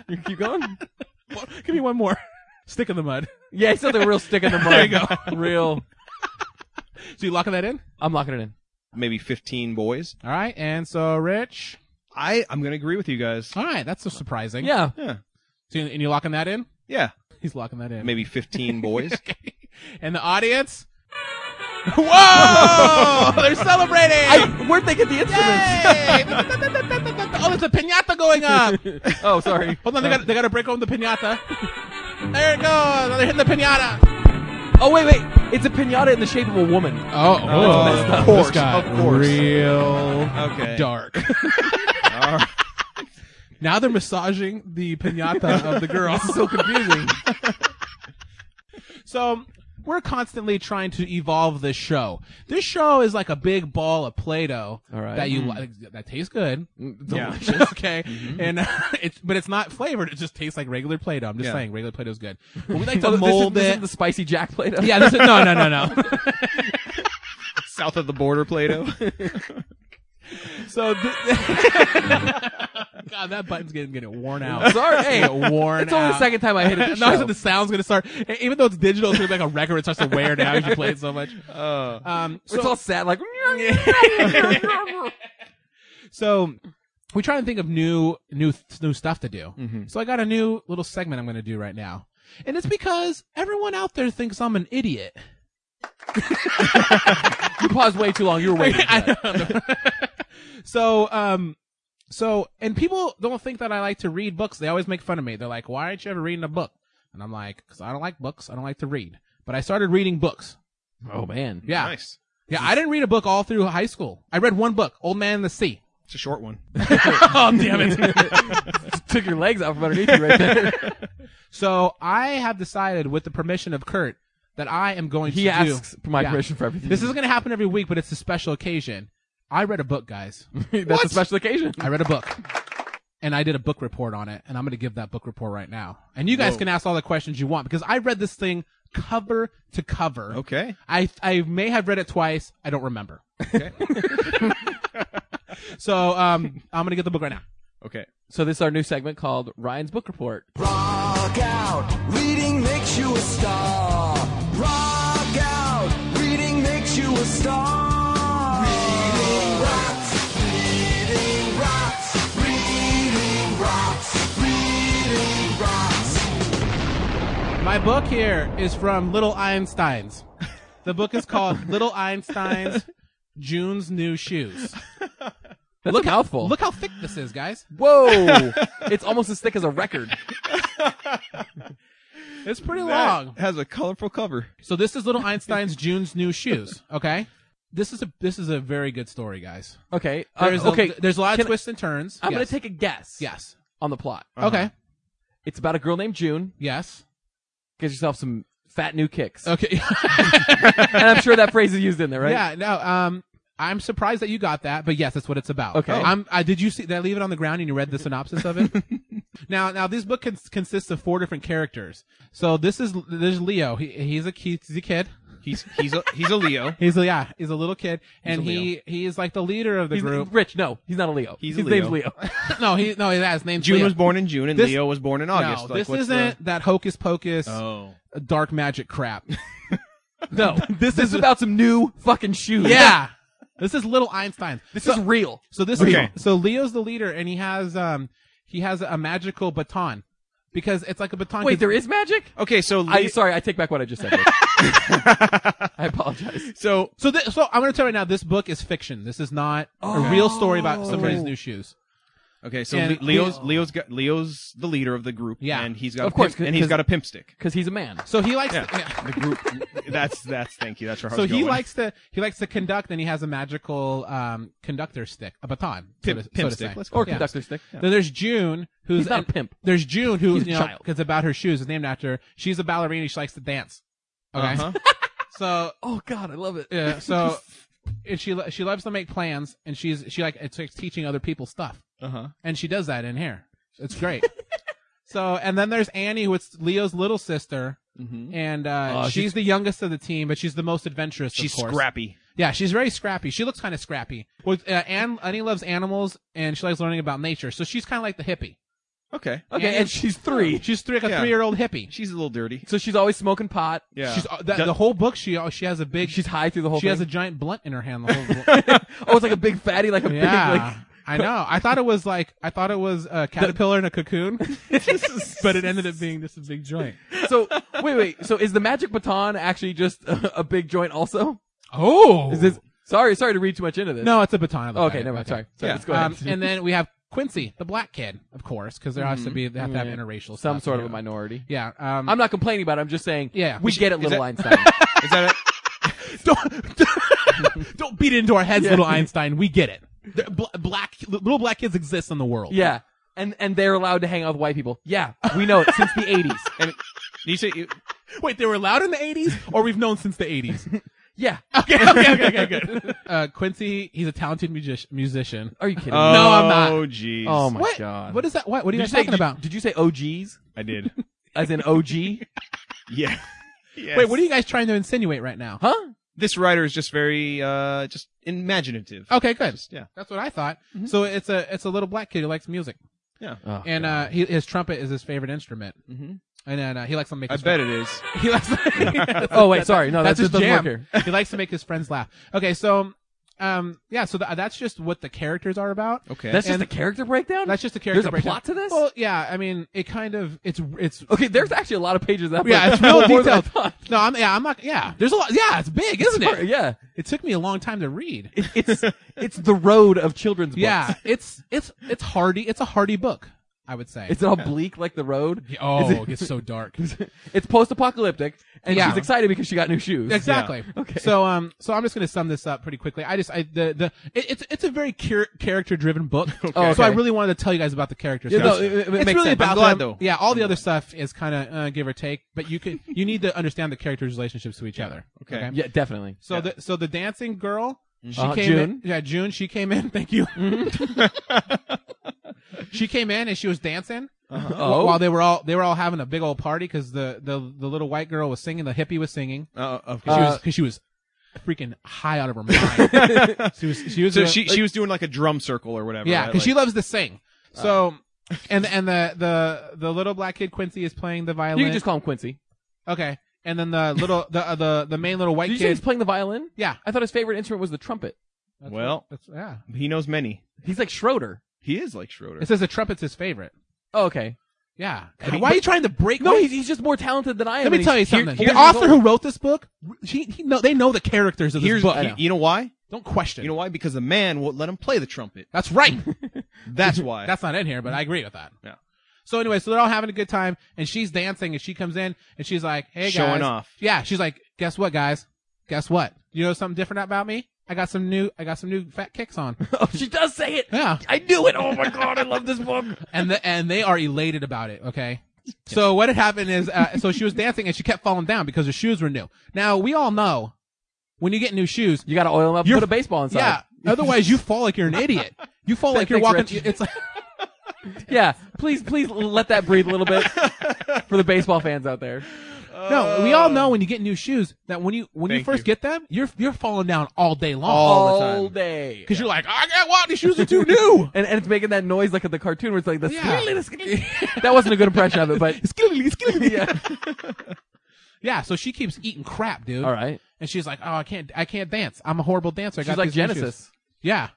[SPEAKER 2] you keep going.
[SPEAKER 1] Give me one more. Stick in the mud.
[SPEAKER 2] Yeah, he sounds like a real stick in the mud.
[SPEAKER 1] There you go.
[SPEAKER 2] Real.
[SPEAKER 1] So you locking that in?
[SPEAKER 2] I'm locking it in.
[SPEAKER 3] Maybe fifteen boys.
[SPEAKER 1] All right. And so, Rich.
[SPEAKER 3] I I'm gonna agree with you guys.
[SPEAKER 1] All right. That's so surprising.
[SPEAKER 2] Yeah.
[SPEAKER 3] Yeah,
[SPEAKER 1] So, and you locking that in?
[SPEAKER 3] yeah.
[SPEAKER 1] He's locking that in.
[SPEAKER 3] Maybe fifteen boys.
[SPEAKER 1] And the audience? Whoa! They're celebrating!
[SPEAKER 2] I, where'd they get the instruments?
[SPEAKER 1] Yay! oh, there's a pinata going up!
[SPEAKER 2] oh, sorry.
[SPEAKER 1] Hold on, they got they got to break open the pinata. There it goes! They're hitting the pinata.
[SPEAKER 2] Oh wait, wait. It's a pinata in the shape of a woman.
[SPEAKER 1] Oh,
[SPEAKER 3] that's messed up. Of course, of course.
[SPEAKER 1] real
[SPEAKER 3] Okay.
[SPEAKER 1] dark.
[SPEAKER 3] All right.
[SPEAKER 1] now they're massaging the pinata of the girl.
[SPEAKER 2] So confusing.
[SPEAKER 1] So we're constantly trying to evolve this show. This show is like a big ball of Play-Doh
[SPEAKER 2] All right. Mm.
[SPEAKER 1] that you like, that tastes good,
[SPEAKER 3] delicious.
[SPEAKER 1] okay,
[SPEAKER 2] Mm-hmm.
[SPEAKER 1] and uh, it's but it's not flavored. It just tastes like regular Play-Doh. I'm just
[SPEAKER 3] Yeah.
[SPEAKER 1] saying regular Play-Doh's good. But we like to
[SPEAKER 2] Oh, this is-
[SPEAKER 1] mold
[SPEAKER 2] this
[SPEAKER 1] it.
[SPEAKER 2] is the spicy Jack plate.
[SPEAKER 1] yeah, this is, no, no, no, no.
[SPEAKER 3] South of the border, Plato.
[SPEAKER 1] So, thi- God, that button's getting getting worn out.
[SPEAKER 2] Mm-hmm. Sorry. Hey,
[SPEAKER 1] It's getting worn
[SPEAKER 2] It's only
[SPEAKER 1] out.
[SPEAKER 2] the second time I hit it.
[SPEAKER 1] no, I said the sound's gonna start. e- Even though it's digital, it's gonna be like a record. It starts to wear down if you play it so much.
[SPEAKER 3] Uh,
[SPEAKER 1] Um, so,
[SPEAKER 2] it's all sad. Like
[SPEAKER 1] so we try and think of new, new, new stuff to do. So I got a new little segment I'm gonna do right now, and it's because everyone out there thinks I'm an idiot.
[SPEAKER 2] you paused way too long. You were waiting. for that.
[SPEAKER 1] so, um, so, and people don't think that I like to read books. They always make fun of me. They're like, why aren't you ever reading a book? And I'm like, cause I don't like books. I don't like to read. But I started reading books.
[SPEAKER 2] Oh man.
[SPEAKER 1] Yeah.
[SPEAKER 3] Nice.
[SPEAKER 1] Yeah. I didn't read a book all through high school. I read one book, Old Man and the Sea.
[SPEAKER 3] It's a short one.
[SPEAKER 1] oh, damn it.
[SPEAKER 2] Took your legs out from underneath you right there.
[SPEAKER 1] So I have decided, with the permission of Kurt, that I am going
[SPEAKER 2] He
[SPEAKER 1] to
[SPEAKER 2] asks
[SPEAKER 1] do-
[SPEAKER 2] for my
[SPEAKER 1] Yeah.
[SPEAKER 2] permission for everything.
[SPEAKER 1] This isn't going to happen every week, but it's a special occasion. I read a book, guys.
[SPEAKER 2] that's a special occasion.
[SPEAKER 1] I read a book. And I did a book report on it, and I'm going to give that book report right now. And you guys can ask all the questions you want because I read this thing cover to cover.
[SPEAKER 3] Okay.
[SPEAKER 1] I I may have read it twice. I don't remember. so um, I'm going to get the book right now.
[SPEAKER 3] Okay.
[SPEAKER 2] So this is our new segment called Ryan's Book Report.
[SPEAKER 6] Rock out, reading makes you a star. Rock out, reading makes you a star. Reading rocks, reading rocks, reading rocks, reading rocks.
[SPEAKER 1] My book here is from Little Einsteins. The book is called Little Einsteins June's New Shoes.
[SPEAKER 2] That's a mouthful.
[SPEAKER 1] Look how thick this is, guys.
[SPEAKER 2] Whoa! it's almost as thick as a record.
[SPEAKER 1] It's pretty
[SPEAKER 3] That
[SPEAKER 1] long.
[SPEAKER 3] has a colorful cover.
[SPEAKER 1] So this is Little Einstein's June's New Shoes, okay? This is a this is a very good story, guys.
[SPEAKER 2] Okay. uh,
[SPEAKER 1] There's
[SPEAKER 2] okay.
[SPEAKER 1] a, there's a lot
[SPEAKER 2] Can
[SPEAKER 1] of
[SPEAKER 2] I-
[SPEAKER 1] twists and turns.
[SPEAKER 2] I'm gonna
[SPEAKER 1] Yes. Uh.
[SPEAKER 2] take Uh-huh. a guess.
[SPEAKER 1] Yes.
[SPEAKER 2] On the plot.
[SPEAKER 1] Okay.
[SPEAKER 2] It's about a girl named June.
[SPEAKER 1] Yes.
[SPEAKER 2] Get yourself some fat new kicks.
[SPEAKER 1] Okay.
[SPEAKER 2] and I'm sure that phrase is used in there, right?
[SPEAKER 1] Yeah, no. Um, I'm surprised that you got that, but yes, that's what it's about.
[SPEAKER 2] Okay.
[SPEAKER 1] I'm. I, did you see? Did I leave it on the ground and you read the synopsis of it? now, now this book cons- consists of four different characters. So this is there's Leo. He he's a ki- he's a kid.
[SPEAKER 3] He's he's a he's a Leo.
[SPEAKER 1] He's a, yeah. He's a little kid, and he he is like the leader of the
[SPEAKER 2] He's
[SPEAKER 1] group.
[SPEAKER 2] Rich, no, he's not a Leo.
[SPEAKER 3] He's a
[SPEAKER 2] His
[SPEAKER 3] Leo.
[SPEAKER 2] name's Leo.
[SPEAKER 1] no, he no. He has named
[SPEAKER 3] June
[SPEAKER 1] Leo.
[SPEAKER 3] was born in June and
[SPEAKER 1] This-
[SPEAKER 3] Leo was born in
[SPEAKER 1] No,
[SPEAKER 3] August. Like,
[SPEAKER 1] this
[SPEAKER 3] what's
[SPEAKER 1] isn't that hocus pocus
[SPEAKER 3] The... Oh.
[SPEAKER 1] dark magic crap.
[SPEAKER 2] No, this, is about some new fucking shoes.
[SPEAKER 1] yeah. This is little Einstein.
[SPEAKER 2] this
[SPEAKER 1] So-
[SPEAKER 2] is real.
[SPEAKER 1] So this
[SPEAKER 3] Okay.
[SPEAKER 1] is so Leo's the leader, and he has um he has a magical baton because it's like a baton.
[SPEAKER 2] Wait, there is magic?
[SPEAKER 3] Okay, so Le-
[SPEAKER 2] I sorry, I take back what I just said. I apologize.
[SPEAKER 3] so
[SPEAKER 1] So thi- so I'm gonna tell you right now, this book is fiction. This is not
[SPEAKER 2] Oh.
[SPEAKER 1] a real story about somebody's new shoes.
[SPEAKER 3] okay, so
[SPEAKER 1] And
[SPEAKER 3] Le- Leo's Leo's got Leo's the leader of the group.
[SPEAKER 1] Yeah.
[SPEAKER 3] and he's got
[SPEAKER 2] Of
[SPEAKER 3] a
[SPEAKER 2] course,
[SPEAKER 3] pimp-
[SPEAKER 2] 'cause-
[SPEAKER 3] and he's
[SPEAKER 2] 'cause-
[SPEAKER 3] got a pimp stick.
[SPEAKER 2] Because he's a man.
[SPEAKER 1] So he likes
[SPEAKER 3] Yeah.
[SPEAKER 1] to, yeah.
[SPEAKER 3] The group. that's that's. Thank you. That's where I
[SPEAKER 1] so
[SPEAKER 3] was
[SPEAKER 1] he
[SPEAKER 3] going.
[SPEAKER 1] likes to he likes to conduct, and he has a magical um conductor stick, a baton, so
[SPEAKER 3] Pimp-
[SPEAKER 1] to- so
[SPEAKER 3] pimp
[SPEAKER 1] to
[SPEAKER 3] stick.
[SPEAKER 1] say.
[SPEAKER 3] Let's
[SPEAKER 2] Or
[SPEAKER 1] Yeah.
[SPEAKER 2] conductor stick.
[SPEAKER 1] Then there's June, who's
[SPEAKER 2] He's not
[SPEAKER 1] and
[SPEAKER 2] a pimp.
[SPEAKER 1] There's June, who's
[SPEAKER 2] He's a
[SPEAKER 1] you know
[SPEAKER 2] child.
[SPEAKER 1] because about her shoes is named after. her. She's a ballerina. She likes to dance. Okay,
[SPEAKER 3] Uh-huh.
[SPEAKER 1] so
[SPEAKER 2] Oh god, I love it.
[SPEAKER 1] Yeah. So, and she lo- she loves to make plans, and she's she like it's like teaching other people stuff,
[SPEAKER 3] Uh huh.
[SPEAKER 1] and she does that in here. It's great. so, and then there's Annie, who is Leo's little sister, and uh,
[SPEAKER 2] Oh,
[SPEAKER 1] she's,
[SPEAKER 2] she's-
[SPEAKER 1] the youngest of the team, but she's the most adventurous.
[SPEAKER 3] She's
[SPEAKER 1] of course.
[SPEAKER 3] scrappy.
[SPEAKER 1] Yeah, she's very scrappy. She looks kind of scrappy. With uh, Anne, Annie loves animals, and she likes learning about nature. So she's kind of like the hippie.
[SPEAKER 3] Okay.
[SPEAKER 2] Okay, and,
[SPEAKER 1] And-
[SPEAKER 2] she's three.
[SPEAKER 1] She's three, like a
[SPEAKER 3] Yeah.
[SPEAKER 1] three year old hippie.
[SPEAKER 3] She's a little dirty.
[SPEAKER 2] So she's always smoking pot.
[SPEAKER 3] Yeah.
[SPEAKER 1] She's uh, that, the whole book. She she has a big.
[SPEAKER 2] She's high through the whole
[SPEAKER 1] she has a
[SPEAKER 2] thing.
[SPEAKER 1] giant blunt in her hand. The whole.
[SPEAKER 2] oh, it's like a big fatty, like a big
[SPEAKER 1] Yeah.
[SPEAKER 2] like
[SPEAKER 1] I know. I thought it was like I thought it was a caterpillar in a cocoon, but it ended up being just a big joint.
[SPEAKER 2] So wait, wait. So is the magic baton actually just a, a big joint? Also,
[SPEAKER 1] Oh,
[SPEAKER 2] is this? Sorry, sorry to read too much into this.
[SPEAKER 1] No, it's a baton. I looked
[SPEAKER 2] okay,
[SPEAKER 1] at it.
[SPEAKER 2] never mind. Sorry, sorry.
[SPEAKER 3] Yeah.
[SPEAKER 2] Let's go ahead.
[SPEAKER 1] Um, and then we have Quincy, the black kid, of course, because there has to be they have to have interracial
[SPEAKER 2] Mm-hmm. Some
[SPEAKER 1] stuff,
[SPEAKER 2] sort of
[SPEAKER 1] you
[SPEAKER 2] a
[SPEAKER 1] know.
[SPEAKER 2] minority.
[SPEAKER 1] Yeah. Um,
[SPEAKER 2] I'm not complaining about. it. I'm just saying.
[SPEAKER 1] Yeah.
[SPEAKER 2] we
[SPEAKER 1] Is
[SPEAKER 2] get it,
[SPEAKER 3] is
[SPEAKER 2] little
[SPEAKER 3] that-
[SPEAKER 2] Einstein.
[SPEAKER 3] Is that a,
[SPEAKER 1] don't don't beat it into our heads,
[SPEAKER 2] Yeah.
[SPEAKER 1] little Einstein. We get it. The bl- black little black kids exist in the world.
[SPEAKER 2] yeah, and and they're allowed to hang out with white people. Yeah, we know it since the 80s.
[SPEAKER 3] and you say you,
[SPEAKER 1] Wait, they were allowed in the '80s, or we've known since the '80s.
[SPEAKER 2] Yeah,
[SPEAKER 1] okay, okay, okay, okay, good. Uh, Quincy, he's a talented music- musician.
[SPEAKER 2] are you kidding?
[SPEAKER 3] Oh,
[SPEAKER 2] me?
[SPEAKER 1] No, I'm not.
[SPEAKER 3] jeez.
[SPEAKER 2] Oh my
[SPEAKER 1] what?
[SPEAKER 2] god.
[SPEAKER 1] What is that? What, what are you
[SPEAKER 2] did
[SPEAKER 1] guys
[SPEAKER 2] say?
[SPEAKER 1] talking
[SPEAKER 2] did-
[SPEAKER 1] about?
[SPEAKER 2] Did you say OGs
[SPEAKER 3] I did.
[SPEAKER 2] as in OG?
[SPEAKER 3] Yeah. Yes.
[SPEAKER 1] Wait, what are you guys trying to insinuate right now?
[SPEAKER 2] huh?
[SPEAKER 3] This writer is just very uh just imaginative.
[SPEAKER 1] Okay, good.
[SPEAKER 3] yeah.
[SPEAKER 1] That's what I thought.
[SPEAKER 2] Mm-hmm.
[SPEAKER 1] So it's a it's a little black kid who likes music,
[SPEAKER 3] Yeah.
[SPEAKER 1] and uh, he, his trumpet is his favorite instrument, mm-hmm. and then uh, he likes to make.
[SPEAKER 3] I
[SPEAKER 1] His
[SPEAKER 3] bet it is.
[SPEAKER 1] He likes.
[SPEAKER 2] Oh wait, sorry. No,
[SPEAKER 1] that's
[SPEAKER 2] that
[SPEAKER 1] his
[SPEAKER 2] just doesn't work
[SPEAKER 1] jam.
[SPEAKER 2] here.
[SPEAKER 1] he likes to make his friends laugh. Okay, so um, yeah, so th- that's just what the characters are about.
[SPEAKER 3] Okay.
[SPEAKER 2] That's just
[SPEAKER 1] And-
[SPEAKER 2] a character breakdown.
[SPEAKER 1] That's just the character.
[SPEAKER 2] There's a
[SPEAKER 1] breakdown.
[SPEAKER 2] plot to this?
[SPEAKER 1] Well, yeah. I mean, it kind of it's it's
[SPEAKER 2] Okay, there's actually a lot of pages. That
[SPEAKER 1] yeah, it's real
[SPEAKER 2] more than I
[SPEAKER 1] detailed.
[SPEAKER 2] thought.
[SPEAKER 1] No, I'm yeah, I'm not yeah. There's a lot. Yeah, it's big, isn't it?
[SPEAKER 2] Yeah,
[SPEAKER 1] It took me a long time to read.
[SPEAKER 2] It- it's it's the road of children's books.
[SPEAKER 1] Yeah, it's it's it's hardy. It's a hardy book. I would say.
[SPEAKER 2] It's all bleak like the road.
[SPEAKER 1] oh,
[SPEAKER 2] Is
[SPEAKER 1] it gets so dark.
[SPEAKER 2] It's post-apocalyptic, and
[SPEAKER 1] Yeah.
[SPEAKER 2] she's excited because she got new shoes.
[SPEAKER 1] Exactly.
[SPEAKER 2] Okay.
[SPEAKER 1] So um, so I'm just gonna sum this up pretty quickly. I just I the the it, it's it's a very char- character driven book.
[SPEAKER 2] Oh,
[SPEAKER 1] So I
[SPEAKER 2] okay.
[SPEAKER 1] really wanted to tell you guys about the characters.
[SPEAKER 2] Yeah, no,
[SPEAKER 1] It's-
[SPEAKER 2] it- it- it
[SPEAKER 1] it's
[SPEAKER 2] makes
[SPEAKER 1] really
[SPEAKER 2] sense.
[SPEAKER 1] about
[SPEAKER 3] I'm glad,
[SPEAKER 1] them.
[SPEAKER 3] though.
[SPEAKER 1] Yeah, all the other stuff is kind of uh, give or take, but you could you need to understand the characters' relationships to each other.
[SPEAKER 3] Okay.
[SPEAKER 2] Yeah, definitely.
[SPEAKER 1] So the so the dancing girl, she
[SPEAKER 2] Uh,
[SPEAKER 1] came in.
[SPEAKER 2] June. Mm-hmm.
[SPEAKER 1] Yeah, June. She came in. Thank you. she came in and she was dancing
[SPEAKER 2] Oh.
[SPEAKER 1] while they were all they were all having a big old party because the, the the little white girl was singing, the hippie was singing.
[SPEAKER 3] Uh, of
[SPEAKER 1] She
[SPEAKER 3] course.
[SPEAKER 1] was because she was freaking high out of her mind. she was she was
[SPEAKER 3] so
[SPEAKER 1] a-
[SPEAKER 3] she she was doing like a drum circle or whatever.
[SPEAKER 1] yeah
[SPEAKER 3] right?
[SPEAKER 1] because she
[SPEAKER 3] Like-
[SPEAKER 1] loves to sing.
[SPEAKER 2] Uh.
[SPEAKER 1] So and and the the the little black kid Quincy is playing the violin.
[SPEAKER 2] You can just call him Quincy.
[SPEAKER 1] okay. And then the little the uh, the the main little white
[SPEAKER 2] Did you say
[SPEAKER 1] kid.
[SPEAKER 2] he's playing the violin?
[SPEAKER 1] yeah.
[SPEAKER 2] I thought his favorite instrument was the trumpet.
[SPEAKER 1] That's
[SPEAKER 3] Well.
[SPEAKER 1] what- that's, yeah.
[SPEAKER 3] he knows many.
[SPEAKER 2] He's like Schroeder.
[SPEAKER 3] He is like Schroeder.
[SPEAKER 1] It says the trumpet's his favorite.
[SPEAKER 2] Oh, okay.
[SPEAKER 1] Yeah. why are you trying to break?
[SPEAKER 2] No,
[SPEAKER 1] why-
[SPEAKER 2] he's, he's just more talented than I am.
[SPEAKER 1] Let me
[SPEAKER 2] and
[SPEAKER 1] tell you
[SPEAKER 2] he's- here-
[SPEAKER 1] something.
[SPEAKER 2] here's
[SPEAKER 1] the
[SPEAKER 2] his
[SPEAKER 1] author
[SPEAKER 2] goal.
[SPEAKER 1] who wrote this book, he, he know they know the characters of this
[SPEAKER 3] Here's
[SPEAKER 1] book.
[SPEAKER 3] you, you know why?
[SPEAKER 1] Don't question.
[SPEAKER 3] You know why? Because the man won't let him play the trumpet.
[SPEAKER 1] That's right.
[SPEAKER 3] That's why.
[SPEAKER 1] That's not in here, but I agree with that.
[SPEAKER 3] Yeah.
[SPEAKER 1] So anyway, so they're all having a good time, and she's dancing, and she comes in, and she's like, "Hey guys,
[SPEAKER 3] Showing off.
[SPEAKER 1] Yeah, she's like, "Guess what, guys? Guess what? You know something different about me? I got some new, I got some new fat kicks on."
[SPEAKER 2] Oh, she does say it.
[SPEAKER 1] yeah.
[SPEAKER 2] I knew it. Oh my god, I love this book.
[SPEAKER 1] and the, and they are elated about it. Okay. So what had happened is, uh, so she was dancing and she kept falling down because her shoes were new. Now we all know when you get new shoes,
[SPEAKER 2] You got to oil him up.
[SPEAKER 1] You're-
[SPEAKER 2] put a baseball inside.
[SPEAKER 1] yeah. Otherwise, you fall like you're an idiot. You fall like you're walking.
[SPEAKER 2] Thanks, Rich.
[SPEAKER 1] It's like,
[SPEAKER 2] yeah. Please, please let that breathe a little bit for the baseball fans out there.
[SPEAKER 1] no, we all
[SPEAKER 2] Oh.
[SPEAKER 1] know when you get new shoes that when you when you
[SPEAKER 3] Thank
[SPEAKER 1] first
[SPEAKER 3] you.
[SPEAKER 1] get them, you're you're falling down all day long.
[SPEAKER 3] All the time.
[SPEAKER 2] day.
[SPEAKER 1] because you're like, I got wow, these shoes are too new.
[SPEAKER 2] And, and it's making that noise like at the cartoon where it's like the
[SPEAKER 1] Yeah.
[SPEAKER 2] squealy, the squealy. that wasn't a good impression of it, but yeah.
[SPEAKER 1] Yeah, so she keeps eating crap, dude.
[SPEAKER 2] All right,
[SPEAKER 1] And she's like, oh, I can't, I can't dance. I'm a horrible dancer. I
[SPEAKER 2] she's
[SPEAKER 1] got
[SPEAKER 2] like
[SPEAKER 1] these new shoes."
[SPEAKER 2] Genesis.
[SPEAKER 1] Yeah.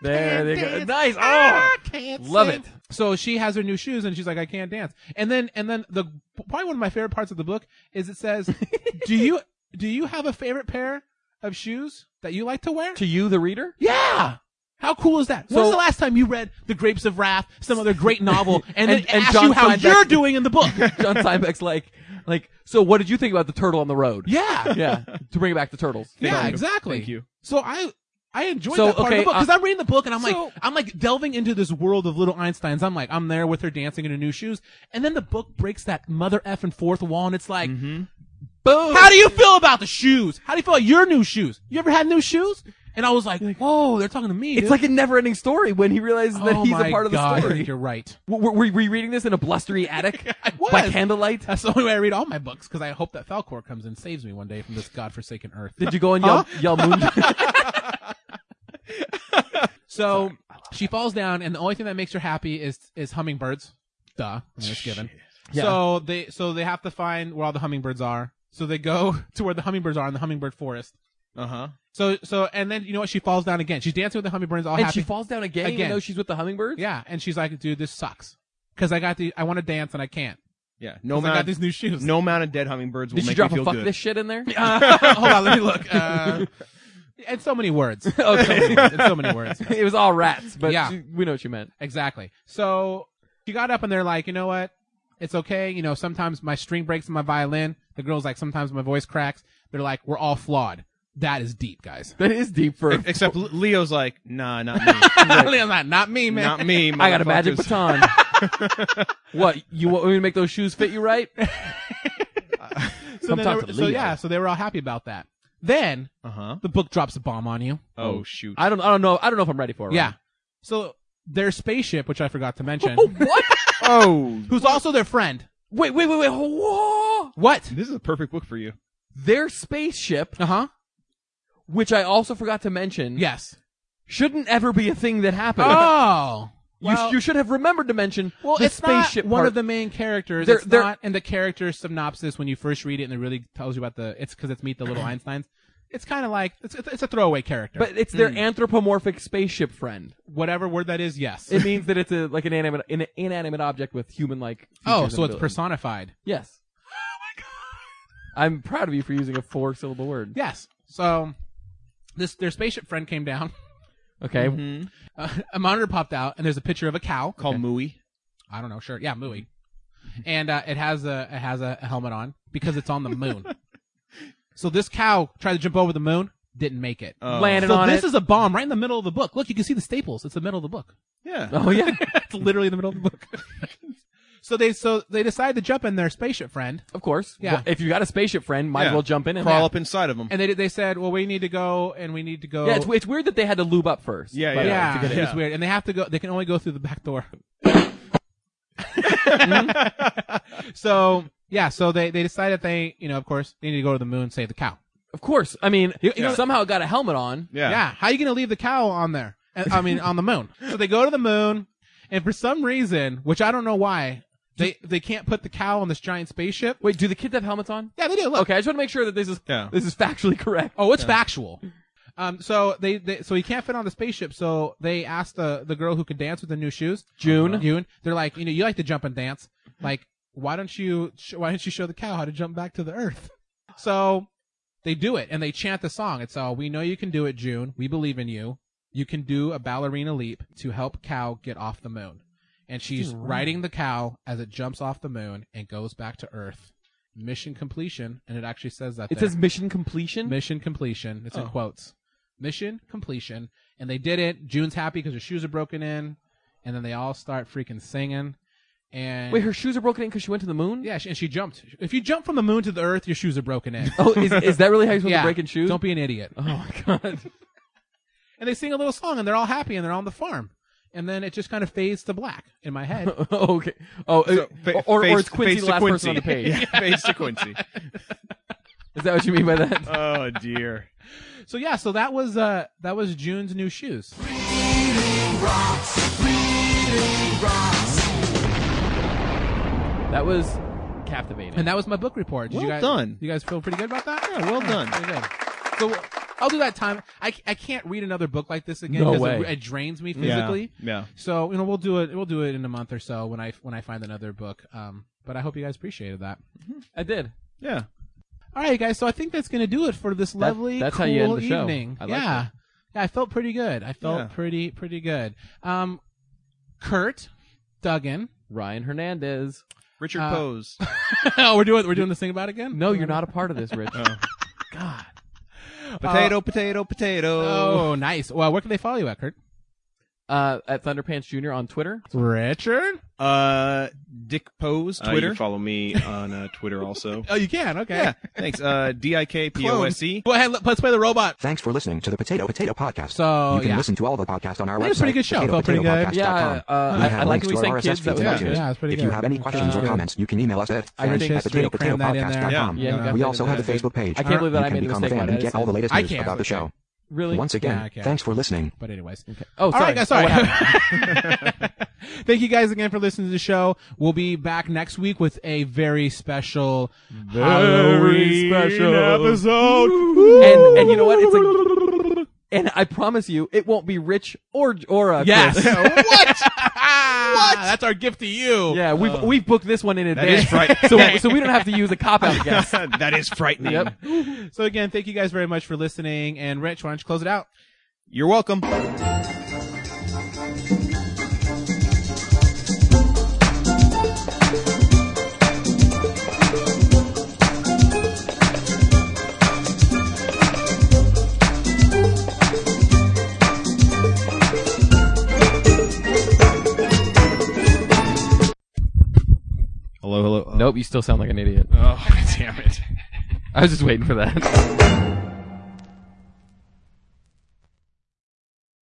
[SPEAKER 2] There they go. Nice. Oh, love it.
[SPEAKER 1] So she has her new shoes and she's like, I can't dance. And then, and then the, probably one of my favorite parts of the book is it says, do you, do you have a favorite pair of shoes that you like to wear?
[SPEAKER 2] To you, the reader.
[SPEAKER 1] Yeah. How cool is that? When's
[SPEAKER 2] So-
[SPEAKER 1] the last time you read The Grapes of Wrath, some other great novel, and,
[SPEAKER 2] And-
[SPEAKER 1] then
[SPEAKER 2] and
[SPEAKER 1] asked
[SPEAKER 2] John
[SPEAKER 1] you how
[SPEAKER 2] Steinbeck-
[SPEAKER 1] you're doing in the book?
[SPEAKER 2] John Steinbeck's like, like. So, what did you think about the turtle on the road?
[SPEAKER 1] yeah.
[SPEAKER 2] yeah. To bring it back to turtles.
[SPEAKER 1] Yeah,
[SPEAKER 3] you.
[SPEAKER 1] exactly.
[SPEAKER 3] Thank you.
[SPEAKER 1] So I I enjoyed
[SPEAKER 2] So,
[SPEAKER 1] that part of the
[SPEAKER 2] okay,
[SPEAKER 1] book because
[SPEAKER 2] uh,
[SPEAKER 1] I'm reading the book and I'm
[SPEAKER 2] so-
[SPEAKER 1] like I'm like delving into this world of little Einsteins. I'm like I'm there with her dancing in her new shoes, and then the book breaks that mother effing fourth wall, and it's like,
[SPEAKER 2] Mm-hmm. Boom.
[SPEAKER 1] how do you feel about the shoes? How do you feel about your new shoes? You ever had new shoes? And I was like, whoa, they're talking to me.
[SPEAKER 2] It's
[SPEAKER 1] dude.
[SPEAKER 2] like a never-ending story when he realizes that
[SPEAKER 1] Oh
[SPEAKER 2] he's
[SPEAKER 1] my
[SPEAKER 2] a part of
[SPEAKER 1] God,
[SPEAKER 2] the story.
[SPEAKER 1] You're right.
[SPEAKER 2] W- Were, were we reading this in a blustery attic
[SPEAKER 1] I was.
[SPEAKER 2] by candlelight?
[SPEAKER 1] That's the only way I read all my books because I hope that Falcor comes and saves me one day from this godforsaken earth.
[SPEAKER 2] Did you go and yell, yell moon?
[SPEAKER 1] So she falls down, and the only thing that makes her happy is is hummingbirds. Duh, I mean, it's given.
[SPEAKER 2] Yeah.
[SPEAKER 1] So they so they have to find where all the hummingbirds are. So they go to where the hummingbirds are in the hummingbird forest.
[SPEAKER 3] Uh huh.
[SPEAKER 1] So so and then you know what? She falls down again. She's dancing with the hummingbirds, all
[SPEAKER 2] and
[SPEAKER 1] happy.
[SPEAKER 2] she falls down again,
[SPEAKER 1] Again.
[SPEAKER 2] even though she's with the hummingbirds.
[SPEAKER 1] yeah, and she's like, "Dude, this sucks." Because I got the I want to dance and I can't.
[SPEAKER 3] Yeah. No
[SPEAKER 1] 'Cause I got
[SPEAKER 3] amount.
[SPEAKER 1] these new shoes.
[SPEAKER 3] No amount of dead hummingbirds will
[SPEAKER 2] Did she
[SPEAKER 3] make
[SPEAKER 2] drop a
[SPEAKER 3] you feel
[SPEAKER 2] fuck
[SPEAKER 3] good.
[SPEAKER 2] this shit in there?
[SPEAKER 1] Uh, hold on, let me look. Uh, and so many words.
[SPEAKER 2] okay.
[SPEAKER 1] It's so many words.
[SPEAKER 2] it was all rats, but
[SPEAKER 1] Yeah.
[SPEAKER 2] she- we know what you meant.
[SPEAKER 1] Exactly. So she got up and they're like, you know what? It's okay. You know, sometimes my string breaks in my violin. The girl's like, sometimes my voice cracks. They're like, we're all flawed. That is deep, guys.
[SPEAKER 2] That is deep for.
[SPEAKER 3] Except Leo's like, nah, not me.
[SPEAKER 1] Leo's like, not me, man.
[SPEAKER 3] not me.
[SPEAKER 2] I got a magic
[SPEAKER 3] motherfuckers."
[SPEAKER 2] baton. what you want me to make those shoes fit you right?
[SPEAKER 1] So, then
[SPEAKER 2] Sometimes
[SPEAKER 1] they were-
[SPEAKER 2] a
[SPEAKER 1] so
[SPEAKER 2] Leo.
[SPEAKER 1] yeah, so they were all happy about that. Then
[SPEAKER 3] Uh-huh.
[SPEAKER 1] the book drops a bomb on you.
[SPEAKER 3] Oh shoot.
[SPEAKER 2] I don't. I don't know. I don't know if I'm ready for it.
[SPEAKER 1] Yeah. So their spaceship, which I forgot to mention,
[SPEAKER 2] Oh what?
[SPEAKER 3] oh.
[SPEAKER 1] who's also their friend.
[SPEAKER 2] wait, wait, wait, wait. Whoa!
[SPEAKER 1] What?
[SPEAKER 3] This is a perfect book for you.
[SPEAKER 2] Their spaceship,
[SPEAKER 1] Uh huh.
[SPEAKER 2] which I also forgot to mention,
[SPEAKER 1] Yes.
[SPEAKER 2] shouldn't ever be a thing that happened.
[SPEAKER 1] Oh.
[SPEAKER 2] You,
[SPEAKER 1] Well-
[SPEAKER 2] you should have remembered to mention
[SPEAKER 1] Well,
[SPEAKER 2] the
[SPEAKER 1] it's
[SPEAKER 2] spaceship
[SPEAKER 1] not one
[SPEAKER 2] part.
[SPEAKER 1] of the main characters.
[SPEAKER 2] They're-
[SPEAKER 1] it's
[SPEAKER 2] they're-
[SPEAKER 1] not in the character synopsis when you first read it, and it really tells you about the. It's because it's meet the little Einsteins. It's kind of like it's it's it's a throwaway character,
[SPEAKER 2] But it's their anthropomorphic spaceship friend.
[SPEAKER 1] whatever word that is, yes.
[SPEAKER 2] It means that it's a like an inanimate, an inanimate object with human like.
[SPEAKER 1] oh, so it's personified.
[SPEAKER 2] Yes. Oh my god! I'm proud of you for using a four syllable word.
[SPEAKER 1] Yes. So this their spaceship friend came down.
[SPEAKER 2] Okay. Mm-hmm.
[SPEAKER 1] A monitor popped out, and there's a picture of a cow.
[SPEAKER 3] Mm-hmm. Called Mooey.
[SPEAKER 1] I don't know, sure, yeah, Mui, and uh, it has a it has a helmet on because it's on the moon. so this cow tried to jump over the moon, didn't make it.
[SPEAKER 3] Oh.
[SPEAKER 2] Landed
[SPEAKER 1] so
[SPEAKER 2] on
[SPEAKER 1] this
[SPEAKER 2] it.
[SPEAKER 1] is a bomb right in the middle of the book. Look, you can see the staples. It's the middle of the book.
[SPEAKER 3] Yeah.
[SPEAKER 2] oh yeah,
[SPEAKER 1] it's literally in the middle of the book. so they so they decide to jump in their spaceship friend,
[SPEAKER 2] of course.
[SPEAKER 1] Yeah.
[SPEAKER 2] Well, if you got a spaceship friend, might as
[SPEAKER 3] Yeah.
[SPEAKER 2] well jump in and
[SPEAKER 3] Crawl up inside of them.
[SPEAKER 1] and they they said, well, we need to go and we need to go.
[SPEAKER 2] Yeah, it's, it's weird that they had to lube up first.
[SPEAKER 3] Yeah,
[SPEAKER 2] but, uh,
[SPEAKER 1] yeah,
[SPEAKER 2] it's a good-
[SPEAKER 1] it was weird, and they have to go. They can only go through the back door.
[SPEAKER 2] Mm-hmm.
[SPEAKER 1] so yeah, so they they decide that they you know of course they need to go to the moon and save the cow.
[SPEAKER 2] Of course. I mean, somehow it got a helmet on.
[SPEAKER 3] yeah.
[SPEAKER 1] Yeah, how you gonna leave the cow on there? And- I mean on the moon. So they go to the moon, and for some reason, which I don't know why, they they can't put the cow on this giant spaceship.
[SPEAKER 2] Wait, do the kids have helmets on?
[SPEAKER 1] Yeah, they do. Look.
[SPEAKER 2] Okay, I just want to make sure that this is
[SPEAKER 3] Yeah.
[SPEAKER 2] this is factually correct.
[SPEAKER 1] Oh, it's factual. Um, so they, they so he can't fit on the spaceship. So they asked the the girl who could dance with the new shoes, June. June. They're like, you know, you like to jump and dance. Like, why don't you? Sh- why don't you show the cow how to jump back to the earth? So they do it and they chant the song. It's all we know you can do it, June. We believe in you. You can do a ballerina leap to help cow get off the moon. And she's riding the cow as it jumps off the moon and goes back to Earth. Mission completion, and it actually says that.
[SPEAKER 2] It
[SPEAKER 1] there.
[SPEAKER 2] says mission Oh. completion.
[SPEAKER 1] Mission completion. It's in quotes. Mission completion. And they did it. June's happy because her shoes are broken in. And then they all start freaking singing. And
[SPEAKER 2] Wait, her shoes are broken in because she went to the moon.
[SPEAKER 1] yeah, she, and she jumped. If you jump from the moon to the earth, your shoes are broken in.
[SPEAKER 2] Oh, is, is that really how you're supposed to break in shoes?
[SPEAKER 1] Don't be an idiot.
[SPEAKER 2] Oh my god.
[SPEAKER 1] And they sing a little song, and they're all happy, and they're on the farm. And then it just kind of fades to black in my head.
[SPEAKER 2] okay. Oh,
[SPEAKER 3] So,
[SPEAKER 2] uh,
[SPEAKER 3] fa-
[SPEAKER 2] or,
[SPEAKER 3] face-
[SPEAKER 2] or it's Quincy
[SPEAKER 3] face
[SPEAKER 2] the
[SPEAKER 3] to
[SPEAKER 2] last person on the
[SPEAKER 3] Quincy.
[SPEAKER 2] page.
[SPEAKER 3] yeah, face to Quincy.
[SPEAKER 2] Is that what you mean by that?
[SPEAKER 3] Oh dear.
[SPEAKER 1] so yeah, so that was uh that was June's new shoes.
[SPEAKER 2] That was captivating.
[SPEAKER 1] And that was my book report. Did you
[SPEAKER 3] Well
[SPEAKER 1] guys,
[SPEAKER 3] done.
[SPEAKER 1] You guys feel pretty good about that?
[SPEAKER 3] Yeah, well done.
[SPEAKER 1] pretty good. So I'll do that time. I, I can't read another book like this again
[SPEAKER 2] No
[SPEAKER 1] because
[SPEAKER 2] way.
[SPEAKER 1] it, it drains me physically.
[SPEAKER 3] Yeah.
[SPEAKER 1] So you know we'll do it. We'll do it in a month or so when I when I find another book. Um, but I hope you guys appreciated that.
[SPEAKER 2] I did.
[SPEAKER 3] Yeah.
[SPEAKER 1] All right, guys. So I think that's gonna do it for this lovely
[SPEAKER 2] that's
[SPEAKER 1] cool
[SPEAKER 2] how you end the show.
[SPEAKER 1] evening.
[SPEAKER 2] I liked
[SPEAKER 1] yeah,
[SPEAKER 2] it.
[SPEAKER 1] yeah. I felt pretty good. I felt
[SPEAKER 3] Yeah.
[SPEAKER 1] pretty pretty good. Um, Kurt Duggan.
[SPEAKER 2] Ryan Hernandez.
[SPEAKER 3] Richard
[SPEAKER 1] Uh,
[SPEAKER 3] Pose.
[SPEAKER 1] oh, we're doing we're doing this thing about it again.
[SPEAKER 2] No, you're not a part of this, Rich.
[SPEAKER 3] Oh.
[SPEAKER 1] God.
[SPEAKER 3] Potato,
[SPEAKER 2] Uh,
[SPEAKER 3] potato, potato.
[SPEAKER 1] Oh, nice. Well, where can they follow you at, Kurt?
[SPEAKER 2] Uh, at Thunderpants Jr. on Twitter.
[SPEAKER 1] Richard.
[SPEAKER 3] Uh, Dick Pose,
[SPEAKER 5] Uh, you
[SPEAKER 3] Twitter.
[SPEAKER 5] can follow me on uh, Twitter also.
[SPEAKER 1] Oh, you can. Okay.
[SPEAKER 3] yeah. Thanks. Uh, D I K P O S E.
[SPEAKER 1] Go ahead. let- Let's play the robot.
[SPEAKER 7] Thanks for listening to the Potato Potato Podcast.
[SPEAKER 1] So,
[SPEAKER 7] you can
[SPEAKER 1] Oh, yeah.
[SPEAKER 7] listen to all the podcasts on our
[SPEAKER 1] That
[SPEAKER 7] website.
[SPEAKER 1] was a pretty good show. Felt pretty good.
[SPEAKER 7] potatopotatopodcast.com.
[SPEAKER 2] Yeah, uh,
[SPEAKER 7] We
[SPEAKER 2] I,
[SPEAKER 7] have
[SPEAKER 2] I like
[SPEAKER 7] links
[SPEAKER 2] when we
[SPEAKER 7] to
[SPEAKER 2] sang
[SPEAKER 7] our RSS
[SPEAKER 2] kids. That was
[SPEAKER 7] feed and
[SPEAKER 3] Yeah.
[SPEAKER 2] good.
[SPEAKER 7] iTunes.
[SPEAKER 1] Yeah, it's pretty
[SPEAKER 7] if
[SPEAKER 1] good.
[SPEAKER 7] you have any questions
[SPEAKER 1] good.
[SPEAKER 7] or comments, you can email us at
[SPEAKER 2] I
[SPEAKER 7] fans
[SPEAKER 2] think
[SPEAKER 7] at
[SPEAKER 1] it's straight, cram that in there.
[SPEAKER 7] potatopotatopodcast.com.
[SPEAKER 1] Yeah,
[SPEAKER 2] yeah, you got
[SPEAKER 7] We
[SPEAKER 2] that
[SPEAKER 7] also
[SPEAKER 2] in
[SPEAKER 7] have a
[SPEAKER 2] there.
[SPEAKER 7] Facebook page.
[SPEAKER 2] I can't believe that
[SPEAKER 7] you
[SPEAKER 2] I
[SPEAKER 7] can
[SPEAKER 2] made a
[SPEAKER 7] become
[SPEAKER 2] mistake
[SPEAKER 7] a fan
[SPEAKER 2] by
[SPEAKER 7] and
[SPEAKER 2] that.
[SPEAKER 7] get all the latest
[SPEAKER 1] I
[SPEAKER 7] news
[SPEAKER 1] can't.
[SPEAKER 7] about the show.
[SPEAKER 2] Really?
[SPEAKER 7] Once
[SPEAKER 1] Yeah, I
[SPEAKER 7] again,
[SPEAKER 1] can't.
[SPEAKER 7] thanks for listening.
[SPEAKER 1] But anyways.
[SPEAKER 2] Oh,
[SPEAKER 1] All
[SPEAKER 2] sorry.
[SPEAKER 1] right, guys.
[SPEAKER 2] Oh,
[SPEAKER 1] Sorry.
[SPEAKER 2] what happened?
[SPEAKER 1] Thank you guys again for listening to the show. We'll be back next week with a very special, very
[SPEAKER 2] special.
[SPEAKER 1] episode.
[SPEAKER 2] and and you know what? It's like, and I promise you, it won't be Rich or or uh,
[SPEAKER 1] yes.
[SPEAKER 2] Chris.
[SPEAKER 1] what? what? That's our gift to you.
[SPEAKER 2] Yeah, we've we've booked this one in
[SPEAKER 3] Oh. is
[SPEAKER 2] advance,
[SPEAKER 3] right.
[SPEAKER 2] so so we don't have to use a cop out guess.
[SPEAKER 3] that is frightening.
[SPEAKER 2] Yep.
[SPEAKER 1] So again, thank you guys very much for listening. And Rich, why don't you close it out?
[SPEAKER 3] You're welcome. Hello, hello.
[SPEAKER 2] Nope, you still sound like an idiot.
[SPEAKER 3] Oh, damn it.
[SPEAKER 2] I was just waiting for that.